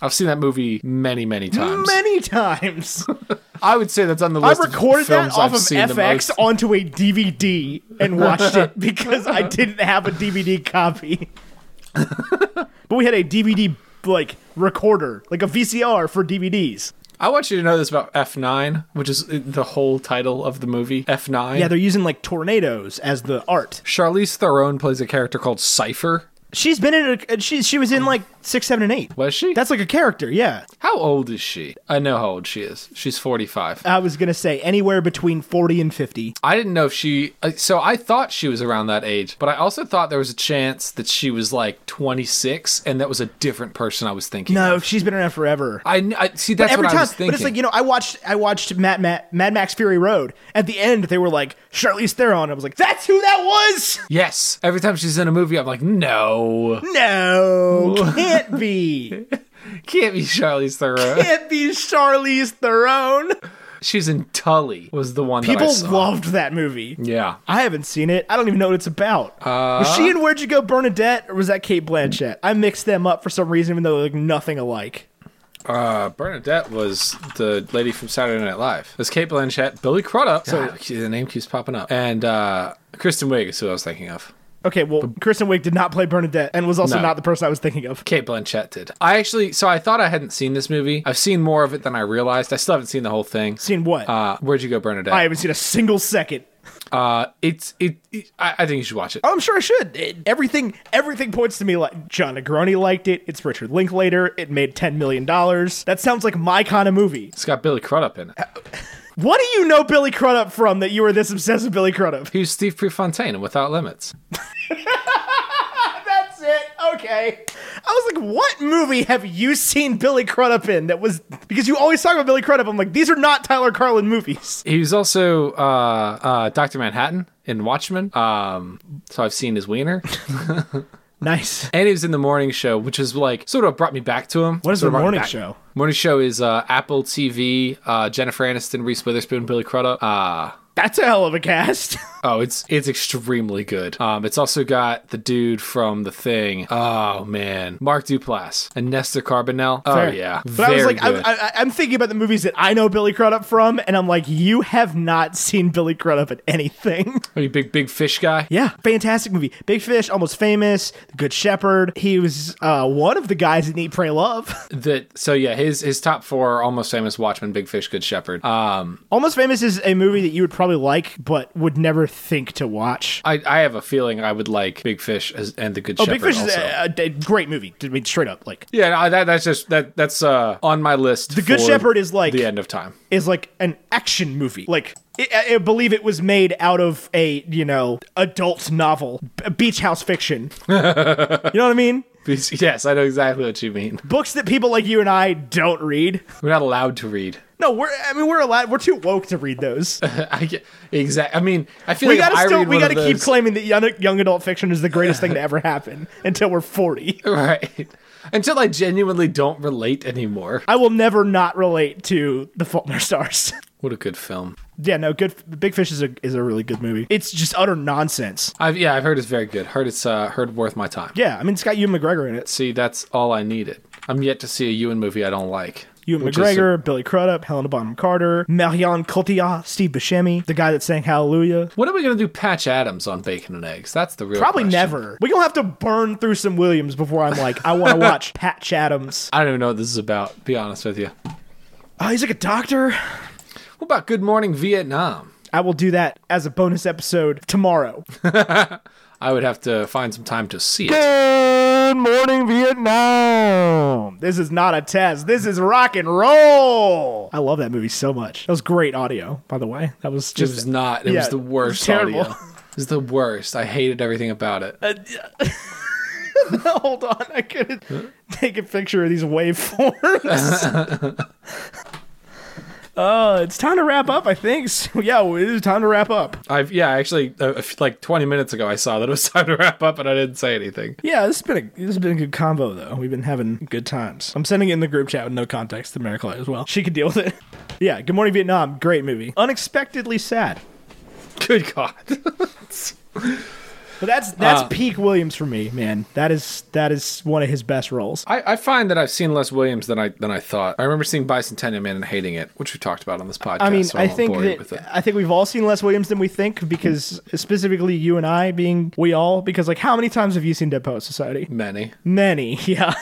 [SPEAKER 2] I've seen that movie many, many times.
[SPEAKER 3] many times.
[SPEAKER 2] I would say that's on the
[SPEAKER 3] I
[SPEAKER 2] list.
[SPEAKER 3] recorded
[SPEAKER 2] of
[SPEAKER 3] that
[SPEAKER 2] films
[SPEAKER 3] off
[SPEAKER 2] I've
[SPEAKER 3] of
[SPEAKER 2] seen the
[SPEAKER 3] FX
[SPEAKER 2] most.
[SPEAKER 3] onto a DVD and watched it because I didn't have a DVD copy. but we had a DVD like recorder, like a VCR for DVDs.
[SPEAKER 2] I want you to know this about F9, which is the whole title of the movie. F9.
[SPEAKER 3] Yeah, they're using like tornadoes as the art.
[SPEAKER 2] Charlize Theron plays a character called Cypher.
[SPEAKER 3] She's been in a uh, she she was in like six, seven, and eight.
[SPEAKER 2] Was she?
[SPEAKER 3] That's like a character, yeah.
[SPEAKER 2] How old is she? I know how old she is. She's 45.
[SPEAKER 3] I was gonna say anywhere between forty and fifty.
[SPEAKER 2] I didn't know if she. uh, So I thought she was around that age, but I also thought there was a chance that she was like 26, and that was a different person I was thinking.
[SPEAKER 3] No,
[SPEAKER 2] of.
[SPEAKER 3] she's been around forever.
[SPEAKER 2] I, kn- I see. That's
[SPEAKER 3] every
[SPEAKER 2] what
[SPEAKER 3] time,
[SPEAKER 2] I was thinking.
[SPEAKER 3] but it's like you know, I watched I watched Mad, Mad, Mad Max Fury Road. At the end, they were like Charlize Theron. I was like, that's who that was.
[SPEAKER 2] yes. Every time she's in a movie, I'm like, no,
[SPEAKER 3] No, can't be,
[SPEAKER 2] can't be Charlize Theron.
[SPEAKER 3] can't be Charlize Theron.
[SPEAKER 2] She's in Tully. Was the one that I
[SPEAKER 3] People
[SPEAKER 2] saw.
[SPEAKER 3] loved that movie.
[SPEAKER 2] yeah. Uh,
[SPEAKER 3] I haven't seen it. I don't even know what it's about. was she in Where'd You Go, Bernadette, or was that Kate Blanchett? I mixed them up for some reason, even though they're like nothing alike.
[SPEAKER 2] Uh, Bernadette was the lady from Saturday Night Live. It was Kate Blanchett, Billy Crudup. So the name keeps popping up, and uh, Kristen Wiig is who I was thinking of.
[SPEAKER 3] Okay, well, Kristen Wiig did not play Bernadette, and was also
[SPEAKER 2] No.
[SPEAKER 3] not the person I was thinking of.
[SPEAKER 2] Kate Blanchett did. I actually, so I thought I hadn't seen this movie. I've seen more of it than I realized. I still haven't seen the whole thing.
[SPEAKER 3] Seen what?
[SPEAKER 2] Uh, where'd you go, Bernadette?
[SPEAKER 3] I haven't seen a single second.
[SPEAKER 2] uh, it's it. it- I, I think you should watch it.
[SPEAKER 3] Oh, I'm sure I should. It- everything everything points to me like John Negroni liked it. It's Richard Linklater. It made ten million dollars. That sounds like my kind of movie.
[SPEAKER 2] It's got Billy Crudup in it.
[SPEAKER 3] What do you know Billy Crudup from that you were this obsessed with Billy Crudup?
[SPEAKER 2] He was Steve Prefontaine in Without Limits.
[SPEAKER 3] That's it. Okay. I was like, what movie have you seen Billy Crudup in that was because you always talk about Billy Crudup? I'm like, these are not Tyler Carlin movies.
[SPEAKER 2] He was also uh, uh, Doctor Manhattan in Watchmen. Um, so I've seen his wiener,
[SPEAKER 3] Nice.
[SPEAKER 2] and he was in the Morning Show, which is like sort of brought me back to him.
[SPEAKER 3] What is
[SPEAKER 2] Sort of brought
[SPEAKER 3] The
[SPEAKER 2] me
[SPEAKER 3] Morning
[SPEAKER 2] back-
[SPEAKER 3] Show?
[SPEAKER 2] Morning Show is uh, Apple TV. Uh, Jennifer Aniston, Reese Witherspoon, Billy Crudup. Uh,
[SPEAKER 3] That's a hell of a cast.
[SPEAKER 2] Oh, it's it's extremely good. Um, it's also got the dude from The Thing. Oh man, Mark Duplass and Nestor Carbonell. Oh yeah,
[SPEAKER 3] But
[SPEAKER 2] very
[SPEAKER 3] I was like, I,
[SPEAKER 2] good.
[SPEAKER 3] I, I- I'm thinking about the movies that I know Billy Crudup from, and I'm like, you have not seen Billy Crudup in anything.
[SPEAKER 2] Are you big big fish guy?
[SPEAKER 3] yeah, fantastic movie. Big Fish, Almost Famous, Good Shepherd. He was uh, one of the guys in Eat, Pray, Love.
[SPEAKER 2] That so yeah, his his top four are almost famous: Watchmen, Big Fish, Good Shepherd. Um,
[SPEAKER 3] Almost Famous is a movie that you would probably like, but would never think to watch.
[SPEAKER 2] I I have a feeling I would like Big Fish as, and the Good
[SPEAKER 3] Oh,
[SPEAKER 2] Shepherd.
[SPEAKER 3] Big Fish
[SPEAKER 2] also.
[SPEAKER 3] is a, a, a great movie. I mean, straight up, like
[SPEAKER 2] yeah, no, that, that's just that that's uh on my list. The
[SPEAKER 3] Good Shepherd is like-
[SPEAKER 2] the end of time.
[SPEAKER 3] is like an action movie. Like I, I believe it was made out of a you know adult novel, b- beach house fiction. you know what I mean?
[SPEAKER 2] Yes, I know exactly what you mean.
[SPEAKER 3] Books that people like you and I don't read.
[SPEAKER 2] We're not allowed to read.
[SPEAKER 3] No, we're I mean we're allowed. We're too woke to read those.
[SPEAKER 2] I get, exact. I mean, I feel
[SPEAKER 3] We
[SPEAKER 2] like if
[SPEAKER 3] gotta
[SPEAKER 2] I
[SPEAKER 3] still
[SPEAKER 2] read
[SPEAKER 3] we
[SPEAKER 2] one of
[SPEAKER 3] gotta keep
[SPEAKER 2] those-
[SPEAKER 3] claiming that young, young adult fiction is the greatest thing to ever happen until we're forty.
[SPEAKER 2] Right. Until I genuinely don't relate anymore.
[SPEAKER 3] I will never not relate to the Fault in Our Stars.
[SPEAKER 2] What a good film.
[SPEAKER 3] yeah, no, good. Big Fish is a is a really good movie. It's just utter nonsense.
[SPEAKER 2] I've yeah, I've heard it's very good. Heard it's uh heard worth my time.
[SPEAKER 3] Yeah, I mean it's got Ewan McGregor in it.
[SPEAKER 2] See, that's all I needed. I'm yet to see a Ewan movie I don't like.
[SPEAKER 3] Ewan
[SPEAKER 2] Which is
[SPEAKER 3] McGregor, Billy Crudup, Helena Bonham Carter, Marion Cotillard, Steve Buscemi, the guy that sang Hallelujah.
[SPEAKER 2] a- what are we gonna do? Patch Adams on bacon and eggs. That's the real.
[SPEAKER 3] Probably
[SPEAKER 2] question.
[SPEAKER 3] never. We're going to have to burn through some Williams before I'm like, I want to watch Pat Chathams.
[SPEAKER 2] I don't even know what this is about. to Be honest with you.
[SPEAKER 3] Oh, he's like a doctor.
[SPEAKER 2] What about Good Morning Vietnam?
[SPEAKER 3] I will do that as a bonus episode tomorrow.
[SPEAKER 2] I would have to find some time to see it.
[SPEAKER 3] Good morning, Vietnam. This is not a test. This is rock and roll. I love that movie so much. That was great audio, by the way. That was
[SPEAKER 2] It
[SPEAKER 3] just
[SPEAKER 2] was not. It
[SPEAKER 3] yeah,
[SPEAKER 2] was the
[SPEAKER 3] it was
[SPEAKER 2] worst
[SPEAKER 3] terrible.
[SPEAKER 2] audio. is the worst. I hated everything about it.
[SPEAKER 3] Hold on, I couldn't take a picture of these waveforms. uh, it's time to wrap up, I think. So, yeah, well, it is time to wrap up.
[SPEAKER 2] I've yeah, actually, uh, a few- like 20 minutes ago, I saw that it was time to wrap up, and I didn't say anything.
[SPEAKER 3] Yeah, this has been a this has been a good combo though. We've been having good times. I'm sending it in the group chat with no context to Miracle as well. She can deal with it. Yeah, Good Morning Vietnam, great movie. Unexpectedly sad.
[SPEAKER 2] Good God,
[SPEAKER 3] But that's that's
[SPEAKER 2] Uh.
[SPEAKER 3] peak Williams for me, man. That is that is one of his best roles.
[SPEAKER 2] I, I find that I've seen less Williams than I than I thought. I remember seeing Bicentennial Man and hating it, which we talked about on this podcast.
[SPEAKER 3] I mean,
[SPEAKER 2] so
[SPEAKER 3] I
[SPEAKER 2] won't
[SPEAKER 3] think
[SPEAKER 2] bore you with it.
[SPEAKER 3] that I think we've all seen less Williams than we think because specifically you and I being we all because like how many times have you seen Dead Poet Society?
[SPEAKER 2] many.
[SPEAKER 3] Many, yeah,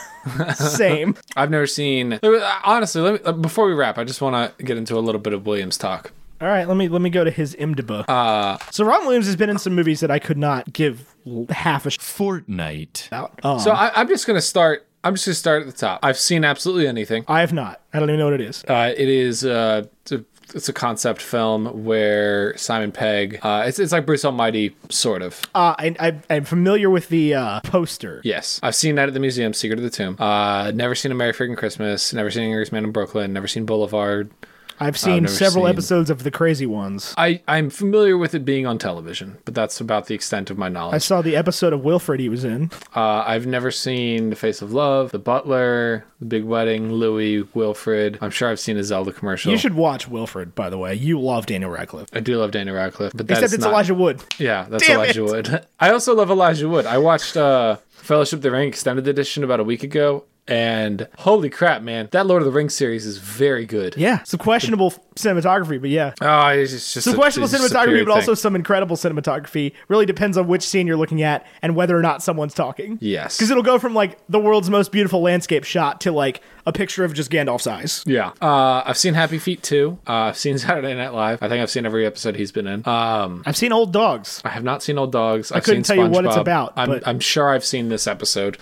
[SPEAKER 3] same.
[SPEAKER 2] I've never seen. Honestly, let me, uh, before we wrap, I just want to get into a little bit of Williams talk.
[SPEAKER 3] All right, let me let me go to his IMDb. Uh, so Ron Williams has been in some movies that I could not give l- half a sh-
[SPEAKER 1] Fortnite.
[SPEAKER 3] about. Um,
[SPEAKER 2] So I, I'm just gonna start. I'm just gonna start at the top. I've seen absolutely anything.
[SPEAKER 3] I have not. I don't even know what it is.
[SPEAKER 2] Uh, it is. Uh, it's a- it's a concept film where Simon Pegg. Uh, it's it's like Bruce Almighty, sort of.
[SPEAKER 3] Uh, I, I I'm familiar with the uh, poster.
[SPEAKER 2] Yes, I've seen that at the museum, Secret of the Tomb. Uh, never seen a Merry Freaking Christmas. Never seen Angry Man in Brooklyn. Never seen Boulevard.
[SPEAKER 3] I've seen
[SPEAKER 2] never
[SPEAKER 3] several
[SPEAKER 2] seen-
[SPEAKER 3] episodes of the crazy ones.
[SPEAKER 2] I I'm familiar with it being on television, but that's about the extent of my
[SPEAKER 3] I
[SPEAKER 2] knowledge.
[SPEAKER 3] saw the episode of Wilfred he was in.
[SPEAKER 2] Uh, I've never seen The Face of Love, The Butler, The Big Wedding, Louis, Wilfred. I'm sure I've seen a Zelda commercial.
[SPEAKER 3] You should watch Wilfred, by the way. You love Daniel Radcliffe.
[SPEAKER 2] I do love Daniel Radcliffe, but that's
[SPEAKER 3] Except it's
[SPEAKER 2] not.
[SPEAKER 3] Elijah Wood.
[SPEAKER 2] Yeah, that's
[SPEAKER 3] Damn
[SPEAKER 2] Elijah
[SPEAKER 3] it.
[SPEAKER 2] Wood. I also love Elijah Wood. I watched uh, Fellowship of the Ring extended edition about a week ago, and holy crap, man, that Lord of the Rings series is very good.
[SPEAKER 3] Yeah. Some questionable f- cinematography, but yeah.
[SPEAKER 2] Oh, it's just, just
[SPEAKER 3] Some
[SPEAKER 2] a-
[SPEAKER 3] questionable
[SPEAKER 2] it's just a
[SPEAKER 3] cinematography,
[SPEAKER 2] period
[SPEAKER 3] but also
[SPEAKER 2] thing.
[SPEAKER 3] some incredible cinematography. Really depends on which scene you're looking at and whether or not someone's talking.
[SPEAKER 2] Yes.
[SPEAKER 3] Because it'll go from like the world's most beautiful landscape shot to like a picture of just Gandalf's eyes.
[SPEAKER 2] Yeah. Uh, I've seen Happy Feet too. Uh, I've seen Saturday Night Live. I think I've seen every episode he's been in. Um,
[SPEAKER 3] I've seen old dogs.
[SPEAKER 2] I have not seen Old Dogs. I have
[SPEAKER 3] couldn't
[SPEAKER 2] seen
[SPEAKER 3] tell you what it's
[SPEAKER 2] SpongeBob.
[SPEAKER 3] about,
[SPEAKER 2] I'm,
[SPEAKER 3] but-
[SPEAKER 2] I'm sure I've seen this episode.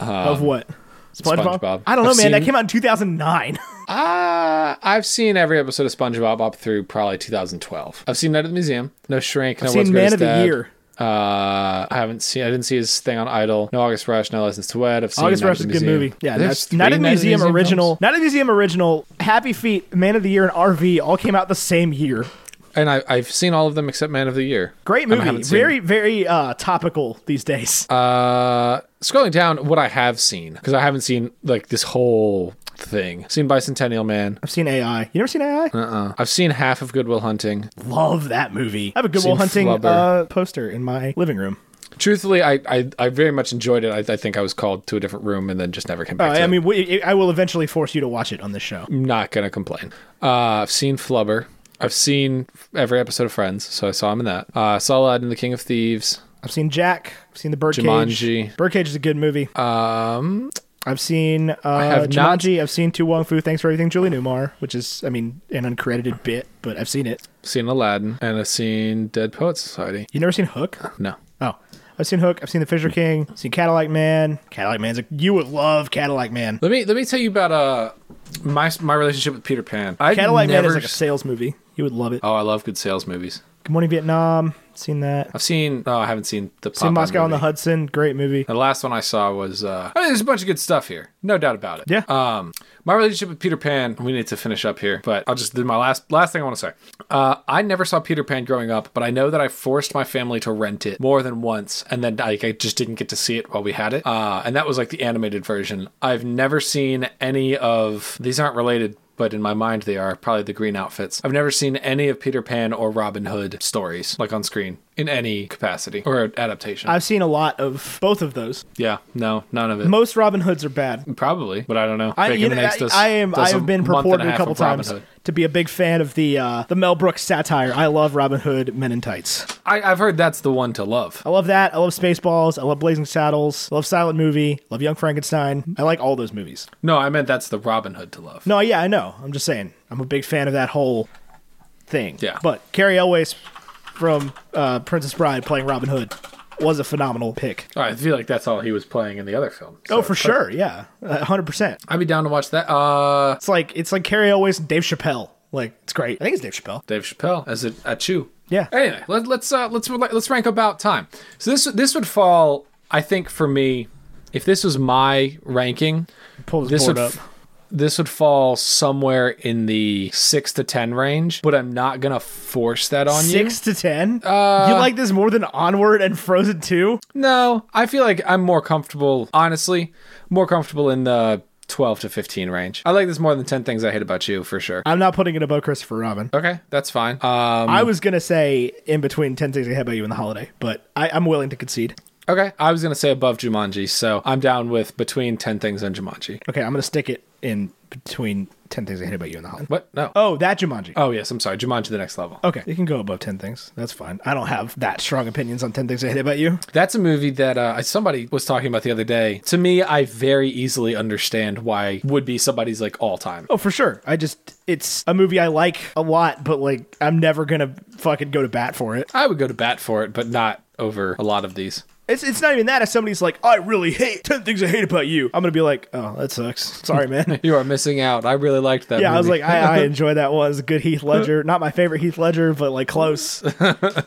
[SPEAKER 3] of what? SpongeBob?
[SPEAKER 2] Um, SpongeBob.
[SPEAKER 3] I don't know,
[SPEAKER 2] I've
[SPEAKER 3] man. that
[SPEAKER 2] seen-
[SPEAKER 3] came out in 2009.
[SPEAKER 2] Uh, I've seen every episode of SpongeBob up through probably 2012. I've seen that at the museum. No Shrink. No
[SPEAKER 3] seen
[SPEAKER 2] What's Good
[SPEAKER 3] Man
[SPEAKER 2] Is
[SPEAKER 3] of the
[SPEAKER 2] Dead.
[SPEAKER 3] Year.
[SPEAKER 2] Uh, I haven't seen. I didn't see his thing on Idol. No August Rush. No Lessons to Wed. I've seen
[SPEAKER 3] August
[SPEAKER 2] Night at
[SPEAKER 3] Rush
[SPEAKER 2] the
[SPEAKER 3] is a good
[SPEAKER 2] Museum.
[SPEAKER 3] movie. Yeah,
[SPEAKER 2] There's
[SPEAKER 3] that's
[SPEAKER 2] three
[SPEAKER 3] Night at the
[SPEAKER 2] Night at
[SPEAKER 3] Museum original.
[SPEAKER 2] films?
[SPEAKER 3] Night at the Museum original. Happy Feet, Man of the Year, and RV all came out the same year.
[SPEAKER 2] And I, I've seen all of them except Man of the Year.
[SPEAKER 3] Great
[SPEAKER 2] And I
[SPEAKER 3] movie.
[SPEAKER 2] haven't seen-
[SPEAKER 3] Very, very uh, topical these days.
[SPEAKER 2] Uh, scrolling down, what I have seen because I haven't seen like this whole thing. Seen Bicentennial Man.
[SPEAKER 3] I've seen AI. You never seen AI?
[SPEAKER 2] Uh-uh. I've seen half of Goodwill Hunting.
[SPEAKER 3] Love that movie. I have a Good
[SPEAKER 2] Seen
[SPEAKER 3] Will Hunting
[SPEAKER 2] Flubber.
[SPEAKER 3] uh, poster in my living room.
[SPEAKER 2] Truthfully, I I, I very much enjoyed it. I, I think I was called to a different room and then just never came
[SPEAKER 3] Uh,
[SPEAKER 2] back. to
[SPEAKER 3] I
[SPEAKER 2] it.
[SPEAKER 3] mean, we, I will eventually force you to watch it on this show.
[SPEAKER 2] not gonna complain. Uh, I've seen Flubber. I've seen every episode of Friends, so I saw him in that. Uh, saw Aladdin, The King of Thieves.
[SPEAKER 3] I've seen Jack. I've seen The Birdcage.
[SPEAKER 2] Jumanji.
[SPEAKER 3] Birdcage is a good movie.
[SPEAKER 2] Um,
[SPEAKER 3] I've seen uh,
[SPEAKER 2] have not-
[SPEAKER 3] Jumanji. I've seen Tu Wong Fu. Thanks for everything, Julie Newmar, which is, I mean, an uncredited bit, but I've seen it.
[SPEAKER 2] seen Aladdin, and I've seen Dead Poets Society.
[SPEAKER 3] You never seen Hook?
[SPEAKER 2] No,
[SPEAKER 3] Oh, I've seen Hook. I've seen The Fisher King. I've seen Cadillac Man. Cadillac Man's a you would love Cadillac Man.
[SPEAKER 2] let me let me tell you about uh my my relationship with Peter Pan. I
[SPEAKER 3] Cadillac Man
[SPEAKER 2] never.
[SPEAKER 3] is like a sales movie. You would love it.
[SPEAKER 2] oh, I love good sales movies.
[SPEAKER 3] Good Morning Vietnam. Seen that.
[SPEAKER 2] I've seen. Oh, I haven't seen the.
[SPEAKER 3] Seen
[SPEAKER 2] Popeye
[SPEAKER 3] Moscow on the
[SPEAKER 2] movie. Oh.
[SPEAKER 3] Hudson. Great movie.
[SPEAKER 2] The last one I saw was uh I mean there's a bunch of good stuff here. No doubt about it.
[SPEAKER 3] Yeah.
[SPEAKER 2] Um my relationship with Peter Pan, we need to finish up here, but I'll just do my last last thing I want to say. Uh I never saw Peter Pan growing up, but I know that I forced my family to rent it more than once and then like I just didn't get to see it while we had it. Uh and that was like the animated version. I've never seen any of these aren't related but in my mind they are probably the green outfits. I've never seen any of Peter Pan or Robin Hood stories like on screen in any capacity or adaptation.
[SPEAKER 3] I've seen a lot of both of those.
[SPEAKER 2] yeah, no, none of it.
[SPEAKER 3] Most Robin Hoods are bad.
[SPEAKER 2] Probably, but I don't know.
[SPEAKER 3] I,
[SPEAKER 2] Bacon
[SPEAKER 3] you know,
[SPEAKER 2] and Eggs
[SPEAKER 3] I,
[SPEAKER 2] does-
[SPEAKER 3] I am. I
[SPEAKER 2] does
[SPEAKER 3] have been
[SPEAKER 2] month and
[SPEAKER 3] purported a
[SPEAKER 2] half
[SPEAKER 3] couple
[SPEAKER 2] of Robin
[SPEAKER 3] times
[SPEAKER 2] Hood.
[SPEAKER 3] to be a big fan of the uh, the Mel Brooks satire. I love Robin Hood Men in Tights.
[SPEAKER 2] I, I've heard that's the one to love.
[SPEAKER 3] I love that. I love Spaceballs. I love Blazing Saddles. I love Silent Movie. Love Young Frankenstein. I like all those movies.
[SPEAKER 2] No, I meant that's the Robin Hood to love.
[SPEAKER 3] No, yeah, I know. I'm just saying. I'm a big fan of that whole thing.
[SPEAKER 2] Yeah.
[SPEAKER 3] But Carrie Elways from uh, Princess Bride playing Robin Hood was a phenomenal pick.
[SPEAKER 2] I feel like that's all he was playing in the other film.
[SPEAKER 3] Oh,
[SPEAKER 2] So
[SPEAKER 3] for sure. Yeah. Uh, 100%.
[SPEAKER 2] I'd be down to watch that. Uh,
[SPEAKER 3] It's like it's like Carrie Elways and Dave Chappelle. Like it's great. I think it's Dave Chappelle.
[SPEAKER 2] Dave Chappelle as a, a chew.
[SPEAKER 3] Yeah.
[SPEAKER 2] Anyway, let, let's uh, let's let's rank about time. So this this would fall, I think, for me, if this was my ranking,
[SPEAKER 3] Pull this,
[SPEAKER 2] this
[SPEAKER 3] board
[SPEAKER 2] would
[SPEAKER 3] up.
[SPEAKER 2] f- this would fall somewhere in the six to ten range. But I'm not gonna force that on you. Uh,
[SPEAKER 3] Six to ten. you like this more than Onward and Frozen Two?
[SPEAKER 2] No, I feel like I'm more comfortable, honestly, more comfortable in the 12 to 15 range. I like this more than 10 things I hate about you for sure.
[SPEAKER 3] I'm not putting it above Christopher Robin.
[SPEAKER 2] Okay, that's fine. Um,
[SPEAKER 3] I was gonna say in between Ten Things I Hate About You and The Holiday, but I, I'm willing to concede.
[SPEAKER 2] okay, I was gonna say above Jumanji, so I'm down with between 10 things and Jumanji.
[SPEAKER 3] Okay, I'm gonna stick it in between Ten Things I Hate About You and The Holiday.
[SPEAKER 2] What? No. Oh,
[SPEAKER 3] Oh, that Jumanji.
[SPEAKER 2] yes, I'm sorry. Jumanji, the next level.
[SPEAKER 3] Okay, it can go above Ten Things. That's fine. I don't have that strong opinions on Ten Things I Hate About You.
[SPEAKER 2] That's a movie that uh, somebody was talking about the other day. To me, I very easily understand why would be somebody's like all time.
[SPEAKER 3] Oh, for sure. I just it's a movie I like a lot, but like I'm never gonna fucking go to bat for it.
[SPEAKER 2] I would go to bat for it, but not over a lot of these.
[SPEAKER 3] It's it's not even that. If somebody's like, I really hate Ten Things I Hate About You, I'm gonna be like, Oh, that sucks. Sorry, man.
[SPEAKER 2] You are missing out. I really liked that.
[SPEAKER 3] Yeah, I was
[SPEAKER 2] movie.
[SPEAKER 3] like, I, I enjoy that one. It's a good Heath Ledger. Not my favorite Heath Ledger, but like close.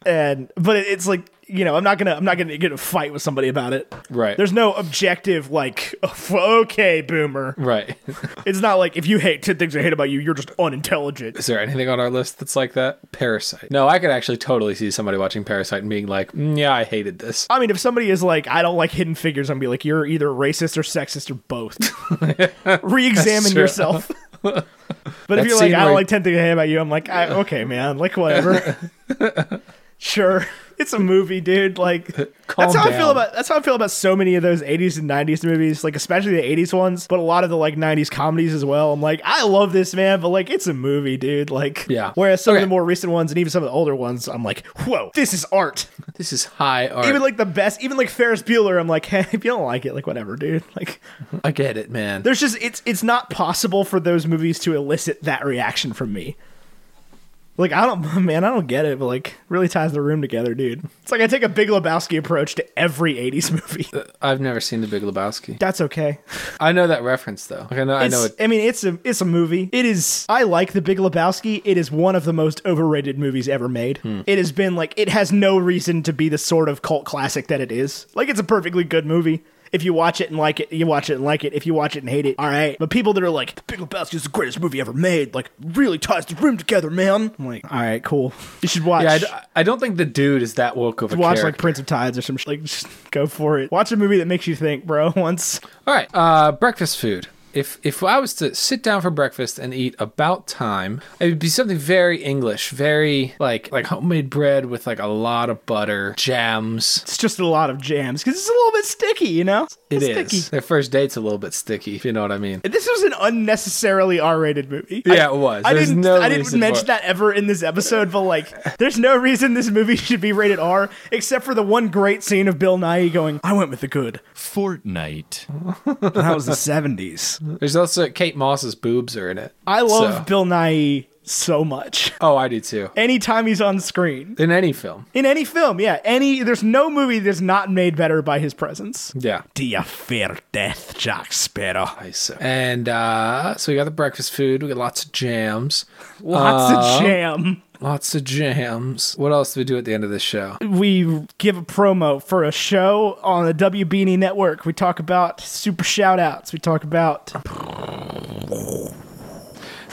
[SPEAKER 3] and but it, it's like you know, I'm not gonna I'm not gonna get in a fight with somebody about it.
[SPEAKER 2] Right.
[SPEAKER 3] There's no objective like okay, boomer.
[SPEAKER 2] right.
[SPEAKER 3] It's not like if you hate ten things I hate about you, you're just unintelligent.
[SPEAKER 2] Is there anything on our list that's like that? Parasite. No, I could actually totally see somebody watching Parasite and being like, "Mm, yeah, I hated this.
[SPEAKER 3] I mean, if somebody is like, I don't like hidden figures, I'm gonna be like, you're either racist or sexist or both. Re-examine
[SPEAKER 2] That's true.
[SPEAKER 3] yourself. but
[SPEAKER 2] That
[SPEAKER 3] if you're
[SPEAKER 2] scene
[SPEAKER 3] like, I
[SPEAKER 2] where-
[SPEAKER 3] don't like ten things I hate about you, I'm like, I, okay, man, like whatever. sure, it's a movie, dude. Like,
[SPEAKER 2] Calm
[SPEAKER 3] that's how I feel
[SPEAKER 2] down.
[SPEAKER 3] about that's how I feel about so many of those '80s and '90s movies, like especially the '80s ones, but a lot of the like '90s comedies as well. I'm like, I love this man, but like, it's a movie, dude. Like,
[SPEAKER 2] Yeah.
[SPEAKER 3] Whereas some
[SPEAKER 2] Okay.
[SPEAKER 3] of the more recent ones and even some of the older ones, I'm like, whoa, this is art
[SPEAKER 2] This is high art.
[SPEAKER 3] even like the best, even like Ferris Bueller, I'm like, hey, if you don't like it, like whatever, dude. Like,
[SPEAKER 2] I get it, man.
[SPEAKER 3] there's just it's it's not possible for those movies to elicit that reaction from me. Like, I don't, man, I don't get it, but like, really ties the room together, dude. It's like I take a Big Lebowski approach to every '80s movie.
[SPEAKER 2] I've never seen The Big Lebowski.
[SPEAKER 3] That's okay.
[SPEAKER 2] I know that reference though. Like, I know. I know
[SPEAKER 3] It's-
[SPEAKER 2] it.
[SPEAKER 3] I mean, it's a it's a movie. It is. I like the Big Lebowski. It is one of the most overrated movies ever made.
[SPEAKER 2] Hmm.
[SPEAKER 3] It has been like it has no reason to be the sort of cult classic that it is. Like it's a perfectly good movie. If you watch it and like it, you watch it and like it. If you watch it and hate it, all right. But people that are like, "The Big Lebowski is the greatest movie ever made," like really ties the room together, man. I'm like, all right, cool. You should watch.
[SPEAKER 2] Yeah, I d- I, don't think the dude is that woke of a
[SPEAKER 3] watch like
[SPEAKER 2] character.
[SPEAKER 3] Prince of Tides or some sh- like. Just go for it. Watch a movie that makes you think, bro. Once.
[SPEAKER 2] All right, uh, breakfast food. If if I was to sit down for breakfast and eat about time, it would be something very English, very like like homemade bread with like a lot of butter, jams.
[SPEAKER 3] It's just a lot of jams because it's a little bit sticky, you know.
[SPEAKER 2] It
[SPEAKER 3] It's
[SPEAKER 2] is. Their first date's a little bit sticky, if you know what I mean.
[SPEAKER 3] This was an unnecessarily R-rated movie.
[SPEAKER 2] Yeah, it was.
[SPEAKER 3] I
[SPEAKER 2] There's
[SPEAKER 3] didn't.
[SPEAKER 2] no
[SPEAKER 3] I didn't
[SPEAKER 2] reason for
[SPEAKER 3] mention
[SPEAKER 2] it.
[SPEAKER 3] that ever in this episode, but like, there's no reason this movie should be rated R, except for the one great scene of Bill Nye going, "I went with the good."
[SPEAKER 1] Fortnite.
[SPEAKER 3] That was the '70s.
[SPEAKER 2] There's also Kate Moss's boobs are in it.
[SPEAKER 3] I love
[SPEAKER 2] So-
[SPEAKER 3] Bill Nye so much.
[SPEAKER 2] Oh, I do too.
[SPEAKER 3] Anytime he's on screen
[SPEAKER 2] In any film.
[SPEAKER 3] in any film, yeah, any. There's no movie that's not made better by his presence.
[SPEAKER 2] Yeah.
[SPEAKER 3] Do you fear death, Jack Sparrow?
[SPEAKER 2] I so. And uh, so we got the breakfast food. We got lots of jams.
[SPEAKER 3] Lots of jam.
[SPEAKER 2] Lots of jams. What else do we do at the end of this show?
[SPEAKER 3] we give a promo for a show on the WBNE E network. We talk about super shout outs. We talk about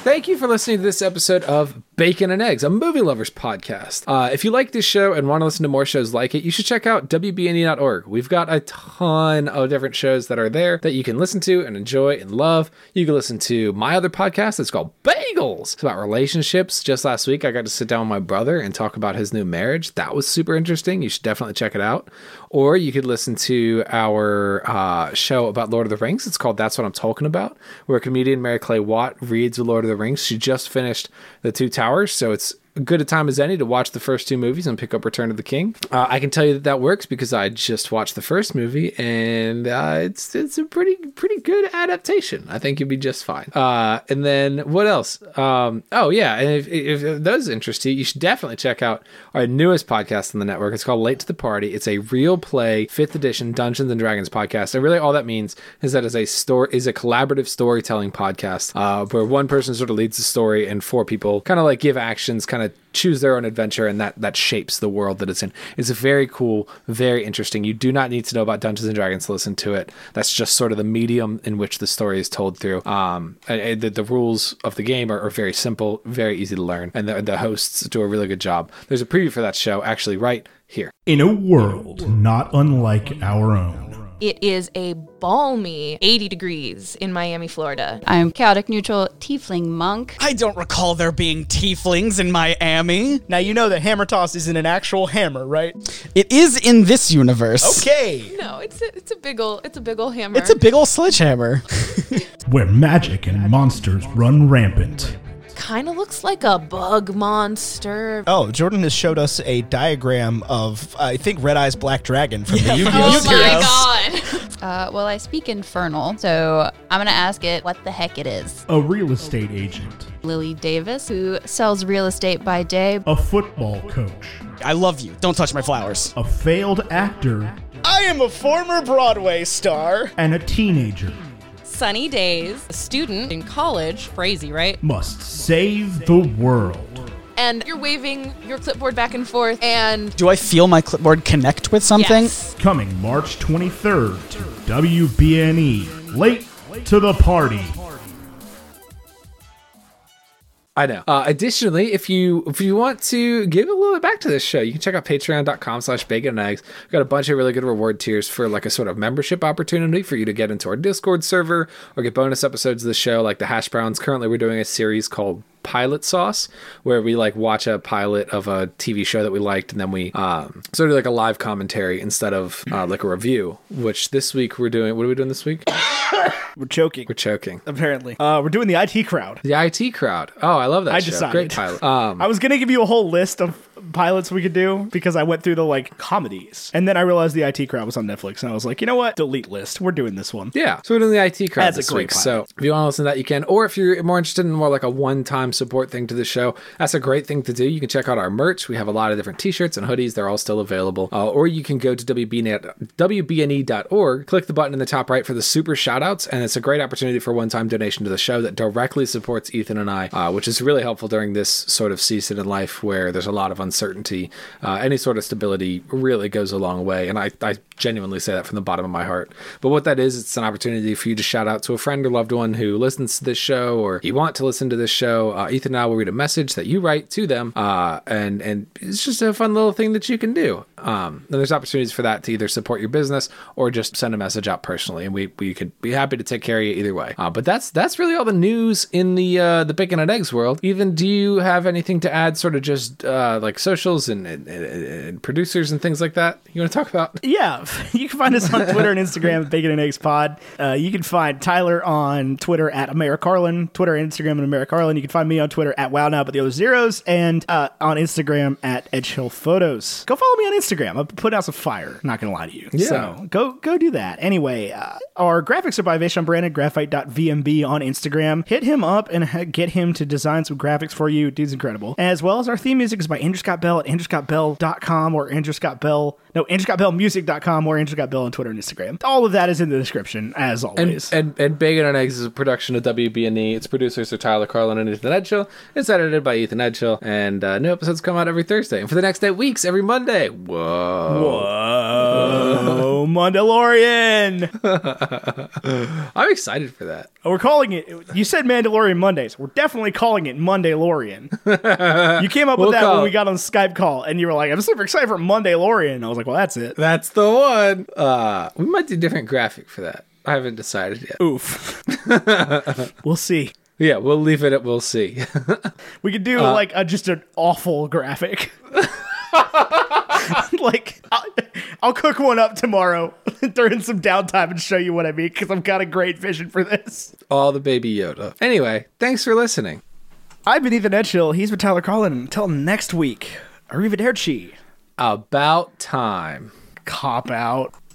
[SPEAKER 2] Thank you for listening to this episode of Bacon and Eggs, a movie lovers podcast. Uh, if you like this show and want to listen to more shows like it, you should check out WBNE.org. E We've got a ton of different shows that are there that you can listen to and enjoy and love. You can listen to my other podcast. It's called Bagels. It's about relationships. Just last week, I got to sit down with my brother and talk about his new marriage. That was super interesting. You should definitely check it out. Or you could listen to our uh, show about Lord of the Rings. It's called That's What I'm Talking About, where comedian Mary Clay Watt reads The Lord of the Rings. She just finished The Two Towers, so it's good a time as any to watch the first two movies and pick up Return of the King. Uh, I can tell you that that works because I just watched the first movie and uh, it's it's a pretty pretty good adaptation. I think you'll be just fine. Uh, and then what else? Um, oh yeah, and if, if, if those interest you, you should definitely check out our newest podcast on the network. It's called Late to the Party. It's a real play fifth edition Dungeons and Dragons podcast, and really all that means is that is a story is a collaborative storytelling podcast uh, where one person sort of leads the story and four people kind of like give actions, kind of to choose their own adventure, and that that shapes the world that it's in. It's very cool, very interesting. You do not need to know about Dungeons and Dragons to listen to it. That's just sort of the medium in which the story is told through. Um, and- and the, the rules of the game are, are very simple, very easy to learn, and the, the hosts do a really good job. There's a preview for that show actually right here.
[SPEAKER 4] In a world not unlike our own,
[SPEAKER 5] It is a balmy 80 degrees in Miami, Florida.
[SPEAKER 6] I'm chaotic neutral tiefling monk.
[SPEAKER 7] I don't recall there being tieflings in Miami.
[SPEAKER 8] Now you know that hammer toss isn't an actual hammer, right?
[SPEAKER 7] It is in this universe.
[SPEAKER 8] Okay.
[SPEAKER 5] No, it's a, it's a big ol' it's a big ol' hammer.
[SPEAKER 7] It's a big old sledgehammer.
[SPEAKER 4] where magic and monsters run rampant,
[SPEAKER 5] kind of looks like a bug monster.
[SPEAKER 8] Oh, Jordan has showed us a diagram of I think Red Eye's Black Dragon from the Yu-Gi-Oh.
[SPEAKER 5] Oh
[SPEAKER 8] series.
[SPEAKER 5] my god.
[SPEAKER 6] Uh, well, I speak infernal, so I'm gonna ask it what the heck it is.
[SPEAKER 4] a real estate agent,
[SPEAKER 6] Lily Davis, who sells real estate by day.
[SPEAKER 4] a football coach,
[SPEAKER 7] I love you. Don't touch my flowers.
[SPEAKER 4] a failed actor,
[SPEAKER 8] I am a former Broadway star.
[SPEAKER 4] and a teenager
[SPEAKER 9] Sunny days, a student in college, crazy, right?
[SPEAKER 4] must save the world.
[SPEAKER 5] And you're waving your clipboard back and forth and
[SPEAKER 7] Do I feel my clipboard connect with something?
[SPEAKER 5] Yes.
[SPEAKER 4] Coming March 23rd to WBNE. E. Late to the party.
[SPEAKER 2] I know. Uh, additionally, if you if you want to give a little bit back to this show, you can check out patreon.com slash bacon and eggs. We've got a bunch of really good reward tiers for like a sort of membership opportunity for you to get into our Discord server or get bonus episodes of the show like the Hash Browns. Currently we're doing a series called Pilot Sauce, where we like watch a pilot of a TV show that we liked and then we um, sort of like a live commentary instead of uh, like a review, which this week we're doing what are we doing this week?
[SPEAKER 3] We're joking.
[SPEAKER 2] We're choking.
[SPEAKER 3] Apparently, uh, we're doing the IT crowd.
[SPEAKER 2] The IT crowd. Oh, I love that
[SPEAKER 3] I
[SPEAKER 2] show.
[SPEAKER 3] decided.
[SPEAKER 2] Great pilot. Um,
[SPEAKER 3] I was gonna give you a whole list of pilots we could do because I went through the like comedies, and then I realized the IT crowd was on Netflix, and I was like, you know what? Delete list. We're doing this one.
[SPEAKER 2] Yeah. So we're doing the IT crowd
[SPEAKER 3] That's a
[SPEAKER 2] this
[SPEAKER 3] great
[SPEAKER 2] week.
[SPEAKER 3] pilot.
[SPEAKER 2] So if you want to listen to that, you can. Or if you're more interested in more like a one-time support thing to the show, that's a great thing to do. You can check out our merch. We have a lot of different t-shirts and hoodies. They're all still available. Uh, or you can go to WBNet, WBNE.org, E click the button in the top right for the super shout-outs, and it's a great opportunity for one-time donation to the show that directly supports Ethan and I, uh, which is really helpful during this sort of season in life where there's a lot of uncertainty. Uh, any sort of stability really goes a long way. And I, I genuinely say that from the bottom of my heart. But what that is, it's an opportunity for you to shout out to a friend or loved one who listens to this show or you want to listen to this show. Uh, Ethan and I will read a message that you write to them. Uh, and, and it's just a fun little thing that you can do. Um, and there's opportunities for that to either support your business or just send a message out personally. And we, we could be happy to take care of you either way. Uh, but that's that's really all the news in the uh, the bacon and eggs world. Ethan, do you have anything to add, sort of just uh, like socials and, and, and- and producers and things like that you want to talk about?
[SPEAKER 3] Yeah, you can find us on Twitter and Instagram at Bacon and Eggs Pod. Uh, you can find Tyler on Twitter at AmeriCarlin, Twitter and Instagram at AmeriCarlin. You can find me on Twitter at WowNow, but the other zeros, and uh, on Instagram at Edge Hill Photos. Go follow me on Instagram. I'm putting out some fire. Not gonna lie to you.
[SPEAKER 2] Yeah.
[SPEAKER 3] So go go do that. Anyway, uh, our graphics are by Vaishon Brand at graphite.vmb on Instagram. Hit him up and ha- get him to design some graphics for you. Dude's incredible. As well as our theme music is by Andrew Scott Bell at andrewscottbell.com or Andrew Scott Bell. No, andrewscottbellmusic.com or Andrew Scott Bell on Twitter and Instagram. All of that is in the description, as
[SPEAKER 2] And,
[SPEAKER 3] always.
[SPEAKER 2] and and Bacon and Eggs is a production of WBNE. E. Its producers are Tyler Carlin and Ethan Edgehill. It's edited by Ethan Edgehill. And uh, new episodes come out every Thursday. And for the next eight weeks, every Monday. Whoa.
[SPEAKER 3] Whoa, Mandalorian!
[SPEAKER 2] I'm excited for that.
[SPEAKER 3] Oh, We're calling it. You said Mandalorian Mondays. We're definitely calling it Mondaylorian. you came up with
[SPEAKER 2] We'll
[SPEAKER 3] that
[SPEAKER 2] call
[SPEAKER 3] when we
[SPEAKER 2] it.
[SPEAKER 3] got on Skype call, and you were like, "I'm super excited for Mondaylorian." And I was like, "Well, that's it."
[SPEAKER 2] That's the one. Uh, we might do different graphic for that. I haven't decided yet.
[SPEAKER 3] Oof. we'll see.
[SPEAKER 2] Yeah, we'll leave it at we'll see.
[SPEAKER 3] We could
[SPEAKER 2] Uh,
[SPEAKER 3] do like a, just an awful graphic. like I'll, I'll cook one up tomorrow during some downtime and show you what I mean because I've got a great vision for this.
[SPEAKER 2] All the baby Yoda. Anyway, thanks for listening.
[SPEAKER 3] I've been Ethan Edgehill. He's been Tyler Collin. Until next week, arrivederci.
[SPEAKER 2] About time.
[SPEAKER 3] Cop out.